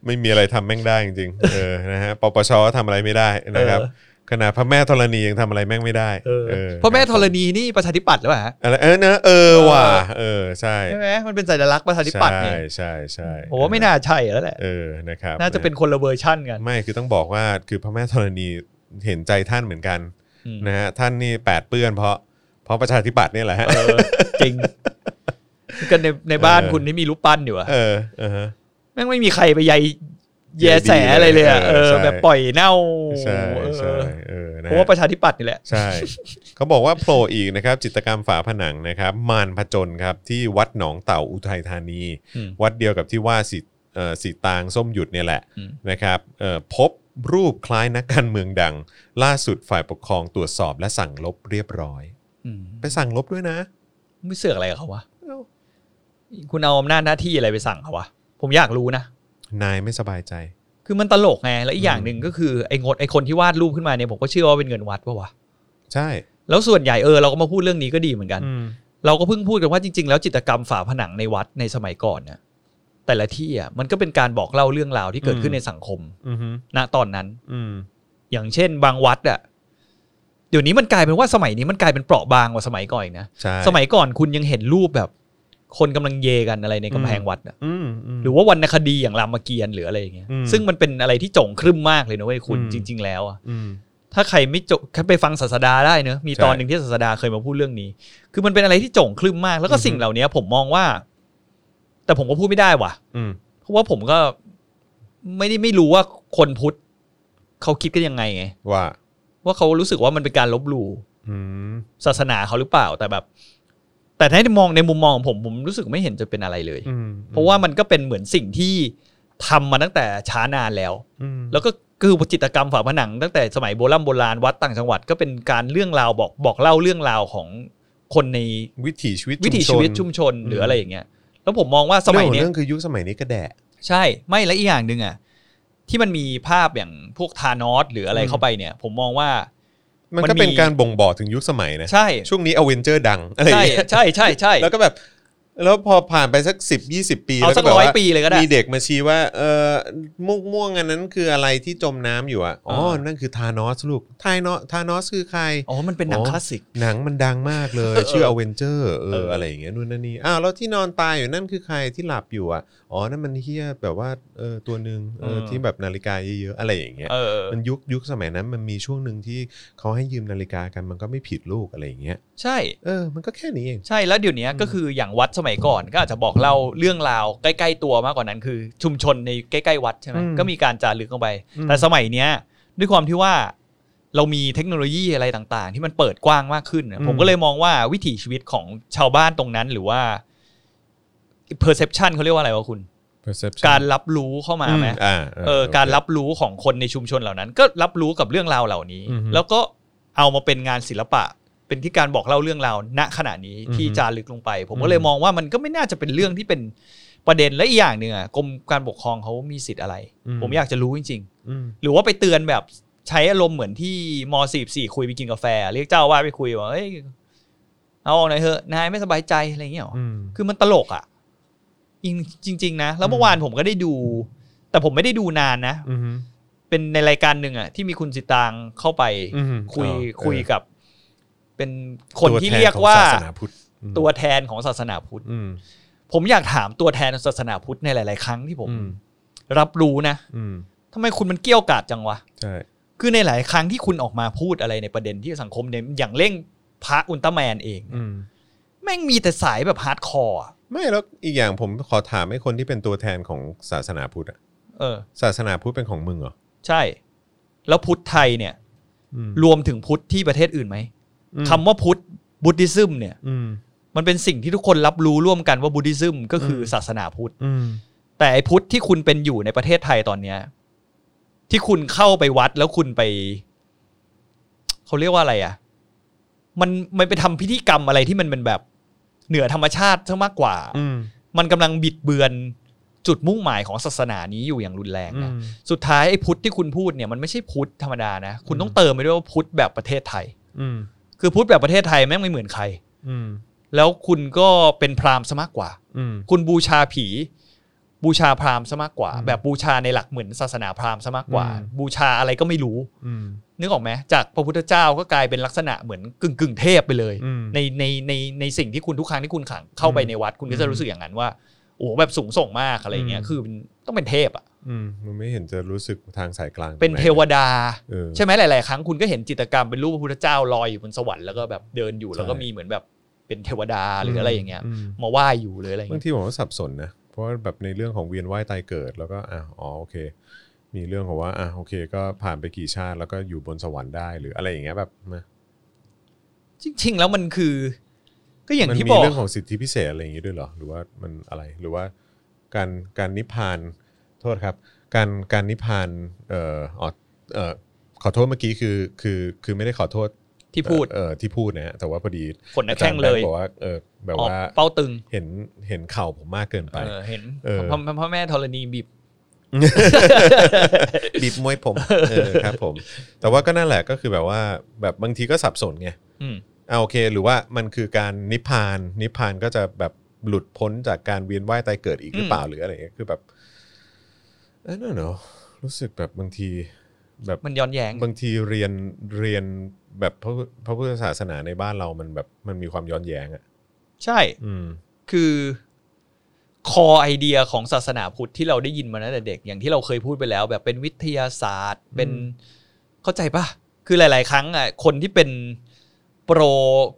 A: ไม่มีอะไรทำแม่งได้จริงๆ เออ นะฮะ ปปชก็ทำอะไรไม่ได้นะครับ
B: เออ
A: ขนาดพระแม่ธรณียังทำอะไรแม่งไม่ได้
B: เออเพราะแม่ธรณีนี่ประชาธิปัตย์หรือเปล่าฮะ
A: อะไรเออเนอะเออว่ะ เออ ใช่
B: ใช่ไหมมันเป็นสัญลักษณ์ประชาธิปัตย์เนี่ย
A: ใช่ใช่ใช่
B: ผมว่าไม่น่าใช่แล้วแหละ
A: เออ นะครับ
B: น่าจะเป็นคนละเวอร์ชั่นกัน
A: ไม่คือต้องบอกว่าคือพระแม่ธรณีเห็นใจท่านเหมือนกัน
B: อืม
A: นะฮะท่านนี่แปดเปื้อนเพราะเพราะประชาธิปัตย์เนี่ยแหละฮะ
B: เออจริงกันในในบ้าน
A: เออ
B: คุณที่มีรูปปั้นอยู่อะ
A: เออเออฮะ
B: แม่งไม่มีใครไปใย แย่แสอะไรเลยอะเออ
A: ใช่
B: แบบปล่อยเน่า
A: ใช่
B: เออ
A: ใช่เออนะ
B: เพ
A: ฮะ
B: ราะว่าประชาธิปัตย์นี่แหละ
A: ใช่ เขาบอกว่าโผล่อีกนะครับ จิตรกรรมฝาผนังนะครับมารผจญครับ ที่วัดหนองเต่าอุทัยธานี
B: อืม
A: วัดเดียวกับที่ว่าสิเอ่อสีตางส้มหยุดเนี่ยแหละ
B: อืม
A: นะครับเอ่อพบรูปคล้ายนักการเมืองดัง ล่าสุดฝ่ายปกครองตรวจสอบและสั่งลบเรียบร้อย
B: อืม
A: ไปสั่งลบด้วยนะ
B: ไม่เสือกอะไรกับเขาวะ
A: เอ้า
B: คุณเอาอำนาจหน้าที่อะไรไปสั่งเขาวะผมอยากรู้นะ
A: นายไม่สบายใจ
B: คือมันตลกไงแล้วอีกอย่างหนึ่งก็คือไอ้งดไอ้คนที่วาดรูปขึ้นมาเนี่ยผมก็เชื่อว่าเป็นเงินวัดปะวะ
A: ใช่
B: แล้วส่วนใหญ่เออเราก็มาพูดเรื่องนี้ก็ดีเหมือนกัน
A: อืม
B: เราก็เพิ่งพูดกันว่าจริง ๆ แล้วจิตรกรรมฝาผนังในวัดในสมัยก่อนเนี่ยแต่ละที่อ่ะมันก็เป็นการบอกเล่าเรื่องราวที่เกิดขึ้นในสังคม
A: อืม
B: ณตอนนั้น
A: อืม
B: อย่างเช่น บางวัดอ่ะเดี๋ยวนี้มันกลายเป็นว่าสมัยนี้มันกลายเป็นเปราะบางกว่าสมัยก่อนอีกนะ
A: ใช่
B: สมัยก่อนคุณยังเห็นรูปแบบ คนกำลังเยกันอะไรในกำแพงวัดอ่ะ
A: อืมม
B: หรือว่าวรรณคดีอย่างรามเกียรติ์หรืออะไรอย่างเงี้ย
A: อืม
B: ซึ่งมันเป็นอะไรที่โจ่งครึ้มมากเลยนะเว้ยคุณ
A: อืม
B: จริง ๆ แล้วอ่ะ
A: อืม
B: ถ้าใครไม่จบแค่ไปฟังศาสดาได้เนอะมีตอน
A: ใช่
B: หนึ่งที่ศาสดาเคยมาพูดเรื่องนี้ คือมันเป็นอะไรที่โจ่งคลึมมาก แล้วก็
A: อือฮึ
B: สิ่งเหล่านี้ผมมองว่า แต่ผมก็พูดไม่ได้ว่ะ
A: อืม
B: เพราะว่าผมก็ไม่ได้ไม่รู้ว่าคนพุทธเขาคิดกันยังไงไง
A: ว่า
B: ว่าเขารู้สึกว่ามันเป็นการลบหลู่
A: อืม
B: ศาสนาเขาหรือเปล่าแต่แบบ แต่ถ้าให้มองในมุมมองของผมผมรู้สึกไม่เห็นจะเป็นอะไรเลย
A: อืม
B: เพราะว่ามันก็เป็นเหมือนสิ่งที่ทำมาตั้งแต่ช้านานแล้ว
A: อืม
B: แล้วก็คือจิตรกรรมฝาผนังตั้งแต่สมัยโบราณโบราณวัดต่างจังหวัดก็เป็นการเรื่องราวบอกบอกเล่าเรื่องราวของคนใน
A: วิถีชีวิต
B: วิถีชีวิตชุม
A: ชน
B: ชนหรือ
A: ม
B: อะไรอย่างเงี้ย แล้วผมมองว่าสมัยเนี้ย
A: เรื่องของเรื่องคือยุคสมัยนี้ก็แดะ
B: ใช่ ไม่และอีกอย่างหนึ่งอ่ะที่มันมีภาพอย่างพวกธานอสหรืออะไร
A: อืม
B: เข้าไปเนี่ย ผมมองว่า
A: มัน
B: มัน
A: ก็
B: มี
A: เป็นการบ่งบอกถึงยุคสมัยนะ
B: ใช่
A: ช่วงนี้อเวนเจอร์ดังอะไรอ
B: ใช่
A: ย่างเงี้ย
B: ใช่ใช่ใช่
A: แล้วก็แบบ แล้วพอผ่านไปสัก 10 20 ปี
B: เอา
A: แล้ว
B: สั
A: ก็
B: ก
A: แบบ
B: ร้อย
A: ว่า
B: ปีเลยก็ได้
A: มีเด็กมาชี้ว่าเออม่วงม่วงอันนั้นคืออะไรที่จมน้ำอยู่อ่ะอ๋ออา นั่นคือธานอสลูกธานอธานอสคือใคร
B: อ๋อมันเป็นหนัง
A: อ๋อ
B: คลาสสิก
A: หนังมันดังมาก เลย
B: เออ
A: ชื่ออเวนเจอร์เอ
B: เอ
A: อ
B: ออ
A: อะไรอย่างเงี้ยนู่นนั่นนี่อ้าวแล้วที่นอนตายอยู่นั่นคือใครที่หลับอยู่อ่ะอ๋อนั่นมันเฮียแบบว่าเออตัวหนึ่งเออที่แบบนาฬิกาเยอะๆอะไรอย่างเงี้ย
B: เออ
A: มันยุคยุคสมัยนั้นมันมีช่วงหนึ่งที่เขาให้ยืมนาฬิกากันมันก็ไม่ผิดลูกอะไรอย่างเงี้ย
B: ใช่
A: เออมันก็แค่นี้เอง
B: ใช่แล้วเดี๋ยวนี้ก็คืออย่างวัดสมัยก่อนก็อาจจะบอกเล่าเรื่องราวใกล้ ๆ ตัวมากกว่านั้น คือชุมชนในใกล้ ๆ วัดใช่ไหม
A: อืม
B: ก็มีการจารึกลงไป
A: อืม
B: แต่สมัยเนี้ยด้วยความที่ว่าเรามีเทคโนโลยีอะไรต่างๆ ที่มันเปิดกว้างมากขึ้นน่ะผมก็เลยมองว่าวิถีชีวิตของชาวบ้านตรงนั้นหรือว่า perception เขาเรียกว่าอะไรวะคุณ
A: perception
B: การรับรู้เข้ามาไหม
A: อ่า
B: เออการรับรู้ของคนในชุมชนเหล่านั้น ก็รับรู้กับเรื่องราวเหล่านี้
A: อือฮึ
B: แล้วก็เอามาเป็นงานศิลปะ เป็นที่การบอกเล่าเรื่องราวณขณะนี้ที่
A: อือฮึ
B: จารึกลงไป ผม
A: อื
B: ก็
A: ม
B: เลยมองว่ามันก็ไม่น่าจะเป็นเรื่องที่เป็นประเด็นและอีกอย่างหนึ่งอะกรมการปกครองเขามีสิทธิ์อะไร ผมอยากจะรู้จริง
A: อืม
B: ๆ หรือว่าไปเตือนแบบใช้อารมณ์เหมือนที่มสี่สี่คุยไปกินกาแฟ เรียกเจ้าอาว่าสไปคุยว่าเอ้ยเอาออกหน่อยเถอะนายไม่สบายใจอะไรอย่างเงี้ยหรอ
A: อืม
B: คือมันตลกอะ่ะจริงจริง ๆ นะ แล้วเมื่อวานผมก็ได้ดู แต่ผมไม่ได้ดูนานนะ
A: อืม
B: เป็นในรายการหนึ่งอะ่ะ ที่มีคุณสิตางเข้าไป
A: อืม
B: คุย
A: เออ
B: คุย
A: เออ
B: กับ เป็นคนที่
A: ตัแท
B: เรียกว่า
A: ของศาสนาพุทธอืม
B: ตัวแทนของศาสนาพุทธ
A: อืม
B: ผมอยากถามตัวแทนศาสนาพุทธในหลาย ๆ ครั้งที่ผม
A: อืม
B: รับรู้นะ
A: อืม
B: ทำไมคุณมันเกี้ยวกาดจังวะ
A: ใช่
B: คือในหลายครั้งที่คุณออกมาพูดอะไรในประเด็นที่สังคมเนี่ยอย่างเร่งพระอุลตร้าแมนเอง
A: อืม
B: แม่งมีแต่สายแบบฮาร์ดคอร์อะ
A: ไม่แล้วอีกอย่างผมขอถามให้คนที่เป็นตัวแทนของศาสนาพุทธอะ
B: เออ
A: ศาสนาพุทธเป็นของมึงเหรอ
B: ใช่ แล้วพุทธไทยเนี่ย
A: อืม
B: รวมถึงพุทธที่ประเทศอื่นไหม
A: อืม
B: คำว่าพุทธบุติซึมเนี่ย
A: อืม
B: มันเป็นสิ่งที่ทุกคนรับรู้ร่วมกันว่าบุติซึมก็คืออ
A: ม
B: ศาสนาพุทธ
A: อืม
B: แต่ไอ้พุทธที่คุณเป็นอยู่ในประเทศไทยตอนเนี้ย ที่คุณเข้าไปวัดแล้วคุณไป เขาเรียกว่าอะไรอ่ะ มันมันไปทำพิธีกรรมอะไรที่มันเป็นแบบ เหนือธรรมชาติซะมากกว่า
A: อืม
B: มันกำลังบิดเบือนจุดมุ่งหมายของศาสนานี้อยู่อย่างรุนแรง
A: อื
B: นะ
A: ม
B: สุดท้ายไอ้พุทธที่คุณพูดเนี่ยมันไม่ใช่พุทธธรรมดานะ คุณต้องเติมไปด้วยว่าพุทธแบบประเทศไทย
A: อืม
B: คือพุทธแบบประเทศไทยแม่งไม่เหมือนใคร
A: อืม
B: แล้วคุณก็เป็นพราหมณ์ซะมากกว่า
A: อืม
B: คุณบูชาผี บูชาพราหมณ์ซะมากกว่า
A: อืม
B: แบบบูชาในหลักเหมือนศาสนาพราหมณ์ซะมากกว่า
A: อืม
B: บูชาอะไรก็ไม่รู้
A: อืม
B: นึกออกไหมจากพระพุทธเจ้าก็กลายเป็นลักษณะเหมือนกึ่งกึ่งๆเทพไปเลย
A: อืม
B: ในในในในสิ่งที่คุณทุกครั้งที่คุณขังเข้าไป
A: อืม
B: ในวัด คุณก็
A: อื
B: จะ
A: ม
B: รู้สึกอย่างนั้นว่าโอ้โหแบบสูงส่งมากอะไรอย่างเงี้
A: อื
B: ย
A: ม
B: คือมันต้องเป็นเทพอ่ะ
A: อืมมันไม่เห็นจะรู้สึกทางสายกลาง
B: เป็น
A: ตรงไห
B: เทวดา
A: เออ
B: ใช่ไหมหลาย ๆ ครั้งคุณก็เห็นจิตรกรรมเป็นรูปพระพุทธเจ้าลอยอยู่บนสวรรค์แล้วก็แบบเดินอยู่แล้วก็
A: ใช่
B: มีเหมือนแบบเป็นเทวดาหรืออะไรอย่างเงี้ย
A: ม
B: มาไหว้อยู่เลยอะไรอย่าง
A: บาง
B: เงี้ย
A: ทีผมก็สับสนนะ เพราะว่าแบบในเรื่องของเวียนว่ายตายเกิด แล้วก็อ่ะอ๋อโอเค มีเรื่องของว่าอ่ะโอเค ก็ผ่านไปกี่ชาติแล้วก็อยู่บนสวรรค์ได้หรืออะไรอย่างเงี้ยแบบนะ
B: จริง ๆ แล้วมันคือ ก็อย่าง
A: มั
B: ที่
A: มี
B: บอก
A: เรื่องของสิทธิพิเศษอะไรอย่างงี้ด้วยเหรอหรือว่ามันอะไรหรือว่าการการนิพพานโทษครับ การการนิพพานเอ่ออ๋อเอ่อขอโทษเมื่อกี้คือคือคือไม่ได้ขอโทษ
B: ที่พูด
A: เอ่อที่พูดนะฮะแต่ว่าพอดี
B: ขนหน้าแข้งเล
A: อาจาร
B: ย
A: ย์แบงค์บอกว่าเออแบบ
B: ออก
A: ว่า
B: เป้าตึง
A: เห็นเห็นเข่าผมมากเกินไป
B: เออเห็น
A: เออ
B: พ่อพ่อแม่ธรณี บีบ
A: บีบมวยผมเออครับผม แต่ว่าก็นั่นแหละก็คือแบบว่าแบบบางทีก็สับสนไง
B: อืม
A: เอาโอเค หรือว่ามันคือการนิพพาน นิพพานก็จะแบบหลุดพ้นจากการเวียนว่ายตายเกิดอีกหรือเปล่าหรืออะไรเงี้ยคือแบบเออเนาะรู้สึกแบบบางทีแบบ
B: มันย้อนแย้ง
A: บางทีเรียนเรียนแบบพระพุพระพุทธศาสนาในบ้านเรามันแบบมันมีความย้อนแย้งอ่ะ
B: ใช่
A: อืม
B: คือคอไอเดียของศาสนาพุทธที่เราได้ยินมาตั้งแต่เด็กอย่างที่เราเคยพูดไปแล้ว แบบเป็นวิทยาศาสตร์ เป็น
A: อืม
B: เข้าใจปะคือหลาย ๆ ครั้งอ่ะคนที่เป็นโปร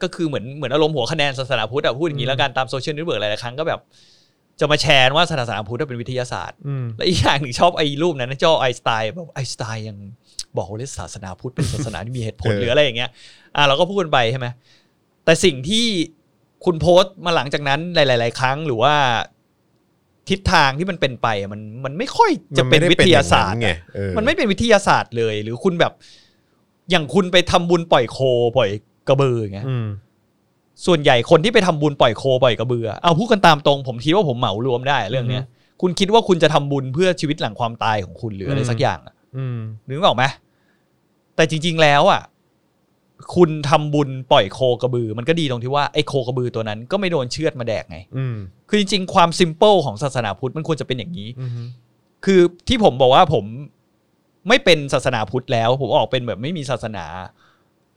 B: ก็คือเหมือนเหมือนอารมณ์หัวคะแนนศาสนาพุทธอะพูดอย่างนี้แล้วกันตามโซเชียลเน็ตเวิร์กหลาย ๆ ครั้งก็แบบ จะมาแชร์ว่าศาสนาพุทธเป็นวิทยาศาสตร์
A: อืม
B: และอีกอย่างหนึ่งชอบไอ้รูปนั้นนะเจ้าไอน์สไตล์แบบไอน์สไตล์ยังบอกว่าศาสนาพุทธเป็นศาสนาที่มีเหตุผล
A: เออ
B: หรืออะไรอย่างเงี้ย อ่ะเราก็พูดกันไปใช่ไหมแต่สิ่งที่คุณโพสต์มาหลังจากนั้นหลาย ๆ ครั้งหรือว่าทิศทางที่มันเป็นไปอ่ะมันมันไม่ค่อยจะเป็น
A: มัไม่ได้
B: วิทยาศาสตร์
A: อย่งนั้นไง
B: อ่ะ
A: เออ
B: มันไม่เป็นวิทยาศาสตร์เลย หรือคุณแบบอย่างคุณไปทำบุญปล่อยโคปล่อยกระเบืออย่างเงี้ย
A: อืม
B: ส่วนใหญ่คนที่ไปทำบุญปล่อยโคปล่อยกระเบือ เอาพูดกันตามตรง ผมคิดว่าผมเหมารวมได้เรื่องเนี้ย คุณคิดว่าคุณจะทำบุญเพื่อชีวิตหลังความตายของคุณหรืออะไร
A: อืม
B: สักอย่างอะ
A: อืม
B: นึกออกไหมแต่จริง ๆแล้วอ่ะ คุณทำบุญปล่อยโคกระบือ มันก็ดีตรงที่ว่าไอ้โคกระบือตัวนั้นก็ไม่โดนเชือดมาแดกไง
A: อืม
B: คือจริง ๆ ความซิมเปิลของศาสนาพุทธมันควรจะเป็นอย่างนี้
A: อืม
B: คือที่ผมบอกว่าผมไม่เป็นศาสนาพุทธแล้ว ผมออกเป็นแบบไม่มีศาสนา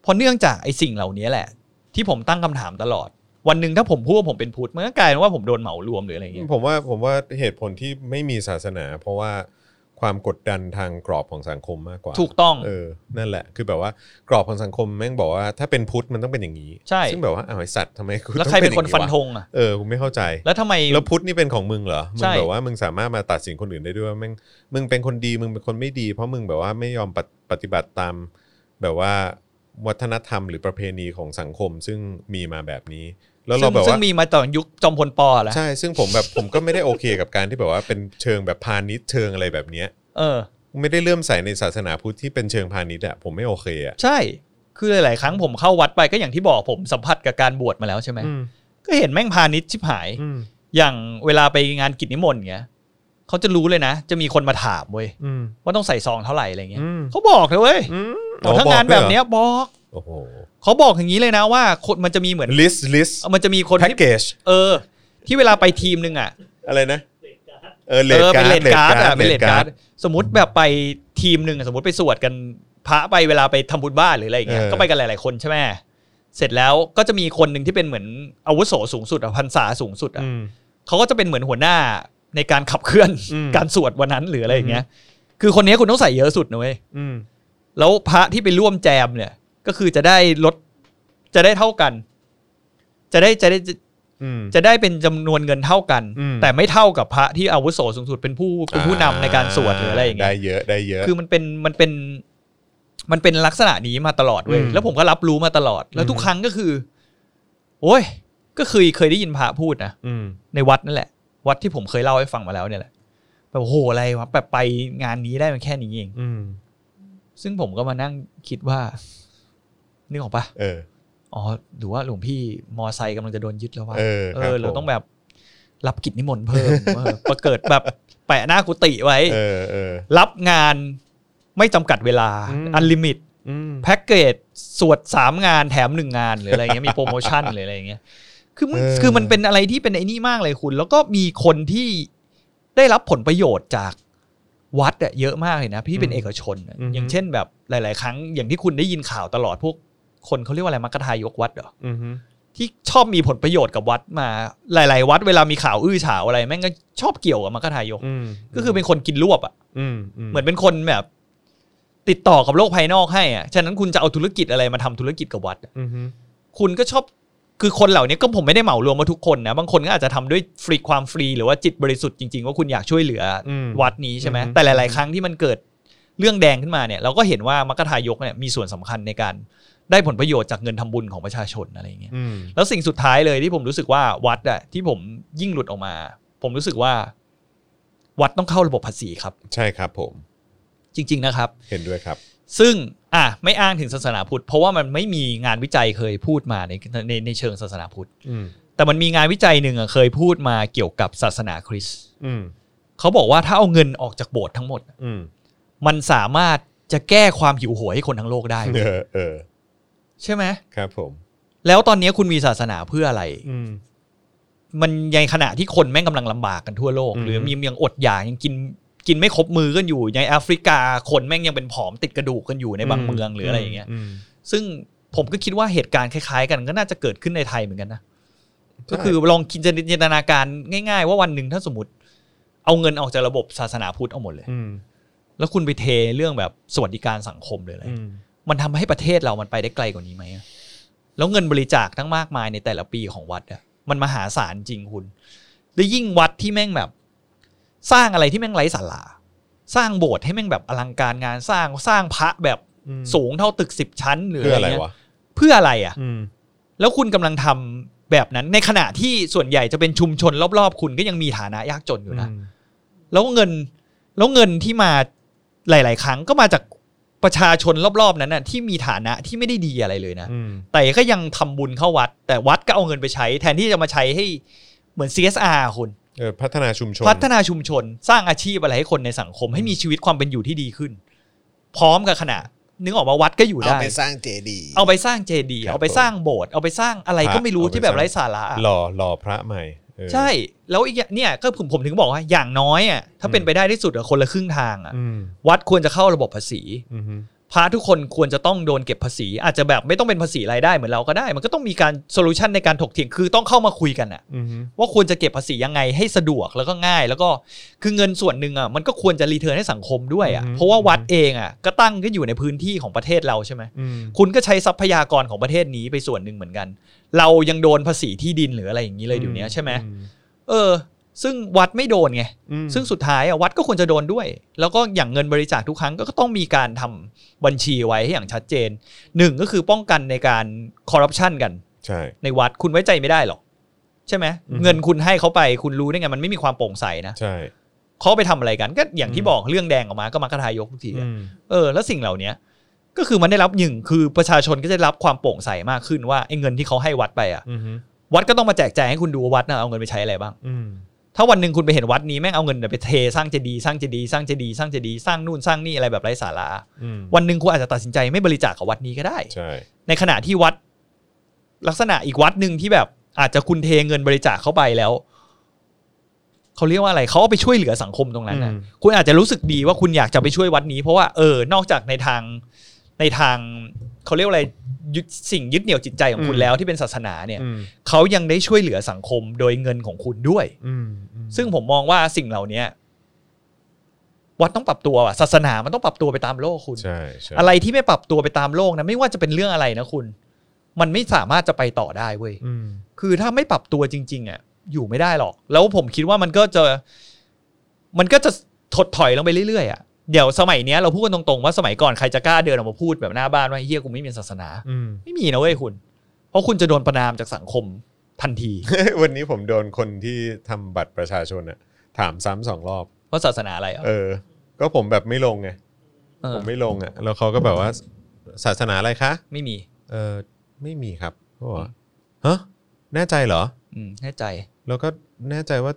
B: เพราะเนื่องจากไอ้สิ่งเหล่านี้แหละ ที่ผมตั้งคำถามตลอด วันหนึ่งถ้าผมพูดว่าผมเป็นพุทธมันก็กลายเป็นว่าผมโดนเหมารวมหรืออะไรอย่างเงี้ย
A: ผมว่าผมว่าเหตุผลที่ไม่มีศาสนา เพราะว่าความกดดันทางกรอบของสังคมมากกว่า
B: ถูกต้อง
A: เออนั่นแหละ คือแบบว่ากรอบของสังคมแม่งบอกว่าถ้าเป็นพุทธมันต้องเป็นอย่างนี้
B: ใช่
A: ซึ่งแบบว่าอ้าวไอสัตว์ทำไมกู
B: แล้วใครเป็นคน
A: ต้อง
B: ฟันธ
A: อย่างวะ
B: งอ่ะ
A: เออกูไม่เข้าใจ
B: แล้วทำไม
A: แล้วพุทธนี่เป็นของมึงเหรอมึ
B: ใช่
A: งแบบว่ามึงสามารถมาตัดสินคนอื่นได้ด้วยว่าแม่งมึงเป็นคนดีมึงเป็นคนไม่ดี เพราะมึงแบบว่าไม่ยอมปฏิปฏิบัติตามแบบว่าวัฒนธรรมหรือประเพณีของสังคมซึ่งมีมาแบบนี้ แล้วเรา
B: ซึ่ง
A: แบบ
B: ซึ่
A: ว่า
B: งมีมาตอนยุคจอมพลปอแล้ว
A: ใช่ ซึ่งผมแบบ ผมก็ไม่ได้โอเคกับการที่แบบว่าเป็นเชิงแบบพาณิชย์เชิงอะไรแบบเนี้ย
B: เออ
A: ไม่ได้เลื่อมใสในศาสนาพุทธที่เป็นเชิงพาณิชย์อะผมไม่โอเคอะ
B: ใช่ คือหลาย ๆ ครั้งผมเข้าวัดไปก็อย่างที่บอกผมสัมผัสกับการบวชมาแล้วใช่ไหม
A: อืม
B: ก็เห็นแม่งพาณิชย์ชิบหาย
A: อืม
B: อย่างเวลาไปงานกิจนิมนต์เงี้ยเขาจะรู้เลยนะ จะมีคนมาถามเว้ย
A: อืม
B: ว่าต้องใส่ซองเท่าไหร่อะไรเงี้ย
A: อืม
B: เขาบอกเลยเว้ย
A: อืม
B: บอกถ้างานแบบเนี้ยบอก
A: โอ้โห
B: เขาบอกอย่างนี้เลยนะว่าคนมันจะมีเหมือน
A: ลิสต์ลิสต์
B: มันจะมีคน
A: แพ็ก
B: ที่
A: เกจ
B: เออ ที่เวลาไปทีมหนึงอ่ะ
A: อะไรนะ เออเล
B: เอ
A: ด
B: อเป็
A: กานร์ด
B: เลดการ์ดอ่ะเป็น
A: ร
B: เลดการ์ดสมมติแบบไปทีมหนึ่งอะสมมติไปสวดกันพระไปเวลาไปทำบุญบ้านหรืออะไรอย่างเงี้ยก็ไปกันหลาย ๆคนใช่ไหมเสร็จแล้วก็จะมีคนหนึ่งที่เป็นเหมือนอาวุโสสูงสุดอ่ะพรรษาสูงสุดอ่ะ
A: อืม
B: เขาก็จะเป็นเหมือนหัวหน้าในการขับเคลื่อน
A: อืม
B: การสวดวันนั้นหรืออะไรอย่างเงี้ย คือคนนี้คุณต้องใส่เยอะสุดนะเว้ย
A: อืม
B: แล้วพระที่ไปร่วมแจมเนี่ย ก็คือจะได้ลดจะได้เท่ากัน จะได้จะได้จะ
A: อืม
B: จะได้เป็นจำนวนเงินเท่ากัน
A: อืม
B: แต่ไม่เท่ากับพระที่อาวุโสสูงสุดเป็นผู้เป็นผู้นำในการสวดหรืออะไรอย่างเงี้
A: ได้
B: ย
A: เยอะได้เยอะ
B: คือมันเป็นมันเป็นมันเป็นลักษณะนี้มาตลอดเว้ย
A: อืม
B: แล้วผมก็รับรู้มาตลอด แล้วทุก
A: อืม
B: ครั้งก็คือ โอ้ย ก็เคยเคยได้ยินพระพูดนะ
A: อืม
B: ในวัดนั่นแหละ วัดที่ผมเคยเล่าให้ฟังมาแล้วเนี่ยแหละแบบโอ้โหอะไรวะแบบไปงานนี้ได้มันแค่นี้เอง
A: อืม
B: ซึ่งผมก็มานั่งคิดว่า นึกออกปะ
A: เออ
B: อ๋อหรือว่าหลวงพี่มอไซค์กำลังจะโดนยึดแล้ววะ
A: เออครับ
B: เราต้อง
A: ผม
B: แบบรับกิจนิมนต์เพิ่ มเออประเกิดแบบแปะหน้ากุฏิไว้
A: เออเออ
B: รับงานไม่จำกัดเวลา
A: อืม
B: อันลิมิต
A: อืม
B: แพ็กเกจสวดสามงานแถมหนึ่งงาน หรืออะไรเงี้ยมีโปรโมชั่น หรืออะไรเงี้ยคือมัน
A: เออ
B: คือมันเป็นอะไรที่เป็นไอ้นี่มากเลยคุณ แล้วก็มีคนที่ได้รับผลประโยชน์จากวัดอะเยอะมากเลยนะพี่เป็นเอกชนอะอย่างเช่นแบบหลาย ๆ ครั้งอย่างที่คุณได้ยินข่าวตลอดพวก คนเขาเรียกว่าอะไรมักกะทายกวัดเหรอ
A: อืมฮึ
B: ที่ชอบมีผลประโยชน์กับวัดมาหลาย ๆ วัดเวลามีข่าวอื้อฉาวอะไรแม่งก็ชอบเกี่ยวกับมักกะทายก
A: อืม
B: ก็คือเป็นคนกินรวบอะ
A: อืม
B: เหมือนเป็นคนแบบติดต่อกับโลกภายนอกให้อ่ะ ฉะนั้นคุณจะเอาธุรกิจอะไรมาทำธุรกิจกับวัดอะ
A: อืมฮึ
B: คุณก็ชอบ คือคนเหล่านี้ก็ผมไม่ได้เหมารวมว่าทุกคนนะบางคนก็อาจจะทำด้วยฟรีความฟรีหรือว่าจิตบริสุทธิ์จริงๆว่าคุณอยากช่วยเหลืออ
A: ม
B: วัดนี้ใช่ไหม
A: อืม
B: แต่หลาย ๆ ครั้งที่มันเกิดเรื่องแดงขึ้นมาเนี่ย เราก็เห็นว่ามรรคทายกเนี่ยมีส่วนสำคัญในการได้ผลประโยชน์จากเงินทำบุญของประชาชนอะไรอย่างเงี้ย
A: อืม
B: แล้วสิ่งสุดท้ายเลยที่ผมรู้สึกว่าวัดอะที่ผมยิ่งหลุดออกมา ผมรู้สึกว่า วัดต้องเข้าระบบภาษีครับ
A: ใช่ครับผม
B: จริง ๆ นะครับ
A: เห็นด้วยครับ
B: ซึ่งอ่ะไม่อ้างถึงศาสนาพุทธ เพราะว่ามันไม่มีงานวิจัยเคยพูดมาในในในเชิงศาสนาพุทธ
A: อืม
B: แต่มันมีงานวิจัยหนึ่งอะเคยพูดมาเกี่ยวกับศาสนาคริสต์
A: อืม
B: เขาบอกว่าถ้าเอาเงินออกจากโบสถ์ทั้งหมด
A: อืม
B: มันสามารถจะแก้ความหิวโหยให้คนทั้งโลกได้
A: เออเออ
B: ใช่ไหม
A: ครับผม
B: แล้วตอนนี้คุณมีศาสนาเพื่ออะไร
A: อืม
B: มันในขณะที่คนแม่งกำลังลำบากกันทั่วโลก
A: อืม
B: หรือมียังอดอยากยังกินกินไม่ครบมือกันอยู่ในแอฟริกาคนแม่งยังเป็นผอมติดกระดูกกันอยู่ในบางเมืองหรืออะไรอย่างเงี้ย
A: ม
B: ซึ่งผมก็คิดว่าเหตุการณ์คล้ายๆ กันก็น่าจะเกิดขึ้นในไทยเหมือนกันนะ
A: ใช่
B: ก็คือลองคิดจินตนาการง่าย ๆ ว่าวันหนึ่งถ้าสมมติ เอาเงินออกจากระบบศาสนาพุทธเอาหมดเลย
A: อืม
B: แล้วคุณไปเทเรื่องแบบสวัสดิการสังคมเลยเลย
A: อืม
B: มันทำให้ประเทศเรามันไปได้ไกลกว่านี้ไหมอะแล้วเงินบริจาคทั้งมากมายในแต่ละปีของวัดอะมันมหาศาลจริงคุณและยิ่งวัดที่แม่งแบบ สร้างอะไรที่แม่งไร้สาระสร้างโบสถ์ให้แม่งแบบอลังการงานสร้างสร้างพระแบบ
A: อืม
B: สูงเท่าตึกสิบชั้นหรือ
A: เพื่อ
B: อะ
A: อะไร
B: เงี้ยว
A: ไระ
B: เพื่ออะไรอะ
A: อืม
B: แล้วคุณกำลังทำแบบนั้น ในขณะที่ส่วนใหญ่จะเป็นชุมชนรอบๆ คุณก็ยังมีฐานะยากจนอยู่นะ
A: อืม
B: แล้วเงินแล้วเงินที่มาหลาย ๆ ครั้งก็มาจากประชาชนรอบ ๆ นั้นน่ะที่มีฐานะที่ไม่ได้ดีอะไรเลยนะ
A: อืม
B: แต่ก็ยังทำบุญเข้าวัด แต่วัดก็เอาเงินไปใช้ แทนที่จะมาใช้ให้เหมือน CSR คุณ
A: เออพัฒนาชุมชน
B: พัฒนาชุมชน สร้างอาชีพอะไรให้คนในสังคม ให้มีชีวิตความเป็นอยู่ที่ดีขึ้น พร้อมกับขณะ นึกออกมาวัดก็อยู่
C: เอา
B: ได้
C: ไปสร้างเจดีย์
B: เอาไปสร้างเจดีย์เอาไปสร้างโบสถ์เอาไปสร้างอะไรก็ไม่รู้ที่แบบไร้สาระ
A: หล่อหล่อพระใหม่เออ
B: ใช่ แล้วอีกอย่างเนี่ยก็ผมผมถึงบอกว่าอย่างน้อยอ่ะถ้าเป็นไปได้ที่สุดอะคนละครึ่งทางอ่ะ
A: อืม
B: วัดควรจะเข้าระบบภาษี
A: อืมฮึ
B: พระทุกคนควรจะต้องโดนเก็บภาษี อาจจะแบบไม่ต้องเป็นภาษีรายได้เหมือนเราก็ได้ มันก็ต้องมีการโซลูชันในการถกเถียงคือต้องเข้ามาคุยกันอะ
A: อืมฮึ
B: ว่าควรจะเก็บภาษียังไงให้สะดวกแล้วก็ง่าย แล้วก็คือเงินส่วนหนึ่งอะมันก็ควรจะรีเทิร์นให้สังคมด้วยอะเพราะว่าวัดเองอะก็ตั้งก็อยู่ในพื้นที่ของประเทศเราใช่ไหม
A: อืม
B: คุณก็ใช้ทรัพยากรของประเทศนี้ไปส่วนหนึ่งเหมือนกัน เรายังโดนภาษีที่ดินหรืออะไรอย่างนี้เลยเดี๋ยวนี้ใช่ไหม
A: อื
B: เออ ซึ่งวัดไม่โดนไง
A: อืม
B: ซึ่งสุดท้ายอ่ะวัดก็ควรจะโดนด้วย แล้วก็อย่างเงินบริจาคทุกครั้งก็ต้องมีการทำบัญชีไว้ให้อย่างชัดเจนหนึ่งก็คือป้องกันในการคอร์รัปชันกัน
A: ใช่
B: ในวัดคุณไว้ใจไม่ได้หรอก ใช่ไหม
A: อืม
B: เงินคุณให้เขาไปคุณรู้ได้ไงมันไม่มีความโปร่งใสนะ
A: ใช่
B: เขาไปทำอะไรกันก็อย่างที่บอกเรื่องแดงออกมาก็มากระทายกทุกทีอะ
A: อืม
B: เออแล้วสิ่งเหล่านี้ก็คือมันได้รับหนึ่งคือประชาชนก็จะได้รับความโปร่งใสมากขึ้นว่าไอ้เงินที่เขาให้วัดไปอ่ะ
A: อืมฮึ
B: วัดก็ต้องมาแจกแจงให้คุณดูว่าวัดนะเอาเงินไปใช้อะไรบ้าง
A: อืม
B: ถ้าวันหนึ่งคุณไปเห็นวัดนี้แม่งเอาเงินเนี่ยไปเทสร้างเจดีย์สร้างเจดีย์สร้างเจดีย์สร้างเจดีย์สร้างนู่นสร้างนี่อะไรแบบไร้สาระ
A: อืม
B: วันหนึ่งคุณอาจจะตัดสินใจไม่บริจาคกับวัดนี้ก็ได้
A: ใช่
B: ในขณะที่วัด ลักษณะอีกวัดหนึ่งที่แบบ อาจจะคุณเทเงินบริจาคเข้าไปแล้วเขาเรียกว่าอะไรเขาเอาไปช่วยเหลือสังคมตรงนั้นนะคุณอาจจะรู้สึกดีว่าคุณอยากจะไปช่วยวัดนี้ เพราะว่าเออนอกจากในทางในทางเขาเรียกว่าอะไรยึดสิ่งยึดเหนี่ยวจิตใจของคุณแล้วที่เป็นศาสนาเนี่ย
A: อืม
B: เขายังได้ช่วยเหลือสังคมโดยเงินของคุณด้วย
A: อืมอืม
B: ซึ่งผมมองว่าสิ่งเหล่าเนี้ยวัดต้องปรับตัวว่ะศาสนามันต้องปรับตัวไปตามโลกคุณ
A: ใช่ใช่
B: อะไรที่ไม่ปรับตัวไปตามโลกนะไม่ว่าจะเป็นเรื่องอะไรนะคุณ มันไม่สามารถจะไปต่อได้เว้ย
A: อืม
B: คือถ้าไม่ปรับตัวจริง ๆอ่ะอยู่ไม่ได้หรอก แล้วผมคิดว่ามันก็จะ มันก็จะถดถอยลงไปเรื่อยๆอ่ะเดี๋ยวสมัยเนี้ยเราพูดกันตรงๆว่าสมัยก่อนใครจะกล้าเดินออกมาพูดแบบหน้าบ้านว่าเฮียกูไม่มีศาสนา
A: อืม
B: ไม่มีนะเว้ยคุณ เพราะคุณจะโดนประนามจากสังคมทัน ที
A: วันนี้ผมโดนคนที่ทำบัตรประชาชนอะถามซ้ำสองรอบ
B: ว่าศาสนาอะไรอ่ะ
A: เออ ก็ผมแบบไม่ลงไง
B: เออ
A: ผมไม่ลงอะแล้วเขาก็แบบว่าศาสนาอะไรคะ
B: ไม่มี
A: เออไม่มีครับเขาบอกว่าฮะแน่ใจเหรอ
B: อืมแน่ใจ
A: แล้วก็แน่ใจว่า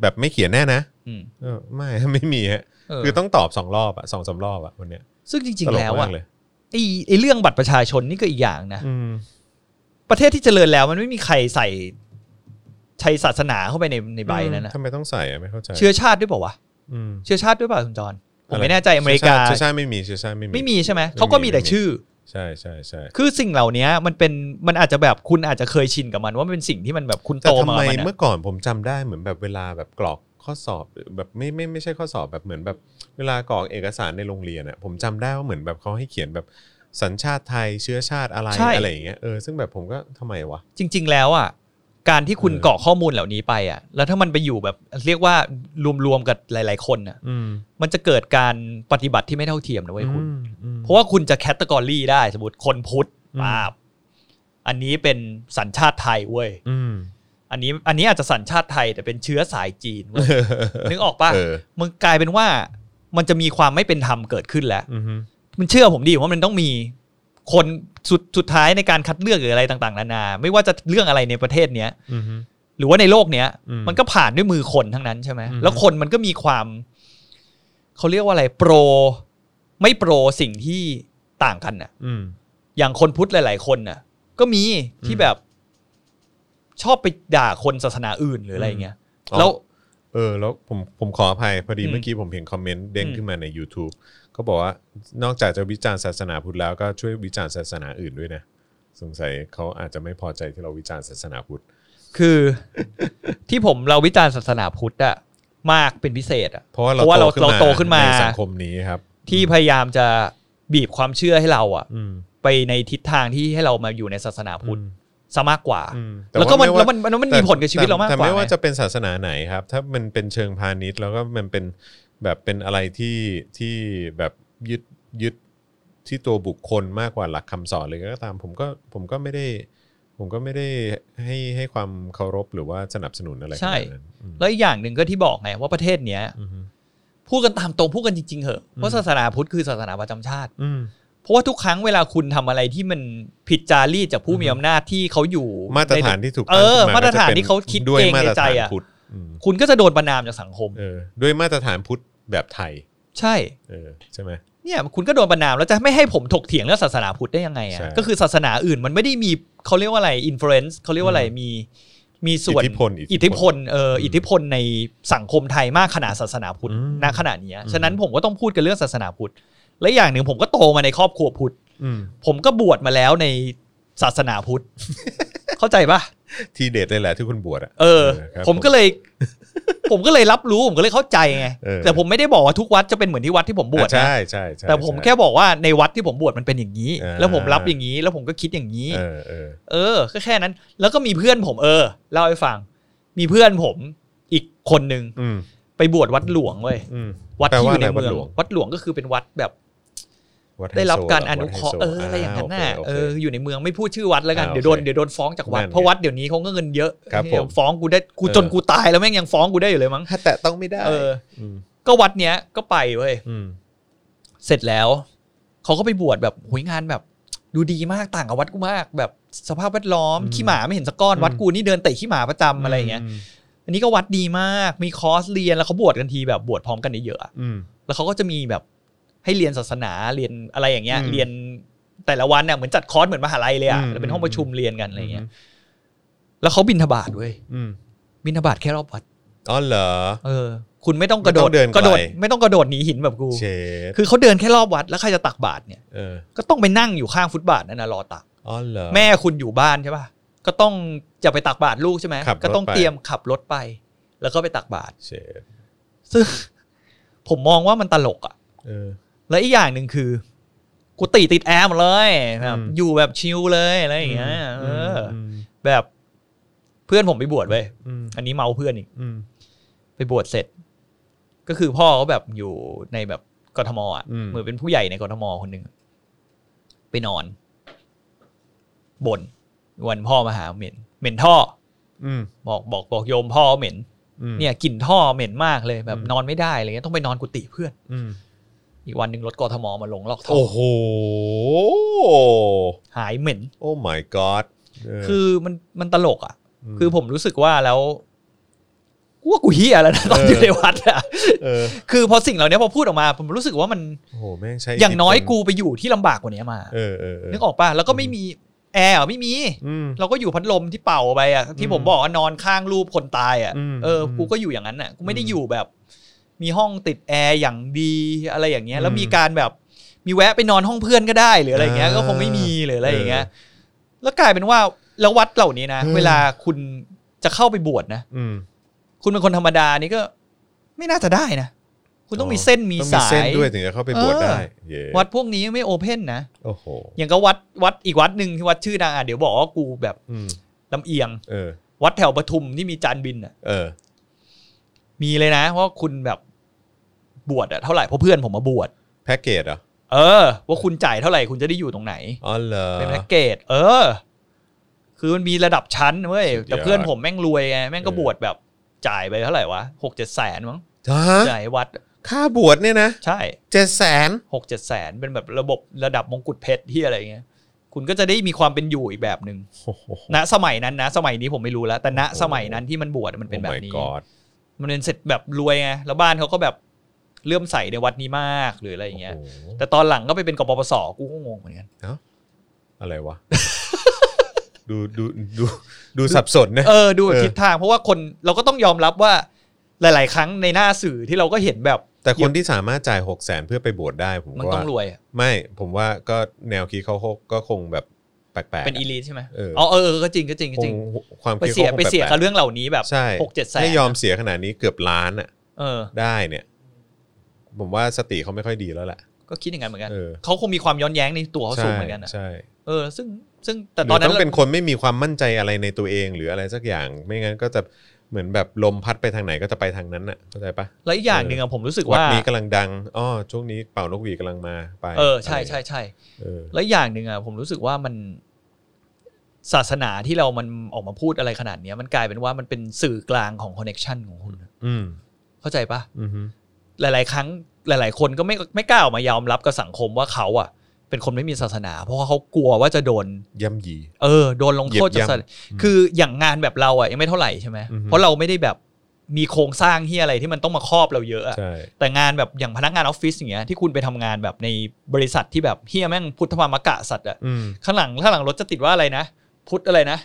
A: แบบไม่เขียนแน่นะ
B: อืม
A: เออไม่ ไม่มีฮะ
B: เออ
A: คือต้องตอบสองรอบอะสองสามรอบอะวันเนี้ย
B: ซึ่งจริง
A: ต
B: ๆ
A: ก
B: แล้ว
A: มา
B: อ่ะ
A: กเลย
B: ไอ้ไอ้เรื่องบัตรประชาชนนี่ก็อีกอย่างนะ
A: อืม
B: ประเทศที่เจริญแล้วมันไม่มีใครใส่ใช้ศาสนาเข้าไปในในใบนั้นนะ
A: ทำไมต้องใส่อะไม่เข้าใจ
B: เชื้อชาติด้วยเปล่าวะ
A: อืม
B: เชื้อชาติด้วยเปล่าคุณจอนผมไม่แน่ใจอเมริกา
A: เชื้อชาติไม่มีเชื้อชาติไม่มี
B: ไม่มีใช่ไหม
A: ไม่มี
B: เขาก็มีแต่ชื่อ
A: ใช่ใช่ใช่
B: คือสิ่งเหล่านี้มันเป็นมันอาจจะแบบคุณอาจจะเคยชินกับมันว่ามันเป็นสิ่งที่มันแบบคุณ
A: แต่
B: โต
A: ทำ
B: มา
A: ไม
B: กับมัน
A: เมื่
B: อะ
A: อก่อนผมจำได้เหมือนแบบเวลาแบบกรอกข้อสอบหรือแบบไม่ไม่ไม่ใช่ข้อสอบแบบเหมือนแบบเวลากรอกเอกสารในโรงเรียนอะผมจำได้ว่าเหมือนแบบเขาให้เขียนแบบ สัญชาติไทยเชื้อชาติอะไร
B: ใช่
A: อะไรอย่างเงี้ยเออซึ่งแบบผมก็ทำไมวะ
B: จริง ๆ แล้วอ่ะการที่คุณ
A: เออ
B: เกาะข้อมูลเหล่านี้ไปอ่ะ แล้วถ้ามันไปอยู่แบบเรียกว่ารวมๆกับหลาย ๆ คนอ่ะ
A: อืม
B: มันจะเกิดการปฏิบัติที่ไม่เท่าเทียมนะเว้ยคุณ
A: อืมอืม
B: เพราะว่าคุณจะแคตตากรีได้สมมติคนพุทธ
A: อืม
B: ปาบอันนี้เป็นสัญชาติไทยเว้ย
A: อืม
B: อันนี้อันนี้อาจจะสัญชาติไทยแต่เป็นเชื้อสายจีนเว้ย นึกออกปะ
A: เออ
B: มันกลายเป็นว่ามันจะมีความไม่เป็นธรรมเกิดขึ้นแล้ว
A: อืม
B: มันเชื่อผมดิว่ามันต้องมีคนสุดสุดท้ายในการคัดเลือกหรืออะไรต่างๆนานา ไม่ว่าจะเรื่องอะไรในประเทศเนี้ย
A: อืม
B: หรือว่าในโลกเนี้ย
A: อืม
B: มันก็ผ่านด้วยมือคนทั้งนั้นใช่ไหม
A: อืม
B: แล้วคนมันก็มีความเขาเรียกว่าอะไรโปร ไม่โปรสิ่งที่ต่างกันน่ะ
A: อืม
B: อย่างคนพุทธหลาย ๆ คนน่ะ ก็มีที่
A: อืม
B: แบบ ชอบไปด่าคนศาสนาอื่นหรืออะไรเงี้ย
A: อ๋อ
B: แล้ว
A: เออแล้วผมผมขออภัยพอดี
B: อืม
A: เมื่อกี้ผมเห็นคอมเมนต์เด้ง
B: อืม
A: ขึ้นมาใน YouTube เขาบอกว่านอกจากจะวิจารณ์ศาสนาพุทธแล้วก็ช่วยวิจารณ์ศาสนาอื่นด้วยนะ สงสัยเขาอาจจะไม่พอใจที่เราวิจารณ์ศาสนาพุทธ
B: คือ ที่ผมเราวิจารณ์ศาสนาพุทธอะมากเป็นพิเศษอะ
A: เพราะว่าเรา
B: เพราะว่าเราเราโตขึ้นมา
A: ในสังคมนี้ครับ
B: ที่พยายามจะบีบความเชื่อให้เราอะ
A: อืม
B: ไปในทิศทางที่ให้เรามาอยู่ในศาสนาพุทธ
A: อืม
B: ซะมากกว่า
A: อืม
B: แล้วก็มัน
A: ต่า
B: แล้วมันมันมันมี
A: แต่
B: ผลกับชีวิตเรามาก
A: แต่
B: กว่า
A: ไม่ว่า
B: ไง
A: จะเป็นศาสนาไหนครับ ถ้ามันเป็นเชิงพาณิชย์แล้วก็มันเป็นแบบเป็นอะไรที่ที่แบบยึดยึดที่ตัวบุคคลมากกว่าหลักคำสอนเลยก็ตามผมก็ผมก็ไม่ได้ ผมก็ไม่ได้ให้ให้ความเคารพหรือว่าสนับสนุนอะไรข
B: ใช่
A: นาดนั้นอืม
B: แล้วอีกอย่างหนึ่งก็ที่บอกไงว่าประเทศเนี้ย
A: อืม
B: พูดกันตามตรงพูดกันจริงๆเหอะเพ
A: อื
B: ราะ
A: ม
B: ศาสนาพุทธคือศาสนาประจำชาติ
A: อืม
B: เพราะว่าทุกครั้งเวลาคุณทำอะไรที่มันผิดจารีตจากผู้มี
A: อืม
B: อำนาจที่เขาอยู่
A: มาตรฐานที่ถูก
B: เอ
A: ตั้งขึ้น
B: อมาตรฐาน
A: ก็ะป็
B: ที่เขาคิด
A: ด้วย
B: เอง
A: มา
B: ใน
A: ตร
B: ใจ
A: ฐาน
B: อ่ะ
A: พุทธอืม
B: คุณก็จะโดนประนามจากสังคม
A: เออด้วยมาตรฐานพุทธแบบไทย
B: ใช่
A: เออใช่ไหม
B: เนี่ยคุณก็โดนประนามแล้วจะไม่ให้ผมถกเถียงเรื่องศาสนาพุทธได้ยังไง
A: ใช่
B: อ่ะก็คือศาสนาอื่นมันไม่ได้มีเขาเรียกว่าอะไรอิ f l u e n c e เขาเรียกว่าอะไรมี มีส่วน
A: อิทธิพล
B: อิทธิพลเอ่ออิทธิพลในสังคมไทยมากขนาดศาสนาพุทธ
A: อืม
B: ณขณะเนี้ย
A: อืม
B: ฉะนั้นผมก็ต้องพูดกันเรื่องศาสนาพุทธ และอย่างหนึ่งผมก็โตมาในครอบครัวพุทธ
A: อืม
B: ผมก็บวชมาแล้วในศาสนา พุทธ เข้าใจปะ
A: ทีเด็ดเลยแหละที่คุณบวชอ่ะ
B: เออ
A: ครับ
B: ผมก็เลย ผมก็เลยรับรู้ผมก็เลยเข้าใจไง
A: เออ
B: แต่ผมไม่ได้บอกว่าทุกวัดจะเป็นเหมือนที่วัดที่ผมบวช
A: อ่ะ
B: นะ
A: ใช่ใช่ใช่
B: แต่ผม
A: ใช่
B: แค่บอกว่าในวัดที่ผมบวชมันเป็นอย่างนี้
A: อ่า
B: แล้วผมรับอย่างนี้ แล้วผมก็คิดอย่างนี้
A: เออเออ
B: เออก็แค่นั้น แล้วก็มีเพื่อนผมเออเล่าให้ฟัง มีเพื่อนผมอีกคนนึง
A: อืม
B: ไปบวชวัดหลวงเว้ย
A: อืม
B: วัดที่อยู่ใน
A: แปลว่าอะไร
B: เมือ
A: วัดหล
B: ง
A: วง
B: วัดหลวงก็คือเป็นวัดแบบ
A: วัไฮโซ
B: ได้รับการ
A: ห
B: อนุเคราะห์
A: วัดไฮโซ
B: เอออะไรอย่างนั้นน่ะ
A: โค
B: เออ
A: โค
B: อยู่ในเมืองไม่พูดชื่อวัดแล้วกัน
A: อ่า
B: เดี๋ยวโดน
A: โอเค
B: เดี๋ยวโดนฟ้องจากวัด
A: นั่นไง
B: เพราะวัดเดี๋ยวนี้เขาก็เงินเยอะ
A: ครับ
B: เนี่ย
A: ผม
B: ฟ้องกูได้กูจนกูตายแล้วแม่งยังฟ้องกูได้อยู่เลยมั้ง
A: ถ้าแตะต้องไม่ได้
B: เออ
A: ม
B: ก็วัดเนี้ยก็ไปเว้ย
A: อืม
B: เสร็จแล้วเขาก็ไปบวชแบบหุยงานแบบ ดูดีมากต่างกับวัดกูมาก แบบสภาพแวดล้อมขี้หมาไม่เห็นสกก้อนวัดกูนี่เดินเตะขี้หมาประจำอะไรอย่างเงี้ยอันนี้ก็วัดดีมากมีคอร์สเรียนแล้วเขาบวชกันทีแบบบวชพร้อมกันเยอะๆอะ
A: อืม
B: แล้วเขาก็จะมีแบบให้เรียนศาสนาเรียนอะไรอย่างเงี้ย
A: อืม
B: เรียนแต่ละวันเนี่ยเหมือนจัดคอร์สเหมือนมหาลัยเลยอะ
A: อืม
B: แล้วเป็นห้องประชุมเรียนกันอะไรเงี้ยแล้วเขาบินทบาทเว้ย
A: อืม
B: บินทบาทแค่รอบวัด
A: อ๋อเหรอ
B: เออ คุณไม่ต้องกระโดด
A: ไม่ต้องเดินไกล
B: กระโดดไม่ต้องกระโดดหนีหินแบบกู
A: เชด
B: คือเขาเดินแค่รอบวัดแล้วใครจะตักบาตรเนี่ย
A: เออ
B: ก็ต้องไปนั่งอยู่ข้างฟุตบาทนั่นนะรอตัก
A: อ๋อเหรอ
B: แม่คุณอยู่บ้านใช่ป่ะก็ต้องจะไปตักบาตรลูกใช่ไหม
A: ขับรถไป
B: ก็ต้องเตรียมขับรถไป แล้วก็ไปตักบาตร
A: เชด
B: ซึ่ง ผมมองว่ามันตลกอ่ะ
A: เออ
B: แล้วอีกอย่างหนึ่งคือกูติติดแอร์หมดเลยแบบ
A: อืม
B: อยู่แบบชิลเลยอะไรอย่างเงี้ยเอออ
A: ม
B: แบบเพื่อนผมไปบวชเว้ย
A: อืม
B: อันนี้เมาเพื่อนอีก
A: อืม
B: ไปบวชเสร็จ ก็คือพ่อเขาแบบอยู่ในแบบกทมอ่ะเหมือนเป็นผู้ใหญ่ในกทมคนหนึ่งไปนอนบนวันพ่อมาหาเหม็น เหม็นท่อ
A: อืม
B: บอกบอกบอกโยมพ่อเหม็น
A: อืม
B: เนี่ยกลิ่นท่อเหม็นมากเลยแบบ
A: อืม
B: นอนไม่ได้อะไรเงี้ยต้องไปนอนกุฏิเพื่อน
A: อืม
B: อีกวันหนึ่งรถกทมมาลงลอกท่อ
A: โอ้โห
B: หายเหม็น
A: โอ้ my god เ
B: คือมันมันตลกอ่ะ
A: ม
B: คือผมรู้สึกว่าแล้วกูว่ากูเฮียแล้วนะตอน
A: เอออ
B: อยู่ในวัดอะ
A: เออ
B: คือพอสิ่งเหล่านี้พอพูดออกมา ผมรู้สึกว่ามัน
A: โอ้โหแม่งใช้
B: อย่างน้อย
A: ธิพล
B: กูไปอยู่ที่ลำบากกว่านี้มา
A: เออเออเ
B: นึกออกป่ะแล้วก็ไม่มีแอร์อะไม่มี
A: อืม
B: เราก็อยู่พัดลมที่เป่าไปอ่ะที่ผมบอกว่านอนข้างรูปคนตายอ่ะ
A: อืม
B: เอออ
A: ม
B: กูก็อยู่อย่างนั้นอ่ะกูไม่ได้
A: อืม
B: อยู่แบบ มีห้องติดแอร์อย่างดีอะไรอย่างเงี้ย แล้ว
A: อืม
B: มีการแบบมีแวะไปนอนห้องเพื่อนก็ได้หรืออะไรอย่างเงี้ย
A: อ่า
B: ก็คงไม่มีหรืออะไรอย่างเงี้ยแล้วกลายเป็นว่าแล้ววัดเหล่านี้นะ
A: เออ
B: เวลาคุณจะเข้าไปบวชนะ
A: อืม
B: คุณเป็นคนธรรมดานี่ก็ ไม่น่าจะได้นะ คุณต้องมีเส้นมี
A: ต้อง
B: สา
A: เส้น
B: ย
A: ด้วยถึงจะเข้าไปบวชได้
B: เออ
A: เย้
B: วัดพวกนี้ไม่โอเพ่นนะ
A: โอ้โห
B: อย่างก็วัดวัดอีกวัดหนึ่งที่วัดชื่อดังอ่ะเดี๋ยวบอกว่ากูแบบ
A: อืม
B: ลำเอียง
A: เออ
B: วัดแถวปทุมที่มีจานบินอ่ะ
A: เออ
B: มีเลยนะว่าคุณแบบบวชอะเท่าไหร่เพราะเพื่อนผมมาบวช
A: แพ็กเกจเหรอ
B: เออ ว่าคุณจ่ายเท่าไหร่คุณจะได้อยู่ตรงไหน
A: อ๋อเหรอ
B: เป็นแพ็กเกจเออ คือมันมีระดับชั้นเว้ย
A: สุดยอด
B: แต่เพื่อนผมแม่งรวยไงแม่งก็
A: เออ
B: บวชแบบจ่ายไปเท่าไหร่วะหกเจ็ดแสนมั้ง
A: ฮะ
B: จ่ายวัด
A: ค่าบวชเนี่ยนะ
B: ใช่
A: เจ็ดแสน
B: หกเจ็ดแสนเป็นแบบระบบระดับมงกุฎเพชรที่อะไรเงี้ย คุณก็จะได้มีความเป็นอยู่อีกแบบหนึ่ง
A: โอ้โห
B: ณสมัยนั้นนะ สมัยนี้ผมไม่รู้แล้ว แต่ณ
A: โอ้โห
B: สมัยนั้นที่มันบวชมันเป็นแบบนี้
A: โอ้ my god
B: มันเป็นเสร็จแบบรวยไงแล้วบ้านเขาก็แบบเลื่อมใสในวัดนี้มากหรืออะไรอย่างเงี้ย
A: โอ้โห
B: แต่ตอนหลังก็ไปเป็นกปปสกูก็งง เหมือนกัน
A: อะไรวะ ดูดูดูดูสับสนนะ
B: เออดูแบบ
A: เออ
B: ทิศทางเพราะว่าคนเราก็ต้องยอมรับว่าหลาย ๆ ครั้งในหน้าสื่อที่เราก็เห็นแบบ
A: แต่คนที่สามารถจ่ายหกแสนเพื่อไปบวชได้ผม
B: มัน
A: ว่า
B: ต้องรวยอะ
A: ไม่ผมว่าก็แนวคิดเขาก็คงแบบแปลกๆ
B: เป็นอี
A: อะ
B: ลีทใช่ไหม
A: เอออ๋
B: อ๋อเออเออก็จริงก็จริงก็
A: ค
B: จริ
A: ง
B: ง
A: ความ
B: ไป
A: คิด
B: เสีย
A: เขาคง
B: ไป
A: แป
B: เสีย
A: ลก
B: กับเรื่องเหล่านี้แบบ
A: ๆใช่
B: หกเจ็ดแสน
A: ไม่ยอมเสียขนาดนี้เกือบล้านอ่ะ
B: เออ
A: ได้เนี่ย ผมว่าสติเขาไม่ค่อยดีแล้วแหละ
B: ก็คิดอย่างนั้นเหมือนกัน
A: เออ
B: เขาคงมีความย้อนแย้งในตัวเขาสูงเหมือนกันนะ
A: ใช่
B: เออ ซึ่งซึ่งแต่
A: ห
B: ต
A: รือ อน
B: นั้น
A: ต้องเป็นคนไม่มีความมั่นใจอะไรในตัวเอง หรืออะไรสักอย่าง ไม่งั้นก็จะเหมือนแบบลมพัดไปทางไหนก็จะไปทางนั้นน่ะเข้าใจปะ
B: แล้วอีกอย่างหนึ่งอะผมรู้สึก
A: วัด
B: ว่า
A: นี้กำลังดังอ๋อช่วงนี้เป่านกหวีดกำลังมาไป
B: เออใช่ใช่ใช่
A: เออ
B: แล้วอีกอย่างหนึ่งอะผมรู้สึกว่ามันศาสนาที่เรามันออกมาพูดอะไรขนาดเนี้ยมันกลายเป็นว่ามันเป็นสื่อกลางของคอนเน็ชันของคุณอะ
A: อืม
B: เข้าใจปะ
A: อืมฮึ
B: หลาย ๆ ครั้งหลาย ๆ คนก็ไม่ไม่กล้าออกมายอมรับกับสังคมว่าเขาอ่ะ เป็นคนไม่มีศาสนา เพราะว่าเขากลัวว่าจะโดน
A: ย่ำยี
B: เออโดนลงโทษ
A: เหยี
B: จาย ก
A: บ
B: ศาส
A: ย่ำ
B: นาคืออย่างงานแบบเราอ่ะยังไม่เท่าไหร่ใช่ไหม
A: อือฮึ
B: เพราะเราไม่ได้แบบมีโครงสร้างที่อะไรที่มันต้องมาครอบเราเยอะอะ
A: ใช่
B: แต่งานแบบอย่างพนักงานออฟฟิศอย่างเงี้ยที่คุณไปทำงานแบบในบริษัทที่แบบเฮียแม่งพุทธมามกะสัตว์อ่ะ
A: อืม
B: ข้างหลังข้างหลังรถจะติดว่าอะไรนะ พุทธอะไรนะ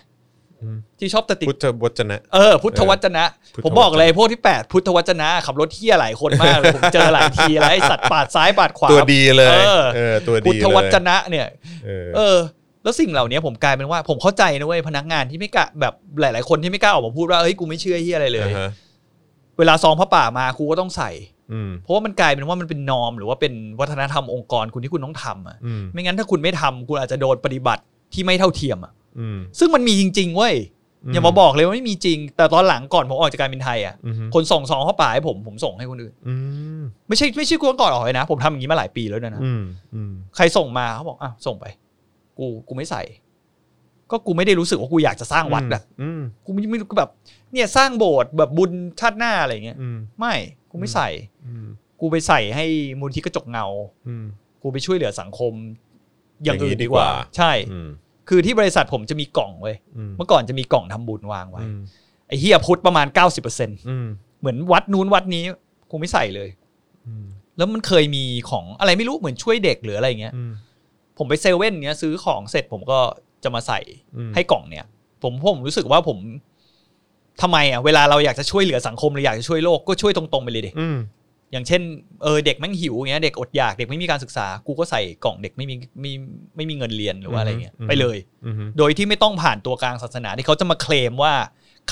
A: อืม
B: ที่ชอบจะติด
A: พุทธวจนะ
B: เออพุทธวจนะ
A: พุทธวจนะ
B: ผมบอกเลยพวกที่แปดพุทธวจนะขับรถเที่ยหลายคนมากเลย ผมเจอหลายทีแล้วไอสัตว์ปาดซ้ายปาดขวา
A: ตัวดีเลย
B: เออ
A: เออตัวดี
B: พุทธวจ
A: เลย
B: นะเนี่ย
A: เออ
B: เออ แล้วสิ่งเหล่านี้ผมกลายเป็นว่าผมเข้าใจนะเว้ยพนักงานที่ไม่กล้าแบบหลาย ๆ คนที่ไม่กล้าออกมาพูดว่าเอ้ยกูไม่เชื่อเฮียอะไรเลย
A: าฮะ
B: เวลาซองพระป่ามากูก็ต้องใส่
A: อืม
B: เพราะว่ามันกลายเป็นว่ามันเป็นนอม หรือว่าเป็นวัฒนธรรมองค์กรคุณที่คุณต้องทำอ่ะ
A: อืม
B: ไม่งั้นถ้าคุณไม่ทำคุณอาจจะโดนปฏิบัติที่ไม่เท่าเทียมอ่ะ
A: อืม
B: ซึ่งมันมีจริงๆเว้ยอย่ามาบอกเลยว่าไม่มีจริง แต่ตอนหลังก่อนผมออกจากการบินไทยอ่ะ
A: อืมฮึ
B: คนส่งซองเข้าป่าให้ผมผมส่งให้คนอื่น
A: อืม
B: ไม่ใช่ไม่ใช่กูก่อนออกเลยนะ ผมทำอย่างนี้มาหลายปีแล้วนะ
A: อืมอืม
B: ใครส่งมาเขาบอกอ้าวส่งไป กูกูไม่ใส่ ก็กูไม่ได้รู้สึกว่ากูอยากจะสร้างวัดอะ
A: อืม
B: กูไม่ไม่รู้กูแบบ เนี่ยสร้างโบสถ์แบบบุญชาติหน้าอะไรเงี้ย
A: อืม
B: ไม่กูไม่ใส่
A: อืม
B: กูไปใส่ให้มูลที่กระจกเงา
A: อืม
B: กูไปช่วยเหลือสังคม อย่าง
A: อย่างนี้
B: อื่น
A: ดี
B: ดี
A: ก
B: ก
A: ว่า
B: ว่า ใช่
A: อืม
B: คือที่บริษัทผมจะมีกล่องเว้ย
A: อืม
B: เมื่อก่อนจะมีกล่องทำบุญวางไว้
A: อืม
B: ไอ้เฮียพุทธประมาณ 90%
A: อืม
B: เหมือนวัดนู้นวัดนี้กูไม่ใส่เลย
A: อืม
B: แล้วมันเคยมีของอะไรไม่รู้เหมือนช่วยเด็กหรืออะไรเงี้ย
A: อืม
B: ผมไปเซเว่นเนี้ยซื้อของเสร็จผมก็จะมาใส่
A: อืม
B: ให้กล่องเนี่ย ผมผมรู้สึกว่าผมทำไมอ่ะเวลาเราอยากจะช่วยเหลือสังคมหรืออยากจะช่วยโลกก็ช่วยตรงๆไปเลยดิ
A: อืม
B: อย่างเช่นเออเด็กแม่งหิวเงี้ยเด็กอดอยากเด็กไม่มีการศึกษา กูก็ใส่กล่องเด็กไม่มีไม่ไม่มีเงินเรียนหรือว่าอะไรเงี้ยไปเลย
A: อืมฮึ
B: โดยที่ไม่ต้องผ่านตัวกลางศาสนาที่เขาจะมาเคลมว่า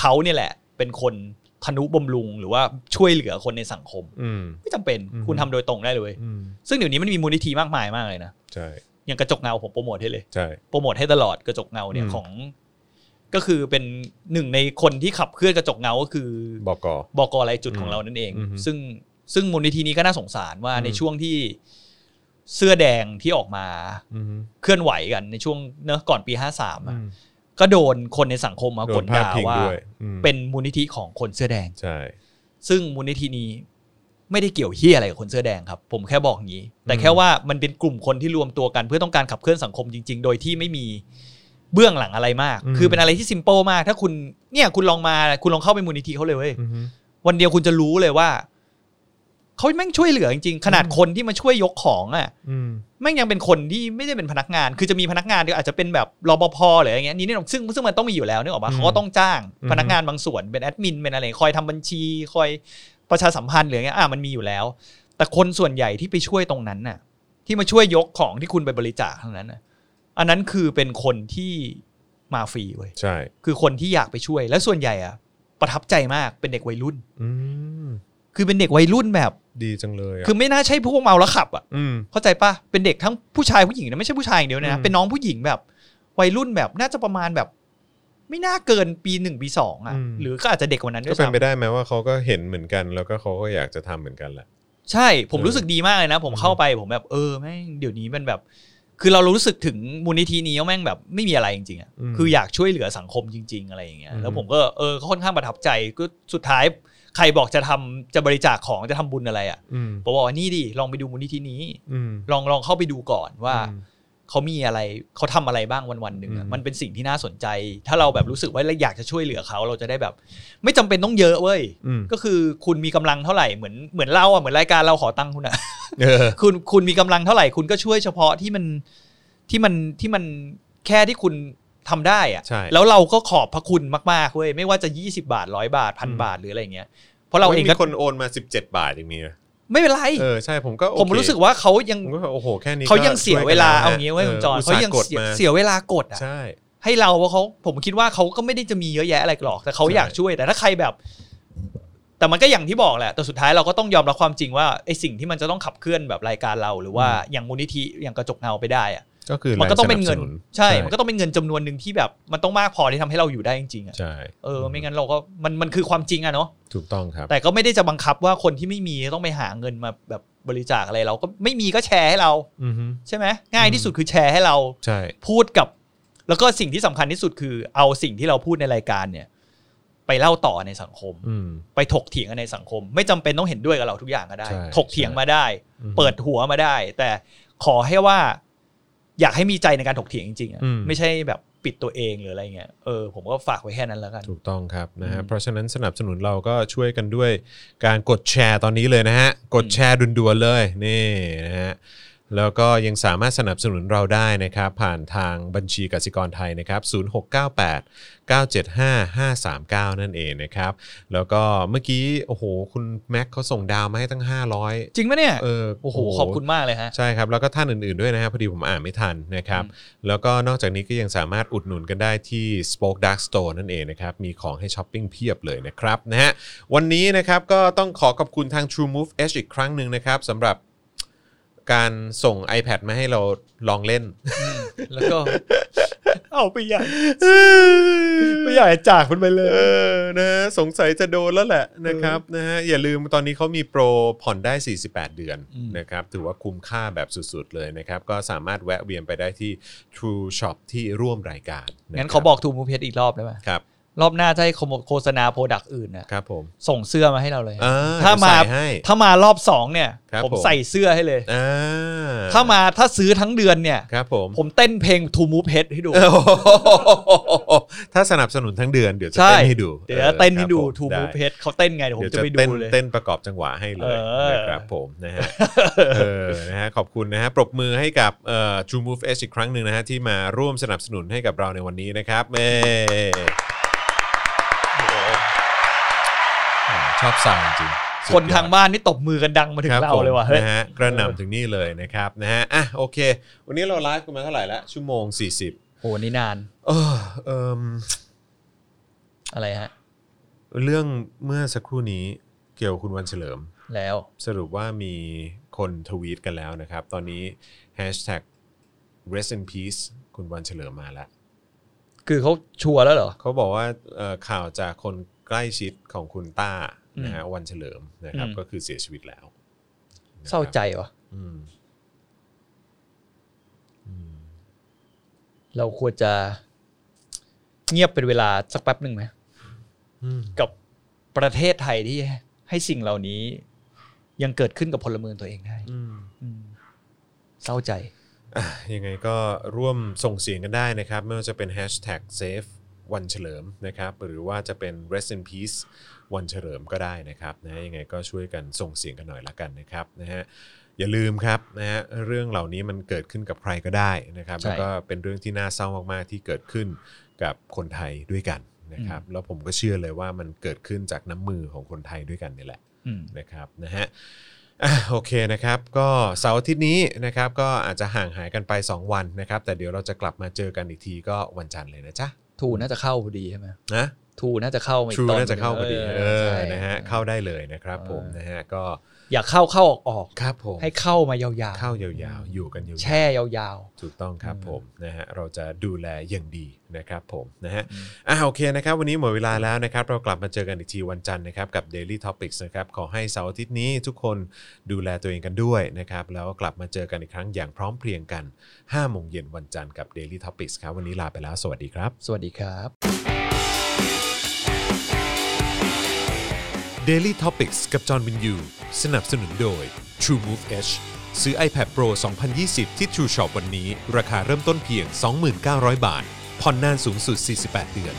B: เขาเนี่ยแหละ เป็นคนทนุบำรุงหรือว่าช่วยเหลือคนในสังคม
A: อืม
B: ไม่จำเป็น
A: อือฮึ
B: คุณทำโดยตรงได้เลยเว้ย
A: อืม
B: ซึ่งเดี๋ยวนี้มันมีมูลนิธิมากมายมากเลยนะ
A: ใช่
B: อย่างกระจกเงาผมโปรโมทให้เลย
A: ใช่
B: โปรโมทให้ตลอดกระจกเงาเนี่ย
A: อืม
B: ของ ก็คือเป็นหนึ่งในคนที่ขับเคลื่อนกระจกเงาก็คือ
A: บอกกอ
B: บกอะไรจุดของเรานั่นเอง
A: อืม
B: ซึ่งซึ่งมูลนิธินี้ก็น่าสงสารว่า
A: อืม
B: ในช่วงที่เสื้อแดงที่ออกมา
A: อืมฮึ
B: เคลื่อนไหวกันในช่วงเนอะก่อนปีห้าสาม
A: อืม
B: ก็โดนคนในสังคมมากด
A: พ
B: ด่า
A: พิง
B: ว่า
A: ด้วยอืม
B: เป็นมูลนิธิของคนเสื้อแดง
A: ใช่
B: ซึ่งมูลนิธินี้ไม่ได้เกี่ยวเฮียอะไรกับคนเสื้อแดงครับ ผมแค่บอกงี้ แต่แค่ว่ามันเป็นกลุ่มคนที่รวมตัวกันเพื่อต้องการขับเคลื่อนสังคมจริง ๆ โดยที่ไม่มีเบื้องหลังอะไรมาก คือเป็นอะไรที่ซิมเปิลมาก ถ้าคุณเนี่ยคุณลองมาคุณลองเข้าไปมูลนิธิเขาเลยเว้ย
A: อือฮึ
B: วันเดียวคุณจะรู้เลยว่าเขาแม่งช่วยเหลือจริงๆ ขนาดคนที่มาช่วยยกของอ่ะ
A: อืม
B: แม่งยังเป็นคนที่ไม่ได้เป็นพนักงาน คือจะมีพนักงานที่อาจจะเป็นแบบรปภหรืออะไรเงี้ยนี่นี่ซึ่งซึ่งมันต้องมีอยู่แล้วนึกออกปะเขาก็ต้องจ้างพนักงานบางส่วนเป็นแอดมินเป็นอะไรคอยทำบัญชี คอยประชาสัมพันธ์หรืออะไรเงี้ยอ่ะมันมีอยู่แล้ว แต่คนส่วนใหญ่ที่ไปช่วยตรงนั้นน่ะ ที่มาช่วยยกของที่คุณไปบริจาคทั้งนั้นน่ะอันนั้นคือเป็นคนที่มาฟรีเว้ย
A: ใช่
B: คือคนที่อยากไปช่วย และส่วนใหญ่อ่ะประทับใจมากเป็นเด็กวัยรุ่น
A: อืม
B: คือเป็นเด็กวัยรุ่นแบบ
A: ดีจังเลยอะ
B: คือไม่น่าใช่พวกเมาแล้วขับอ่ะ
A: ืม
B: เข้าใจปะเป็นเด็กทั้งผู้ชายผู้หญิงนะไม่ใช่ผู้ชายอย่างเดียว
A: อื
B: นะ
A: ม
B: เป็นน้องผู้หญิงแบบ วัยรุ่นแบบน่าจะประมาณแบบ ไม่น่าเกินปีหนึ่งปีสองอ่ะ หรือก็อาจจะเด็กกว่านั้นด้
A: ก็
B: วย
A: เป็นไป
B: ซ้ำ
A: ได้ไหมว่าเขาก็เห็นเหมือนกัน แล้วก็เขาก็อยากจะทำเหมือนกันแหละ
B: ใช่ ผมรู้สึกดีมากเลยนะ ผมเข้าไปผมแบบเออแม่งเดี๋ยวนี้มันแบบ คือเรารู้สึกถึงมูลนิธินี้ว่าแม่งแบบไม่มีอะไรจริงๆอ่ะ
A: อืม
B: คืออยากช่วยเหลือสังคมจริง ๆ อะไรอย่างเงี้ย
A: อืม
B: แล้วผมก็เออก็ค่อนข้างประทับใจก็สุดท้ายใครบอกจะทำจะบริจาคของจะทำบุญอะไรอ่ะ
A: อืม
B: ผมบอกว่านี่ดิลองไปดูมูลนิธินี้
A: อืม
B: ลองลองเข้าไปดูก่อนว่า
A: อืม
B: เขามีอะไรเขาทำอะไรบ้างวันวันๆหนึ่งอะ
A: อืม
B: มันเป็นสิ่งที่น่าสนใจ ถ้าเราแบบรู้สึกว่าเราอยากจะช่วยเหลือเขาเราจะได้แบบ ไม่จำเป็นต้องเยอะเว้ย
A: อืม
B: ก็คือคุณมีกำลังเท่าไหร่เหมือนเหมือนเราอ่ะเหมือนรายการเราขอตังค์คุณอ่ะ
A: เออ
B: คุณคุณมีกำลังเท่าไหร่คุณก็ช่วยเฉพาะที่มันที่มันที่มันแค่ที่คุณทำได้อ่ะ
A: ใช่
B: แล้วเราก็ขอบพระคุณมากๆเว้ยไม่ว่าจะ 20 บาทร้อยบาทพันบาทหรืออะไรเงี้ยเพราะเราเอง
A: มี
B: ก็
A: คนโอนมา 17 บาทอย่างนี้นะ
B: ไม่เป็นไร
A: เออใช่ผมก็โอเค
B: ผมรู้สึกว่าเขายัง
A: ผมก็แบบโอ้โหแค่นี้
B: เขายังเสีย
A: ก็ช่
B: เวลา
A: กันแ
B: เอางี้เว้ยคุณจอนเขายัง
A: ตส่ห์กด
B: เสีย
A: ม
B: เสียเวลากดอ่ะ
A: ใช่
B: ให้เราว่าเขาผมคิดว่าเขาก็ไม่ได้จะมีเยอะแยะอะไรหรอกแต่เขา
A: ใช่
B: อยากช่วยแต่ถ้าใครแบบ แต่มันก็อย่างที่บอกแหละแต่สุดท้ายเราก็ต้องยอมรับความจริงว่าไอ้สิ่งที่มันจะต้องขับเคลื่อนแบบรายการเรา หรือว่าอย่างมูลนิธิอย่างกระจกเงาไปได้อะ
A: ก็คือ
B: มันก็ต้องเป็นเงิน
A: แรงสบส
B: ใช่ มันก็ต้องเป็นเงินจำนวนหนึ่งที่แบบ มันต้องมากพอที่ทำให้เราอยู่ได้จริงๆอะ
A: ใช่
B: เออไม่งั้นเราก็มันมันคือความจริงอะเนาะ
A: ถูกต้องครับ
B: แต่ก็ไม่ได้จะบังคับว่าคนที่ไม่มีต้องไปหาเงินมาแบบบริจาคอะไรเราก็ไม่มีก็แชร์ให้เรา
A: อือฮึ
B: ใช่ไหมง่ายที่สุดคือแชร์ให้เรา
A: ใช่
B: พูดกับแล้วก็สิ่งที่สำคัญที่สุดคือเอาสิ่งที่เราพูดในรายการเนี่ย ไปเล่าต่อในสังคม
A: อืม
B: ไปถกเถียงกันในสังคม ไม่จำเป็นต้องเห็นด้วยกับเราทุกอย่างก็ได้
A: ใช่
B: ถกเถียง
A: ใช่
B: มาได้
A: อืม
B: เปิดหัวมาได้ แต่ขอให้ว่า อยากให้มีใจในการถกเถียงจริงๆอะ
A: อืม
B: ไม่ใช่แบบปิดตัวเองหรืออะไรเงี้ยเออผมก็ฝากไว้แค่นั้นแล้วกัน
A: ถูกต้องครับนะฮะ
B: อืม
A: เพราะฉะนั้นสนับสนุนเราก็ช่วยกันด้วยการกดแชร์ตอนนี้เลยนะฮะ กดแชร์ด่วนๆเลยนี่นะฮะแล้วก็ยังสามารถสนับสนุนเราได้นะครับ ผ่านทางบัญชีกสิกรไทยนะครับ 0698 975 539 นั่นเองนะครับ แล้วก็เมื่อกี้โอ้โห คุณแม็กเขาส่งดาวมาให้ตั้ง 500
B: จริงไหมเนี่ย
A: เออ
B: โอ้โหขอบคุณมากเลยฮะ
A: ใช่ครับ แล้วก็ท่านอื่นๆด้วยนะฮะพอดีผมอ่านไม่ทันนะครับ
B: อืม
A: แล้วก็นอกจากนี้ก็ยังสามารถอุดหนุนกันได้ที่ Spoke Dark Store นั่นเองนะครับ มีของให้ช้อปปิ้งเพียบเลยนะครับนะฮะวันนี้นะครับก็ต้องขอขอบคุณทาง True Move Edge อีกครั้งหนึ่งนะครับสำหรับการส่ง iPad มาให้เราลองเล่น
B: แล้วก็ เอาไปใหญ่ ไปใหญ่จากมันไปเล
A: เอย อนะฮะสงสัยจะโดนแล้วแหละนะครับนะฮะอย่าลืมตอนนี้เขามีโปรผ่อนได้ 48 เดือน
B: อืม
A: นะครับถือว่าคุ้มค่าแบบสุดๆเลยนะครับ ก็สามารถแวะเวียนไปได้ที่ True Shop ที่ร่วมรายการะ
B: งั้น
A: ค
B: ขอ
A: รั
B: บอกทูมูเพชอีกรอบได้ไหม
A: ครับ
B: รอบหน้าจะให้โฆษณาโปรดักต์อื่นนะครับ
A: ผม
B: ส่งเสื้อมาให้เราเลย
A: อ่
B: ถ้ามา
A: เดี๋ยวใส่ให้
B: ถ้ามารอบสองเนี่ย
A: ครับ
B: ผม
A: ผม
B: ใส่เสื้อให้เลย
A: อ่า
B: ถ้ามาถ้าซื้อทั้งเดือนเนี่ย
A: ครับผม
B: ผมเต้นเพลง To Move Head ให้ดู
A: โอ้โห ถ้าสนับสนุนทั้งเดือนเดี๋ยวจะ
B: ใช่
A: เต้นให้ดู
B: เดี๋ยวจะเต้นให้ดู
A: ครับผม
B: To
A: ได้
B: Move Head เขาเต้นไงเดี๋ยวผม
A: เดี๋ยว
B: จะ
A: จะ
B: ไปดู
A: เต้น
B: เลย
A: เต้นประกอบจังหวะให้เลย
B: เออ
A: นะครับผมนะฮ ะ เออนะฮะขอบคุณนะฮะปรบมือให้กับเอ่อ True Move Edge อีกครั้งหนึ่งนะฮะที่มาร่วมสนับสนุนให้กับเราในวันนี้นะครับเอชอบสาวจริงๆสุดยอด
B: คนทางบ้านนี่ตบมือกันดังมาถึง
A: คบ
B: เราเลยว่ะ
A: ผม
B: เฮ้ย
A: นะฮะกระหน่ำถึงนี่เลยนะครับนะฮะอ่ะโอเค วันนี้เราไลฟ์กันมาเท่าไหร่ละชั่วโมง 40
B: โหนี่นาน
A: เออเอิ่ม
B: อะไรฮะ
A: เรื่องเมื่อสักครู่นี้เกี่ยวกับคุณวันเฉลิม
B: แล้ว
A: สรุปว่ามีคนทวีตกันแล้วนะครับ ตอนนี้ hashtag rest in peace คุณวันเฉลิมมาแล้ว
B: คือเขาชัวร์แล้วเหรอ
A: เขาบอกว่าเอ่อข่าวจากคนใกล้ชิดของคุณต้านะฮะวันเฉลิมนะครับ
B: อืม
A: ก็คือเสียชีวิตแล้วนะครับ
B: เศร้าใจวะ
A: อืม
B: เราควรจะเงียบเป็นเวลาสักแป๊บหนึ่งไหม
A: อืม
B: กับประเทศไทยที่ให้สิ่งเหล่านี้ ยังเกิดขึ้นกับพลเมืองตัวเองได้
A: อืม
B: อืมเศร้าใจ
A: อ่ะยังไงก็ร่วมส่งเสียงกันได้นะครับ ไม่ว่าจะเป็น hashtag save วันเฉลิมนะครับ หรือว่าจะเป็น rest in peace วันเฉลิมก็ได้นะครับนะยังไงก็ช่วยกันส่งเสียงกันหน่อยละกันนะครับนะฮะอย่าลืมครับนะฮะเรื่องเหล่านี้มันเกิดขึ้นกับใครก็ได้นะครับ
B: ใช่
A: แล้วก็เป็นเรื่องที่น่าเศร้ามากๆที่เกิดขึ้นกับคนไทยด้วยกันนะครับ แล้วผมก็เชื่อเลยว่ามันเกิดขึ้นจากน้ำมือของคนไทยด้วยกันนี่แหละ นะครับนะฮะอ่ะโอเคนะครับ ก็เสาร์อาทิตย์นี้นะครับ ก็อาจจะห่างหายกันไป 2 วันนะครับ แต่เดี๋ยวเราจะกลับมาเจอกันอีกทีก็วันจันทร์เลยนะจ๊ะ
B: ทูน่าจะเข้าพอดีใช่ไหม
A: นะ
B: ทูน่าจะเข้ามาอี
A: ทรู
B: กตอน
A: น่าจะเข้าพอดีเออ
B: ใช่
A: นะฮะเข้าได้เลยนะครับผมนะฮะก็
B: อยากเข้าเข้าออกออก
A: ครับผม
B: ให้เข้ามายาว
A: เข้ายาวๆ อยู่กันยาวๆ
B: แช่ยาว
A: ถูกต้องครับผมนะฮะเราจะดูแลอย่างดีนะครับผมนะฮะอ่าโอเคนะครับ วันนี้หมดเวลาแล้วนะครับ เรากลับมาเจอกันอีกทีวันจันทร์นะครับกับ Daily Topics นะครับขอให้เสาร์อาทิตย์นี้ทุกคนดูแลตัวเองกันด้วยนะครับแล้วก็กลับมาเจอกันอีกครั้งอย่างพร้อมเพรียงกัน5โมงเย็นวันจันทร์กับ Daily Topics ครับวันนี้ลาไปแล้วสวัสดีครับ
B: ๆ สวัสดีครับ
A: Daily Topics กับจอห์นวินยูสนับสนุนโดย True Move Edge ซื้อ iPad Pro 2020 ที่ True Shop วันนี้ ราคาเริ่มต้นเพียง 29,000 บาท ผ่อนนานสูงสุด 48 เดือน